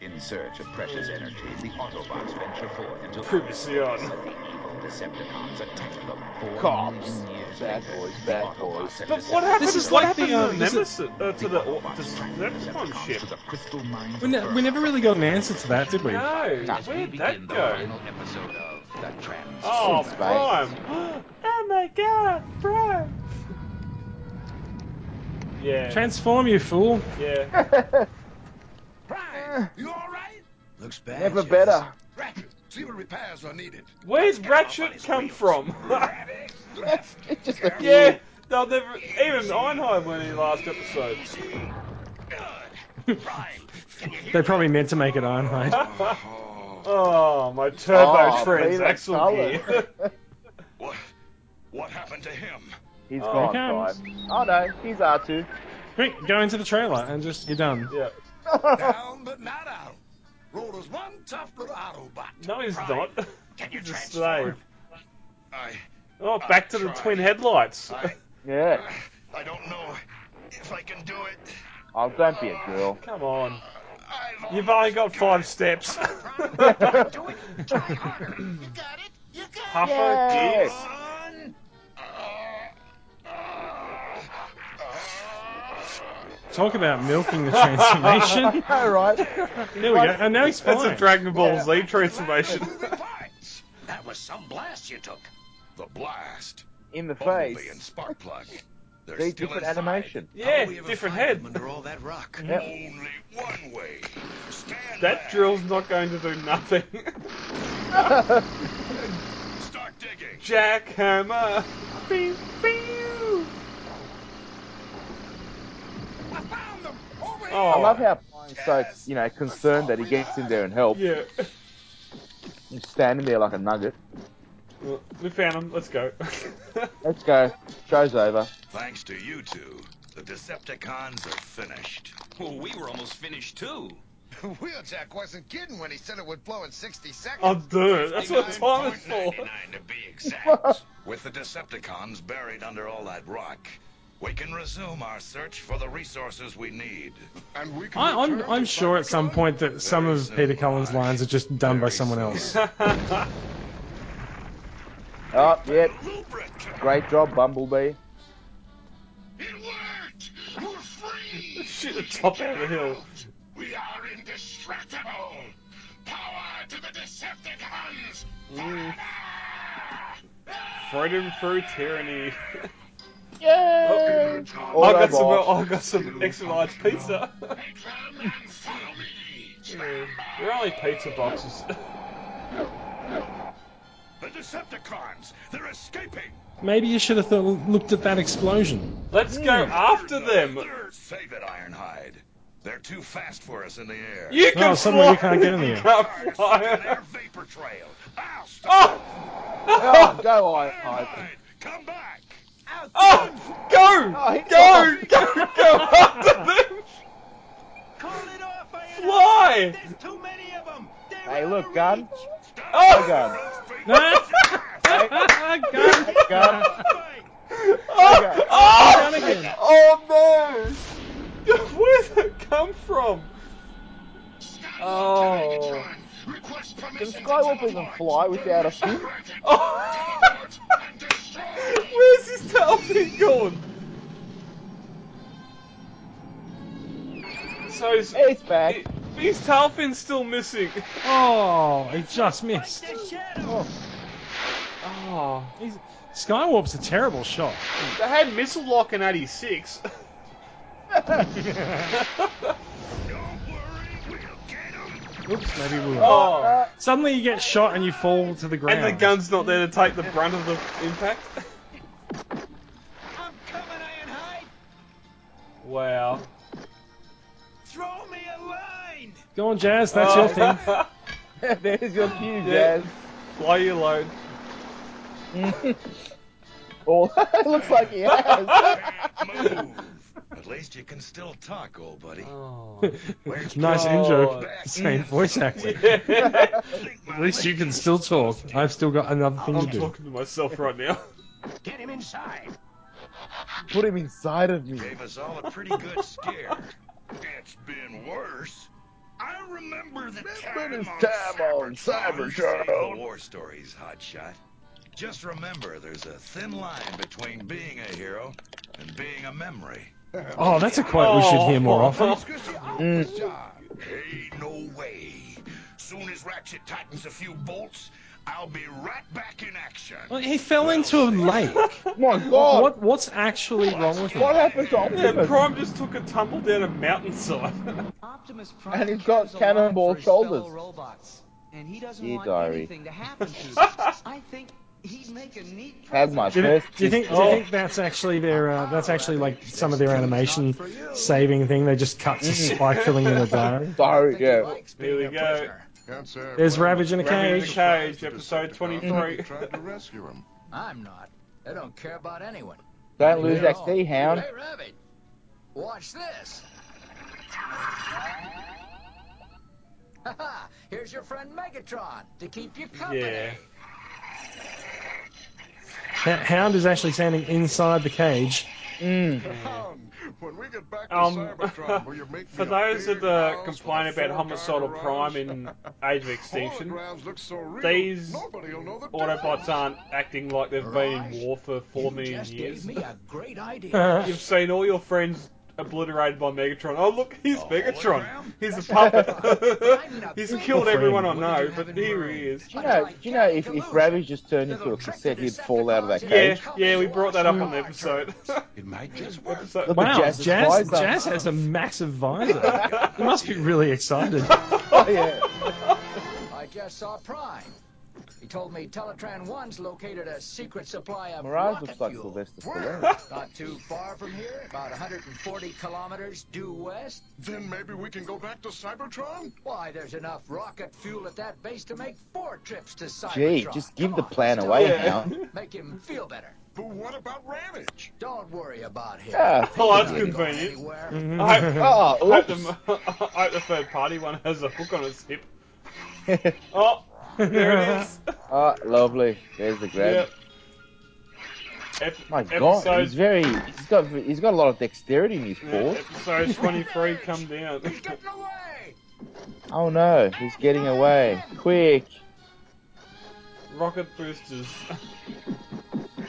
S10: In search of precious energy, the Autobots venture forth into
S3: Previously on.
S10: So the evil Decepticons attack them four
S3: Cops.
S10: million years bad later. Boys, bad boys.
S3: But what happened?
S2: This is
S3: what
S2: like the,
S3: happened to
S2: um,
S3: the
S2: this
S3: Nemesis
S2: is-
S3: uh, to the to the Decepticon ship?
S2: We, ne- we never really got an answer to that, did we?
S3: No, where'd that go?
S10: Final episode of The Trans.
S3: Oh,
S2: Space.
S3: Prime! *gasps* oh my God, Prime! Yeah.
S2: Transform, you fool.
S3: yeah.
S4: Prime,
S8: you all right?
S10: Looks
S4: *laughs*
S10: bad.
S4: Never better.
S8: Ratchet, see what repairs are needed.
S3: Where's Ratchet come from? *laughs*
S4: It's just a
S3: yeah, they'll never. Even Einheim went in the last episode.
S2: They probably meant to make it Ironhide.
S3: *laughs* oh, my turbo
S4: Oh,
S3: friends,
S4: peanut
S3: axle
S4: colour.
S3: gear.
S8: What? What happened
S3: *laughs*
S8: to him?
S4: He's
S3: Oh,
S4: gone,
S2: here comes.
S4: Prime. Oh no, he's R2.
S2: Quick, go into the trailer and just you're done.
S3: yeah.
S8: Down but not out. Rolled as one tough little Autobot.
S3: No, he's
S8: Prime,
S3: not.
S8: Can you
S3: He's a
S8: transform?
S3: slave.
S8: I,
S3: Oh, back to the twin headlights.
S8: I,
S4: Yeah.
S8: I don't know if I can do it.
S4: Oh, don't be a girl.
S3: Come on.
S8: I've
S3: You've only got five
S8: *laughs*
S3: steps. *laughs*
S8: Do it.
S3: *clears throat*
S21: You got it. You got
S3: Puffer,
S4: Yay.
S3: yes.
S8: One.
S2: Talk about milking the
S4: *laughs*
S3: *laughs*
S2: transformation.
S4: All right.
S2: *laughs* There we go. And now he's
S3: That's
S2: fine.
S3: a Dragon Ball Z transformation.
S8: Moving parts. That was some blast you took. The blast.
S4: In the
S8: Bumblebee and
S4: face.
S8: Sparkplug. They're
S4: See,
S8: still
S4: different
S8: inside.
S4: animation.
S3: *laughs* Yeah,
S8: How will we ever
S3: different
S8: find
S3: head.
S8: them Under all that rock.
S4: Yep.
S8: Only one way. Stand
S3: That
S8: back.
S3: drill's not going to do nothing. *laughs*
S8: Start digging.
S3: Jackhammer. Beep, beep.
S8: I found them. Over here.
S4: I
S3: Oh,
S4: love how Prime's so, you know, concerned that he gets in there and helps.
S3: yeah.
S4: He's standing there like a nugget.
S3: Well, We found him. Let's go. *laughs*
S4: Let's go. Show's over.
S8: Thanks to you two, the Decepticons are finished.
S10: Well, we were almost finished
S22: *laughs*
S10: too.
S22: Wheeljack wasn't kidding when he said it would blow in 60 seconds.
S3: oh, dude, that's what time is for.
S8: 99.99 to be
S3: *laughs*
S8: exact. With the Decepticons buried under all that rock, we can resume our search for the resources we need.
S22: And we can
S2: I, I'm,
S22: return
S2: I'm
S22: to
S2: sure at some
S22: Cybertron.
S2: point that some of Peter Cullen's lines are just done by someone else.
S4: Oh, yeah.
S8: Lubricant!
S4: Great job, Bumblebee.
S23: It worked! We're free!
S3: *laughs* Shoot
S23: We
S3: the
S23: can
S3: top
S23: get
S3: out of the hill.
S23: out! We are indestructible! Power to the Decepticons!
S3: *laughs* Freedom through *laughs* tyranny.
S4: Yay!
S3: I
S4: Autobot.
S3: got some. I got some extra large pizza.
S23: Come and follow me!
S3: *laughs* We're only pizza boxes.
S8: The Decepticons! They're escaping!
S2: Maybe you should have thought, looked at that explosion. *laughs*
S3: Let's go after them.
S8: They're- Save it, Ironhide. They're too fast for us in the air.
S3: You can
S2: Oh, suddenly we
S3: fly.
S2: can't get
S3: *laughs*
S2: in the
S3: You
S2: air.
S8: Tired
S3: can't
S8: of fucking
S3: fly.
S8: air vapor trail. I'll stop
S3: *laughs* Oh,
S4: *laughs* Oh, go on. I-
S8: Ironhide. Come back.
S3: oh,
S4: Oh,
S3: go,
S4: he's
S3: *laughs* go, go, go after them.
S8: Call it off, Ironhide.
S3: Fly.
S8: Too many of them.
S4: Hey, look, gun.
S3: Oh,
S4: Gun.
S3: *laughs*
S2: No. Gun.
S4: Gun.
S3: Oh,
S4: Gun.
S2: Gun
S3: oh,
S2: again.
S3: oh man! Where's that come from? Oh.
S23: Request
S4: Can
S23: permission
S4: Skywalker even
S8: *laughs*
S4: fly without a suit?
S3: *laughs* Oh. Where's his tailspin gone? So his,
S4: *laughs* Hey, it's back.
S3: his tailfin's still missing.
S2: Oh, he just missed.
S3: Oh.
S2: He's, Skywarp's a terrible shot.
S3: They had missile lock in *laughs* 86. Oh,
S2: Oops, maybe we were.
S3: Oh.
S2: Suddenly you get shot and you fall to the ground.
S3: And the gun's not there to take the brunt of the impact. Wow.
S7: Throw me a line!
S2: Go on, Jazz. That's your
S3: Oh.
S2: thing.
S3: *laughs* thing.
S4: *laughs* There's your cue,
S3: Yeah.
S4: Jazz.
S3: Fly your *laughs* load.
S4: *laughs* Oh, *laughs* it looks like he *laughs* has.
S24: At least you can still talk, old buddy.
S3: Oh.
S2: nice
S24: Oh.
S2: in joke. *laughs* Same voice acting.
S3: *laughs* Yeah.
S2: At least you can still talk. I've still got another thing
S3: I'm
S2: to do.
S3: talking to myself right *laughs* now.
S7: Get him inside.
S4: Put him inside of me.
S24: Gave us all a pretty good scare. It's been worse. I remember the time,
S7: this
S24: on
S7: time on
S24: Cybertron.
S7: Cybertron.
S24: Save the war stories, hotshot. Just remember, there's a thin line between being a hero and being a memory.
S2: Oh, that's a Mm. quote we should hear
S3: Oh.
S2: more often.
S24: Hey, no way. Soon as Ratchet tightens a few bolts, I'll be right back in action.
S2: Well, he fell into a
S3: *laughs*
S2: lake.
S4: My God.
S2: What, what's actually wrong with him?
S4: What happened to
S3: Yeah,
S4: Optimus?
S3: Prime just took a tumble down a *laughs* mountainside.
S11: Optimus Prime
S4: and he's got
S11: cares a lot
S4: cannonball
S11: for his fellow
S4: shoulders.
S11: robots, and he doesn't
S4: Dear
S11: want
S4: diary.
S11: anything to
S3: *laughs*
S11: happen to them. I think he'd make a neat
S4: Have my
S2: Do you, think,
S4: first.
S2: do you think? Do you think that's actually their? Uh, that's actually like some of their animation saving thing. They just cut to
S4: Mm.
S2: Spike filling in the diary.
S4: Sorry, yeah.
S3: Here we go.
S2: There's Ravage in a
S3: Rabbit in a
S2: cage.
S3: Cage, episode 23.
S25: Tried to rescue him.
S10: I'm not. I don't care about anyone.
S4: Don't lose
S10: Yeah.
S4: XP, Hound.
S10: Hey, Rabbit. Watch this. Haha, Here's your friend Megatron to keep you company.
S3: yeah.
S2: H- Hound is actually standing inside the
S3: *laughs*
S2: cage.
S4: Mm.
S25: When we get back to
S3: Um,
S25: Cybertron, will
S3: *laughs*
S25: you make me
S3: For
S25: a
S3: those
S25: big
S3: that uh,
S25: house
S3: complain
S25: with a
S3: about homicidal
S25: four-guard
S3: prime
S25: garage?
S3: in Age of Extinction,
S25: Holograms look so real,
S3: these
S25: nobody'll know the
S3: Autobots aren't acting like they've been in war for four million
S10: Just gave
S3: years.
S10: me a great idea.
S2: Uh,
S3: *laughs* You've seen all your friends obliterated by Megatron. Oh look, he's Megatron.
S24: hologram?
S3: He's a puppet. *laughs*
S10: I'm not
S3: he's
S10: big.
S3: killed
S2: friend.
S3: everyone I
S10: What do you
S3: know,
S10: have
S3: but
S10: in
S3: here
S10: mind?
S3: he is.
S4: Do you know, do you know if, if Ravage just turned into a cassette, he'd fall out of that
S3: Yeah, *laughs*
S4: cage?
S3: yeah, we brought that up on the episode. *laughs*
S24: It might just
S3: Episode-
S4: Look
S2: Wow,
S4: at
S2: Jazz,
S4: Jazz's visor.
S2: Jazz has a massive visor. He must be really excited.
S4: Oh, yeah.
S10: I just saw Prime. He told me Teletran 1's located a secret supply
S4: *laughs*
S10: of
S4: Mirage
S10: rocket
S4: looks like
S10: fuel.
S4: Sylvester Stallone.
S10: Not too far from here, about 140 kilometers due west.
S25: Then maybe we can go back to Cybertron?
S10: Why, there's enough rocket fuel at that base to make four trips to Cybertron.
S4: Gee, just give
S10: Come
S4: the
S10: on,
S4: plan
S10: let's
S4: away,
S10: go.
S4: Hound.
S10: *laughs* Make him feel better.
S25: But what about
S3: *laughs*
S25: Ramage?
S10: Don't worry about him.
S4: Yeah.
S10: He's
S3: Oh, that's
S10: not going
S3: convenient.
S10: anywhere.
S3: *laughs* I
S4: *laughs*
S3: hope,
S4: Oh,
S3: I hope
S4: oops.
S3: the, *laughs* I hope the third party one has a hook on its hip. Oh, there it
S10: *laughs*
S3: is.
S4: Oh, lovely. There's the grab.
S3: Yep. Ep-
S4: My God, he's
S3: episode-
S4: very. He's got. He's got a lot of dexterity in his
S3: yeah,
S4: paws.
S3: episode 23, come down.
S10: He's getting away.
S4: Oh no, he's getting away. Quick.
S3: Rocket *laughs* boosters.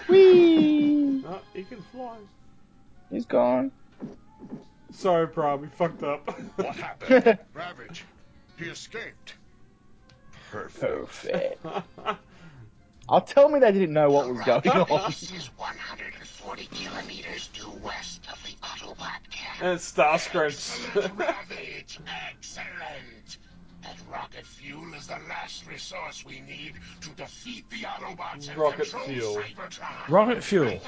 S4: Whee!
S3: Oh, he can fly.
S4: He's gone.
S3: Sorry, Prime, we fucked up.
S24: What happened?
S25: Ravage. He escaped.
S24: Perfect.
S4: *laughs* Perfect. I'll Oh, tell me they didn't know what was going on. *laughs*
S8: This is 140 kilometers due west of the Autobot
S3: *laughs*
S8: camp.
S3: and *laughs* Starscream's.
S8: Excellent, Ravage! Excellent! That rocket fuel is the last resource we need to defeat the Autobots and
S3: Rocket
S8: control
S3: fuel.
S8: Cybertron.
S2: Rocket fuel.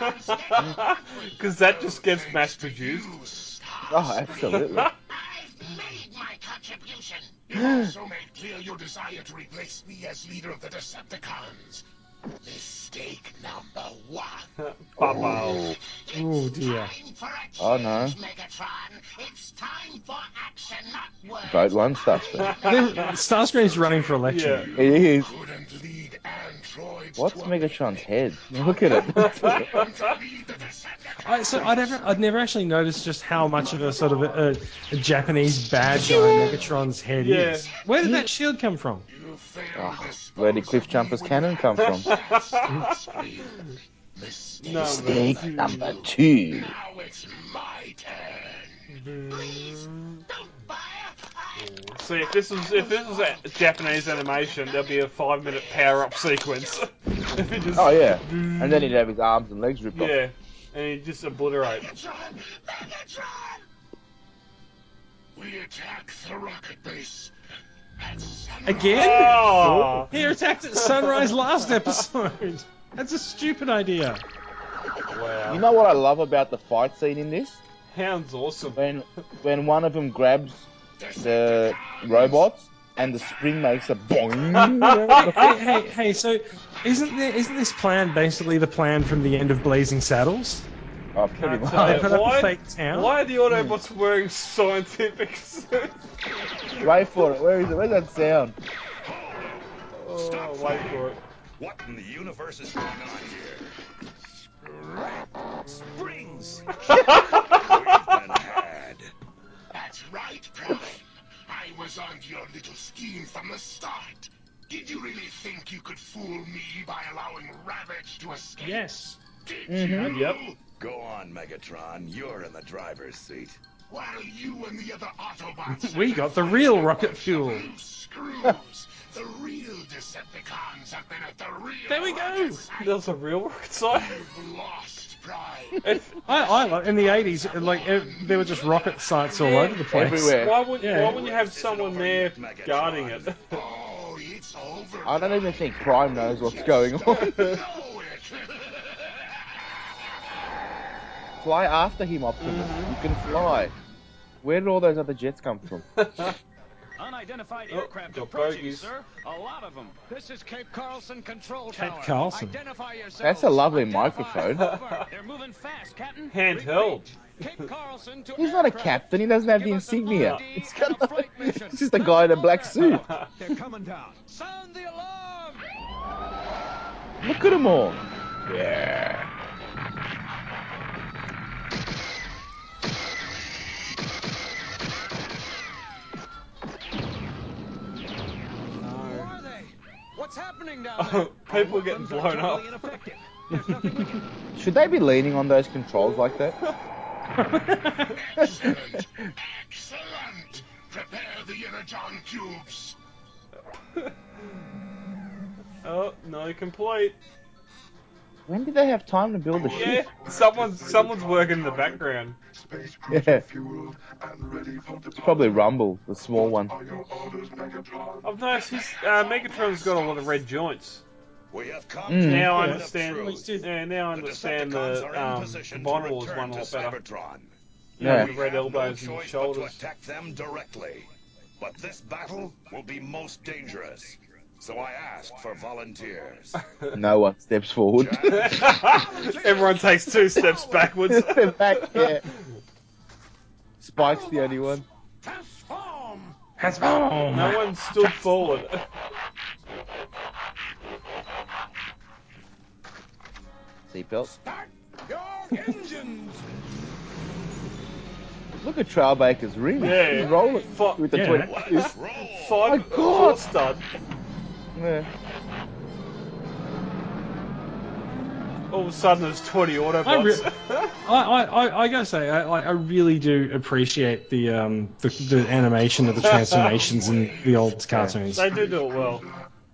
S3: Because that just gets mass produced.
S4: Oh, absolutely.
S8: I've made my contribution.
S3: *gasps*
S8: You also made clear your desire to replace me as leader of the Decepticons. Mistake number one.
S3: Bubba.
S2: Oh dear.
S8: Time for a
S4: Oh, no.
S8: change, Megatron. It's time for action, not words.
S4: Vote one stuff. then.
S2: Starscream's running for
S3: Yeah.
S2: election.
S4: It is.
S8: Couldn't lead androids
S4: What's
S8: to a
S4: Megatron's head? Look at it. *laughs*
S8: mission to lead the Decepticons.
S2: I, so I'd never, I'd never actually noticed just how much of a sort of a, a, a Japanese badge on Megatron's head
S3: Yeah.
S2: is. Where did that shield come from?
S8: You failed this
S4: Where did Cliffjumper's cannon come *laughs* from?
S8: mistake.
S3: No,
S4: Mistake number two.
S8: Now it's my turn. Please, don't fire. I
S3: See, if this was if this was a Japanese animation, there'd be a five minute power up sequence. *laughs* if it just,
S4: Oh yeah. And then he'd have his arms and legs ripped off.
S3: yeah, and you just obliterate.
S4: *laughs*
S8: Megatron! Megatron! We attack the rocket base. at sunrise.
S2: Again?
S3: Oh,
S2: He attacked at sunrise last episode. That's a stupid idea.
S4: You
S3: wow.
S4: know what I love about the fight scene in this?
S3: Hound's awesome.
S4: When when one of them grabs the robots and the spring makes a *laughs* boing.
S2: hey, hey, hey, so isn't there, isn't this plan basically the plan from the end of Blazing Saddles?
S4: Oh, pretty
S3: So,
S4: much.
S2: put up a
S3: why,
S2: fake town?
S3: why are the Autobots
S4: Hmm.
S3: wearing scientific *laughs* suits?
S4: Wait for it. Where is it? Where's that sound?
S3: Oh, wait for it.
S26: What in the universe is going on here? Scrap springs.
S8: That's right, Prime. I was on your little scheme from the start. Did you really think you could fool me by allowing Ravage to escape?
S2: Yes.
S8: Did
S3: Mm-hmm.
S26: Mhm.
S8: you?
S26: Go on, Megatron. You're in the driver's seat.
S8: While you and the other
S3: *laughs*
S8: Autobots
S2: We got the real rocket fuel.
S8: screws, the real Decepticons have been at the real.
S3: There we go. There's a real rocket science.
S8: You've lost, Prime.
S4: *laughs*
S2: I, I like in the eighties, like ev- there were just rocket sites all over the place.
S3: Why wouldn't,
S2: Yeah.
S3: why wouldn't you have someone there guarding it? *laughs*
S8: Oh,
S4: I don't even think Prime knows what's going on.
S8: *laughs*
S4: *laughs* fly after him, Optimus. You can fly. Where did all those other jets come from?
S11: Unidentified
S3: Oh,
S11: aircraft
S3: got
S11: approaching,
S3: bogeys.
S11: sir. A lot of them. This is Cape Carlson Control
S2: Cape
S11: Tower.
S2: Carlson.
S11: Identify yourselves.
S4: That's a lovely microphone.
S11: Over. They're moving
S3: *laughs*
S11: fast, Captain.
S3: Handheld.
S11: Cape Carlson to
S4: *laughs* He's not a captain. He doesn't have the insignia. He's, got no,
S11: mission.
S4: he's just a guy in a black suit.
S11: They're coming down. Sound the alarm.
S4: Look at them all.
S11: Who are they? What's happening down there?
S3: Oh, *laughs* people are getting blown up.
S4: Should they be leaning on those controls like that?
S8: Excellent. Excellent. Prepare the energon cubes.
S3: Oh, no, complete.
S4: When did they have time to build the
S3: Yeah,
S4: ship?
S3: someone's someone's working in the background.
S4: Yeah. It's probably Rumble, the small one.
S3: I've noticed his, uh, Megatron's got a lot of red joints.
S26: We have come
S4: Mm.
S26: to
S3: Now I
S26: the
S3: understand.
S26: truth.
S3: Yeah, now I understand
S26: Decepticons
S3: the
S26: are in
S3: um,
S26: position to
S3: Bond Wars
S26: return
S3: one a
S26: to
S3: lot better.
S26: Cybertron.
S4: Yeah.
S3: the red elbows and
S26: Choice but to
S3: shoulders.
S26: attack them directly. But this battle will be most dangerous. So I asked for
S4: *laughs*
S26: volunteers.
S4: No one steps
S8: *laughs*
S4: forward.
S3: *laughs* Everyone takes two
S26: *laughs*
S3: steps backwards.
S4: *laughs*
S26: Oh,
S4: Back here. Spike's the only one.
S3: No one stood forward.
S4: Seatbelt. *laughs*
S11: Your engines.
S4: Look at Trailbaker's ring.
S3: Yeah.
S4: He's rolling
S3: Fuck.
S4: with the
S2: Yeah.
S4: 22.
S3: Five four stud.
S4: Yeah.
S3: All of a sudden, there's
S2: I,
S3: 20
S2: re-
S3: Autobots.
S2: I, I, I, I gotta say, I, like, I really do appreciate the um the, the animation of the transformations in the old cartoons.
S3: *laughs* they do do
S2: *laughs*
S3: it well.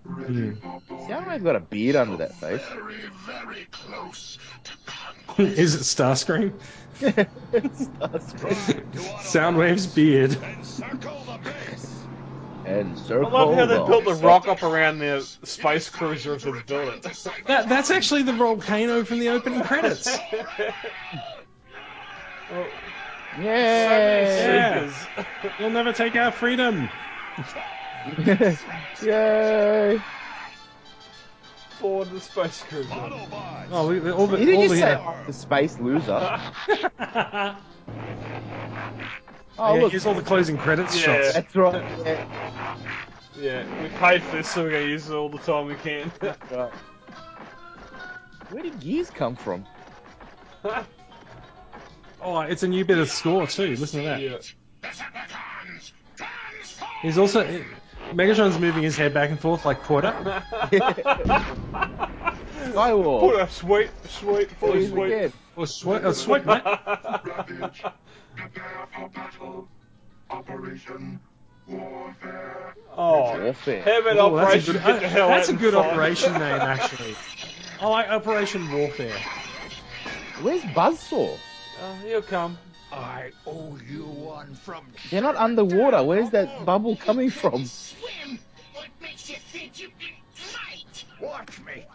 S2: Mm.
S4: See, I have got a beard under that face.
S3: *laughs*
S8: Very, very close to conquest.
S2: Is it Starscream?
S4: Starscream.
S2: Soundwave's beard.
S26: Encircle the base.
S4: And
S3: I
S4: circle.
S3: love how they
S4: the-
S3: built the rock up around their space cruiser if they built it.
S2: That, that's actually the volcano from the opening credits.
S3: Well, so many
S4: Yeah.
S3: seekers.
S2: You'll never take our freedom.
S4: Yay.
S3: Board the space cruiser.
S26: Autobots.
S2: Oh, look, all the,
S4: He didn't
S2: all
S4: just
S2: the,
S4: say
S2: uh,
S4: the space
S3: *laughs*
S4: loser.
S2: *laughs*
S4: Oh,
S2: yeah,
S4: look.
S2: here's all the closing credits
S3: Yeah.
S2: shots.
S4: That's right. Yeah.
S3: Yeah, we paid for this, so we're gonna use it all the time we can.
S4: that's right. Where did gears come
S3: *laughs*
S4: from? *laughs*
S2: Oh, it's a new bit of score too. Listen to that.
S3: *laughs* yeah.
S8: Decepticons, transform!
S2: He's also Megatron's moving his head back and forth like Porter.
S3: Put
S4: Skywar.
S3: a sweet, sweet,
S4: There he
S3: fully
S4: is
S3: sweet. *laughs*
S4: again.
S2: Or sweat, or sweat, mate.
S8: Ravage, prepare for battle. Operation Warfare.
S3: Oh,
S4: Warfare.
S3: how about
S2: Oh, that's a
S3: Operation
S2: good,
S3: Get the Hell
S2: that's
S3: Out
S2: a
S3: and
S2: good
S3: Fight?
S2: operation
S3: *laughs*
S2: name, actually. I like Operation Warfare.
S4: Where's Buzzsaw?
S3: Oh, he'll come.
S27: I owe you one from
S4: They're not underwater. Where's that bubble coming from?
S8: Swim! What makes you think you can fight?
S27: Watch me.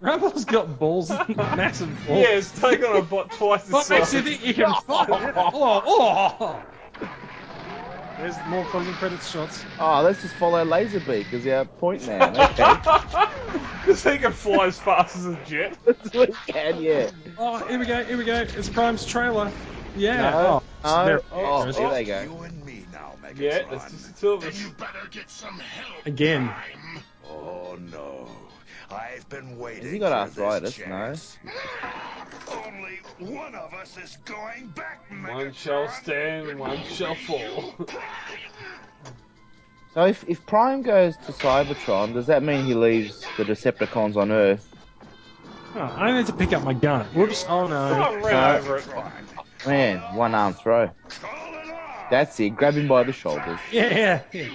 S2: Rebels got
S3: *laughs*
S2: balls, massive balls.
S3: Yes, take on a bot twice the
S2: What makes
S3: size.
S2: you think you
S3: *laughs*
S2: can fight it? Oh, oh. There's more closing credits shots.
S4: Oh, let's just follow Laserbeak as our point man. Okay.
S3: Because he can fly as fast as a jet.
S4: can, yeah.
S2: Oh, here we go, here we go. It's Prime's trailer. Yeah.
S4: No,
S2: oh,
S4: no.
S2: there-
S4: Oh,
S2: there's-
S4: there they go.
S3: Yeah, it's just the two of us.
S2: Again.
S8: Oh no. I've been waiting.
S4: Has he got
S8: for this
S4: arthritis? No.
S8: chance. *laughs* Only one of us is going back,
S3: One shall stand, one shall fall.
S4: So if, if Prime goes to Cybertron, does that mean he leaves the Decepticons on Earth?
S2: Oh, I need to pick up my gun. Whoops. Oh
S3: Oh,
S2: no.
S3: ran
S4: No.
S3: over it.
S4: Man, one arm throw. That's it. Grab him by the shoulders.
S2: Yeah. yeah.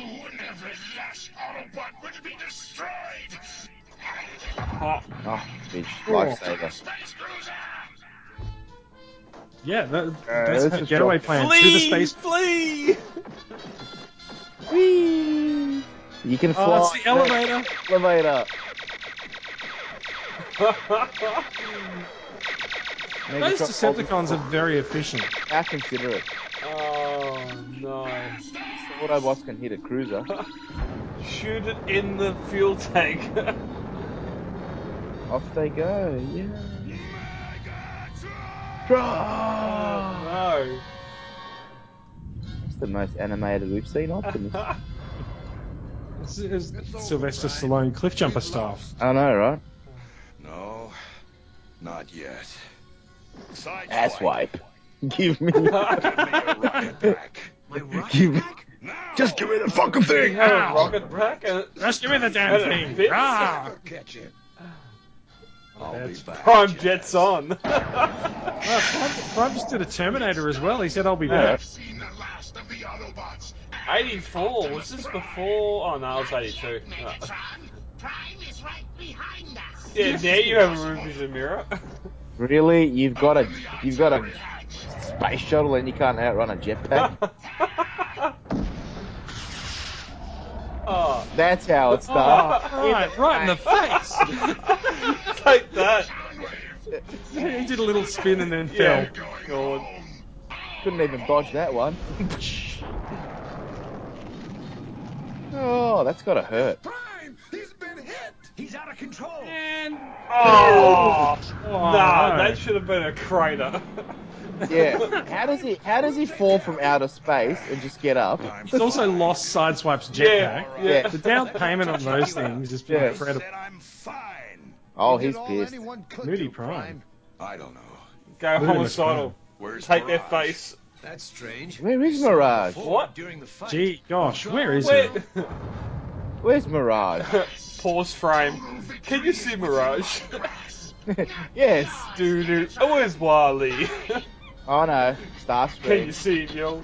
S3: Ah,
S4: Oh, bitch. Lifesaver.
S2: Yeah,
S3: Uh,
S2: that,
S4: let's
S2: that's her
S4: just
S2: getaway
S4: drop-
S2: plan. To the
S3: Flee!
S2: space.
S3: Flee!
S4: Whee! You can fly.
S2: Oh, it's the elevator.
S4: Elevator.
S2: Those
S4: Megatron-
S2: Decepticons are very efficient.
S4: How considerate.
S3: *laughs* oh no.
S4: The Autobots can hit a cruiser.
S3: Shoot it in the fuel tank. *laughs*
S4: Off they go. Yeah. Draw!
S3: Oh, no.
S4: That's the most animated we've seen Optimus.
S2: This is Sylvester Stallone cliff jumper style.
S4: I know, right?
S8: No, not yet. Sideswipe.
S4: Asswipe. Give me. *laughs*
S8: Give me a rocket back.
S4: give me.
S8: Now!
S28: Just give me the fucking
S3: We
S28: thing!
S3: have a
S28: Ow!
S3: rocket back and it-
S2: Just give me the damn
S3: and it
S2: thing. Ah!
S3: fits.
S2: Rah!
S28: Catch it.
S8: I'll be back.
S3: Prime jet's on. *laughs*
S2: Well, Prime, Prime just did a Terminator as well. He said, I'll be back.
S29: Seen the last of the Autobots.
S3: 84. Was this before? Oh no, it was 82. Oh.
S7: Prime is right behind us.
S3: Yeah, now you have a rear vision mirror.
S4: Really? You've got a you've got a space shuttle and you can't outrun a
S3: *laughs*
S4: jetpack?
S3: oh. *laughs*
S4: That's how it starts.
S2: *laughs* Right, right in the face.
S3: Take that.
S2: he did a little spin and then
S3: Yeah.
S2: fell.
S3: God.
S4: Couldn't even dodge that one. oh, that's gotta hurt.
S28: Prime! He's been hit! He's out of control!
S3: Oh.
S2: Oh,
S3: Nah,
S2: no.
S3: that should have been a crater.
S4: Yeah. How does he how does he fall from outer space and just get up?
S8: I'm
S2: He's also lost Sideswipe's
S3: Yeah,
S2: jetpack. *laughs*
S3: yeah.
S2: The down payment on those things has been
S4: Yeah.
S8: I said
S2: incredible.
S8: I'm fine.
S4: Oh,
S28: Did
S4: he's
S28: all
S4: pissed.
S28: anyone could
S2: Moody
S28: do,
S2: Prime.
S8: I don't know.
S3: Go
S2: Look at this
S3: homicidal.
S8: Where's
S3: Take their
S8: Mirage?
S3: face.
S28: That's strange.
S4: Where is Mirage?
S3: What?
S28: During the fight.
S2: Gee, gosh, where is
S3: Wait.
S2: he?
S4: Where's Mirage?
S3: *laughs*
S4: *laughs*
S3: Pause frame. Can you see Mirage? *laughs*
S4: yes.
S3: Doo doo. Oh, where's Wally? *laughs*
S4: Oh
S3: Can
S4: no.
S3: you
S4: Starscream.
S3: see him, yo?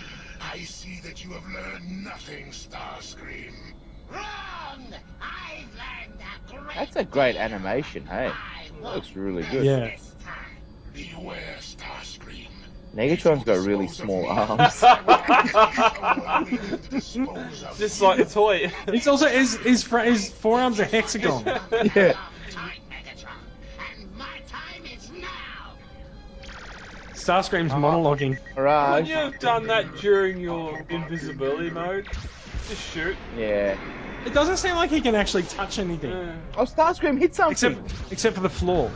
S3: *laughs*
S29: I see that you have learned nothing, Starscream.
S7: Wrong. I've learned a great.
S4: That's a great animation, hey. That looks really good.
S2: Yeah.
S29: Beware,
S3: *laughs*
S29: Starscream.
S4: Negatron's got really small
S2: *laughs*
S4: arms.
S29: Dispose of
S3: Just like the toy.
S2: He's also his his, fra- his forearms are hexagon.
S4: yeah.
S7: Time, Megatron. And my time is now.
S2: Starscream's
S4: Uh-huh.
S2: monologuing.
S3: Would
S4: Mirage.
S3: you have done that during your invisibility mode? Just shoot.
S4: Yeah.
S2: It doesn't seem like he can actually touch anything
S3: Uh,
S4: Oh, Starscream hit something.
S2: except except for the floor.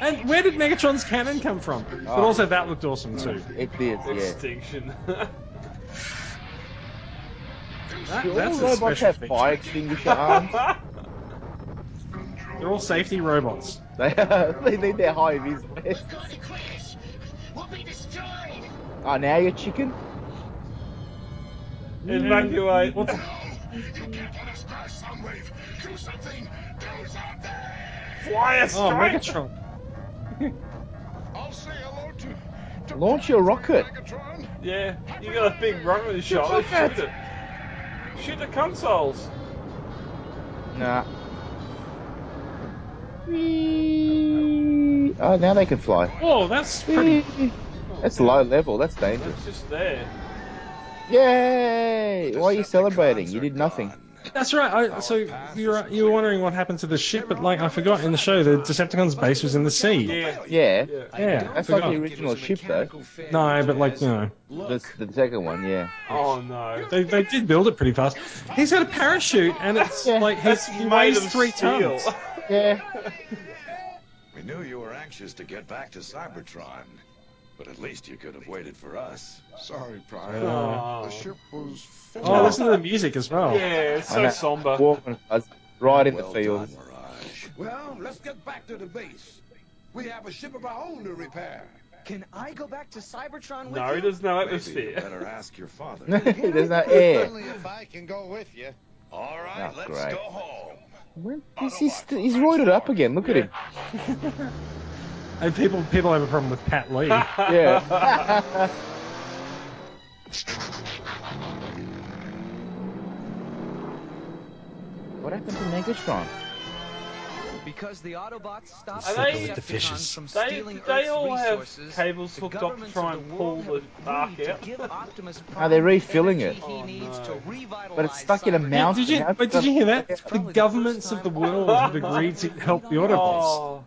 S2: And where did Megatron's cannon come from? But
S4: Oh.
S2: also that looked awesome too.
S4: *laughs* It did, yeah.
S3: extinction. *laughs*
S2: That,
S4: Do all
S2: that's a
S4: robots
S2: special
S4: have
S2: feature.
S4: fire
S2: *laughs*
S4: extinguisher arms?
S2: They're all safety robots.
S4: they, *laughs* they need their high vis vests.
S7: Go to crash. We'll be destroyed.
S4: Oh, now you're chicken?
S3: Evacuate.
S2: What the-
S3: *laughs*
S29: You can't let us crash, Soundwave. Do something. Do something.
S3: Fly us
S2: Oh,
S3: straight.
S2: Megatron.
S28: I'll say hello to. to
S4: Launch your rocket.
S28: Megatron.
S3: Yeah, you got a big rocket in the shoulder. Shoot it. Shoot the consoles.
S4: Nah. Whee! Oh, now they can fly.
S2: Oh, that's pretty.
S4: Whee! That's low level. That's dangerous.
S3: That's just there.
S4: Yay! Why are you
S8: Decepticons
S4: celebrating? You
S8: are
S4: did nothing.
S8: gone.
S2: That's right. I, so you were you were wondering what happened to the ship, but like I forgot in the show, the Decepticons' base was in the sea.
S3: Yeah.
S4: Yeah.
S2: Yeah, I
S4: That's not
S2: forgot.
S4: the original ship, though.
S2: No, but like you know,
S4: The, the second one, yeah.
S3: Oh no.
S2: they, they did build it pretty fast. He's got a parachute, and it's like he's,
S3: That's
S2: he
S3: made
S2: weighs
S3: of
S2: three
S3: steel. *laughs*
S2: tons.
S4: Yeah.
S8: We knew you were anxious to get back to Cybertron, but at least you could have waited for us.
S30: Sorry, Prime.
S3: Oh.
S30: The ship was full.
S2: Oh, listen to the music as well.
S3: Yeah, it's
S4: I
S3: so
S4: know.
S3: somber.
S4: Walking us right in the
S8: Well
S4: field.
S8: done, Mirage.
S30: Well, let's get back to the base. We have a ship of our own to repair.
S31: Can I go back to Cybertron with
S3: No,
S31: you?
S3: there's no
S8: Maybe you
S3: atmosphere.
S8: better ask
S4: *laughs*
S8: your father.
S4: There's no air.
S30: Only if I can go with you.
S8: All right,
S4: Oh,
S8: let's
S4: great.
S8: go home.
S4: Well, He's, he's, he's roided up again. Look at him.
S2: And people people have a problem with Pat
S3: *laughs*
S2: Lee.
S4: Yeah. what happened to Megatron?
S11: Because the Autobots stopped
S3: Are
S11: the
S3: they-
S11: Decepticons from
S3: They,
S11: stealing
S3: they
S11: Earth's
S3: all have
S11: resources.
S3: cables
S11: the
S3: hooked up to
S11: governments
S3: try
S11: of
S3: and
S11: the
S3: pull
S11: world
S3: the
S11: have
S3: arc
S11: agreed to give
S3: out.
S11: Optimus
S4: *laughs* Are they
S11: Prime
S4: refilling
S11: energy
S4: it?
S11: he
S3: Oh,
S11: needs
S3: no.
S11: to
S3: But
S4: But
S11: revitalize
S4: it's stuck in a
S11: Cybertron.
S4: mountain.
S2: Did you?
S4: How's
S2: Wait,
S4: it
S2: did you hear
S4: gonna-
S2: that? The governments of the world have agreed to help the Autobots.
S3: Oh,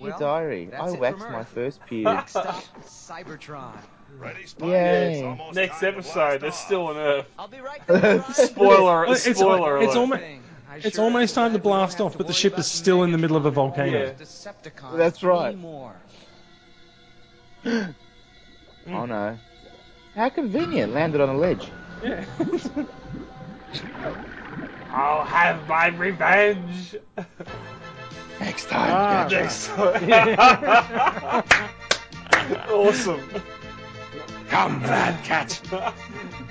S4: Your
S11: Well,
S4: diary.
S11: that's
S4: I
S11: it from
S4: waxed my
S11: Earth.
S4: first
S11: *laughs*
S4: period.
S11: Stop Cybertron.
S8: Ready, Spike?
S4: Yay.
S8: It's almost
S3: next
S8: time to blast
S3: episode, they're
S8: off.
S3: still on Earth.
S11: I'll be right back.
S4: *laughs*
S3: Spoiler,
S2: Well, it's-
S3: spoiler
S2: it's
S3: alert.
S2: almost-
S11: Brian. I
S2: It's
S11: sure
S2: almost
S11: am
S2: time to
S11: glad we don't
S2: blast
S11: have
S2: off,
S11: to
S2: but the
S11: worry
S2: ship
S11: about
S2: is still in the middle of a volcano.
S3: Yeah.
S11: Decepticons
S4: That's right.
S11: anymore.
S4: Oh no. How convenient. Landed on a ledge.
S2: Yeah.
S3: I'll have my revenge.
S4: Next time.
S2: Ah,
S4: Gadget.
S2: next
S3: *laughs* awesome.
S32: Come, Brad Cat.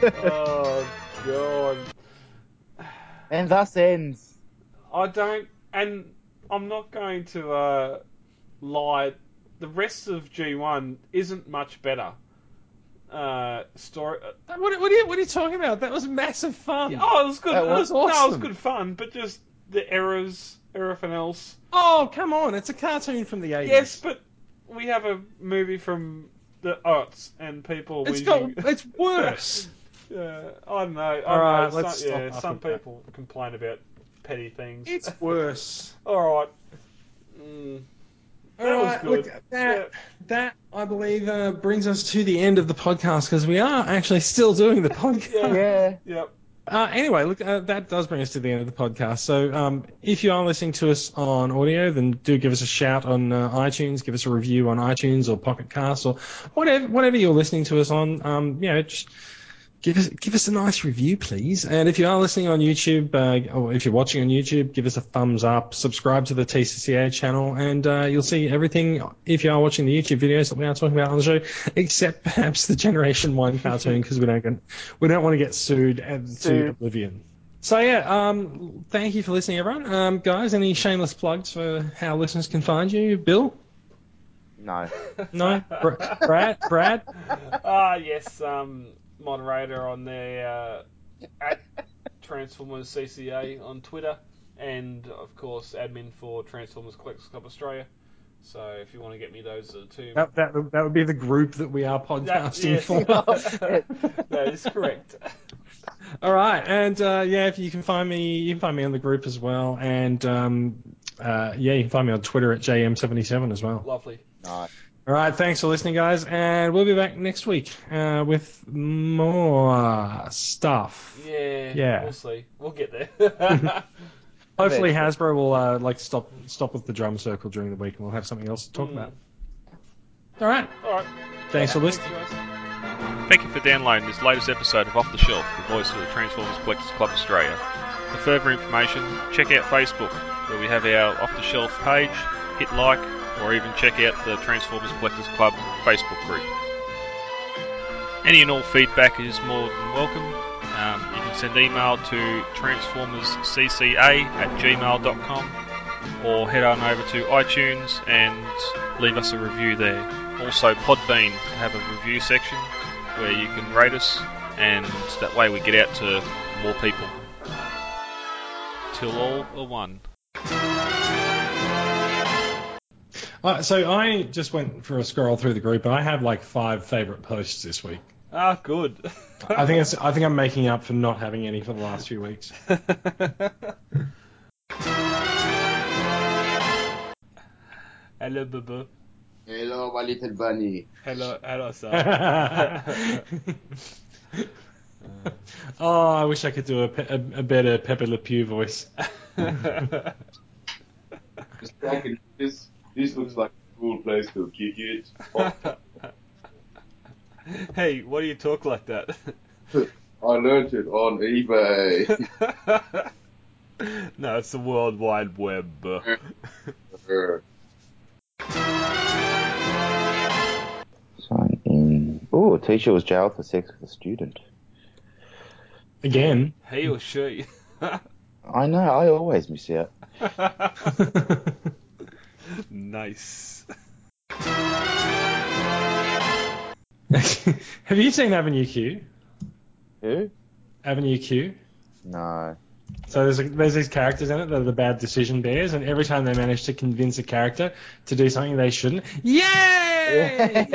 S3: Oh god.
S4: *laughs* And thus ends.
S2: *laughs*
S3: I don't, and I'm not going to uh, lie. The rest of G1 isn't much better. Uh, story. uh,
S2: What, what, are you, what are you talking about? That was massive fun.
S3: Oh, it was good.
S4: That
S3: it
S4: was
S3: No, it was
S4: awesome.
S3: good fun, but just the errors, everything else.
S2: Oh, come on. It's a cartoon from the 80s.
S3: Yes, but we have a movie from the arts and people.
S2: It's
S3: wheezing.
S2: got, it's
S3: *laughs*
S2: worse.
S3: Yeah, I don't know. I don't
S2: Alright,
S3: know. Some,
S2: let's stop
S3: yeah,
S2: after
S3: some
S2: that.
S3: people complain about petty things.
S2: It's worse.
S3: *laughs* all right. Mm. That was
S2: Alright, look,
S3: good.
S2: that, that I believe uh, brings us to the end of the podcast because we are actually still doing
S3: *laughs*
S2: the podcast.
S4: Yeah.
S3: Yep.
S2: Uh, anyway, look, uh, that does bring us to the end of the podcast. So, um, if you are listening to us on audio, then do give us a shout on uh, iTunes, give us a review on iTunes or Pocket Cast or whatever whatever you're listening to us on. Um, you know, just give us give us a nice review, please. And if you are listening on YouTube, uh, or if you're watching on YouTube, give us a thumbs up, subscribe to the TCCA channel, and uh, you'll see everything. If you are watching the YouTube videos that we are talking about on the show, except *laughs* perhaps the Generation One cartoon because we don't get, we don't want to get sued and
S4: Sued.
S2: to oblivion. So yeah, um, thank you for listening, everyone. Um, guys, any shameless plugs for how listeners can find you? Bill?
S4: No.
S2: No. Br- Brad? Brad?
S3: Ah, yes. Um, moderator on the uh, at Transformers CCA on Twitter, and of course admin for Transformers Collectors Club Australia. So if you want to get me, those are the two.
S2: That, that that would be the group that we are
S3: That-
S2: podcasting
S3: yes. *laughs*
S2: for.
S3: that is correct.
S2: All right, and uh, yeah, if you can find me, you can find me on the group as well, and um, uh, yeah, you can find me on Twitter at jm77 as well.
S3: Lovely.
S4: No.
S2: All right, thanks for listening, guys, and we'll be back next week uh, with more stuff.
S3: Yeah.
S2: Yeah.
S3: We'll see. We'll get
S2: *laughs*
S3: there.
S2: Hopefully, Hasbro will uh, like stop stop with the drum circle during the week, and we'll have something else to talk
S3: Mm.
S2: about. All right,
S3: All right.
S2: thanks for listening.
S3: Thanks, guys.
S33: Thank you for downloading this latest episode of Off the Shelf, the voice of the Transformers Collectors Club Australia. For further information, check out Facebook, where we have our Off the Shelf page. Hit like, or even check out the Transformers Collectors Club Facebook group. Any and all feedback is more than welcome. Um, you can send email to transformerscca at gmail.com or head on over to iTunes and leave us a review there. Also, Podbean have a review section where you can rate us, and that way we get out to more people. Till all are one.
S2: Uh, so I just went for a scroll through the group, and I have like five favorite posts this week.
S3: Uh, Ah, good. *laughs*
S2: I think it's, I think I'm making up for not having any for the last few weeks. *laughs*
S3: Hello, Bubu.
S11: Hello, my little bunny.
S3: Hello, hello, sir.
S2: oh, I wish I could do a, pe- a, a better Pepe Le Pew voice.
S11: Just checking. This, this looks like a cool place to kick it. Oh,
S3: *laughs* hey, why do you talk like that?
S11: *laughs* I learned it on eBay.
S3: *laughs* no, it's the World Wide Web.
S4: Sign in. Oh, teacher was jailed for sex with a student.
S2: Again. *laughs*
S3: He or she.
S4: I know. I always miss out.
S3: *laughs* nice.
S2: Have you seen Avenue Q?
S4: Who?
S2: Avenue Q.
S4: No.
S2: So there's there's these characters in it that are the bad decision bears, and every time they manage to convince a character to do something they shouldn't,
S4: *laughs*
S2: yay!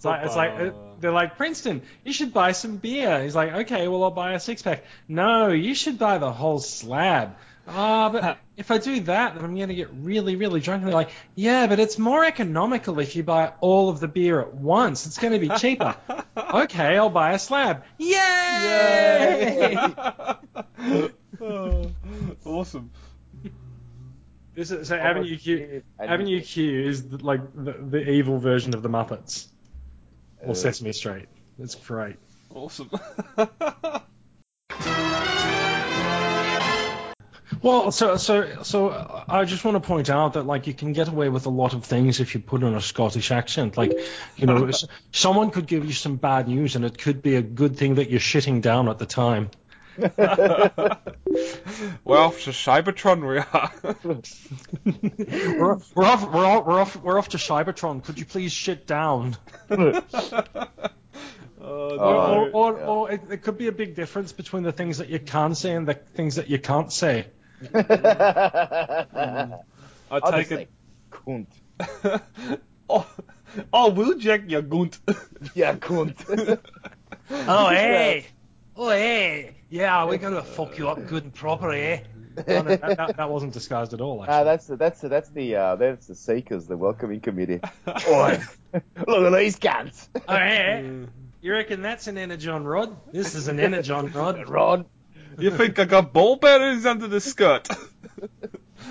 S2: It's like, it's like uh, they're like Princeton, you should buy some beer. He's like, okay, well I'll buy a six pack. No, you should buy the whole slab. Ah, but if I do that, then I'm going to get really, really drunk. And they're like, yeah, but it's more economical if you buy all of the beer at once. It's going to be *laughs* cheaper. okay, I'll buy a slab. Yay! *laughs*
S3: Oh, *laughs* awesome.
S2: This is, so Avenue Q, Avenue Q is the, like the, the evil version of the Muppets or Sesame Street. That's great.
S3: Awesome.
S2: Well, so so so I just want to point out that like you can get away with a lot of things if you put on a Scottish accent. Like, you know, s- someone could give you some bad news, and it could be a good thing that you're shitting down at the time.
S34: We're off to Cybertron, we are.
S2: We're, off- we're off, we're off, we're off, we're off to Cybertron. Could you please shit down? Or,
S3: Oh, no.
S2: or, or, or it, it could be a big difference between the things that you can say and the things that you can't say.
S3: I
S2: I'll
S3: take
S2: just
S3: it. oh, oh, will Jack, yeah, Gunt.
S4: yeah, cunt.
S2: Oh, hey. Oh, hey. Yeah, we're going to fuck you up good and proper, eh? No, no, *laughs*
S4: *laughs*
S2: that, that, that wasn't disguised at all,
S4: Ah,
S2: actually.
S4: that's the that's the that's the uh, that's the seekers, the welcoming committee. Oi, look at these cunts.
S2: Oh, hey. You reckon that's an energon rod? This is an energon rod.
S4: Rod.
S34: You think I got ball bearings under the skirt?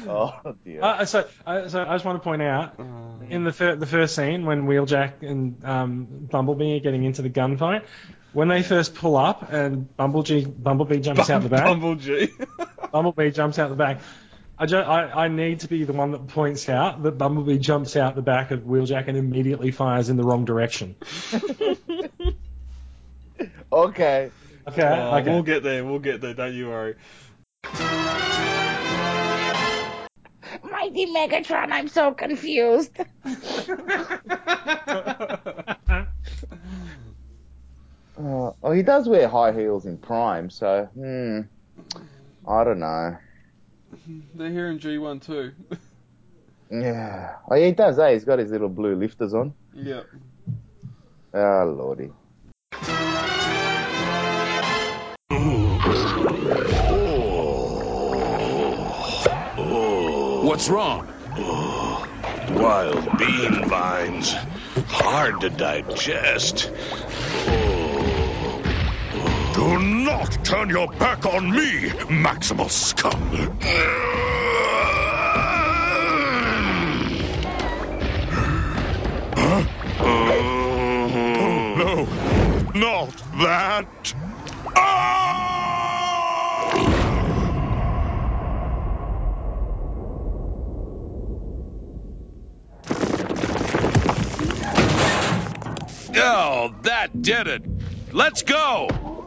S4: Oh dear.
S2: Uh, so, uh, so I just want to point out in the fir- the first scene when Wheeljack and um, Bumblebee are getting into the gunfight, when they first pull up and Bumblebee Bumblebee jumps out the back,
S34: Bumblebee.
S2: *laughs* Bumblebee jumps out the back. I, ju- I, I need to be the one that points out that Bumblebee jumps out the back of Wheeljack and immediately fires in the wrong direction. Okay,
S4: Okay.
S3: Oh,
S2: okay.
S3: We'll get there, we'll get there, don't you worry.
S7: Mighty Megatron, I'm so confused.
S4: Uh, oh, he does wear high heels in Prime, so hmm. I don't know.
S3: *laughs* They're here in G1 too. *laughs*
S4: Yeah. Oh, yeah, he does. Eh? He's got his little blue lifters on.
S3: yeah.
S4: Oh lordy.
S8: What's wrong? Wild bean vines. Hard to digest. Do not turn your back on me, Maximal scum. Huh? Oh, no, not that. Ah! Oh, that did it. Let's go.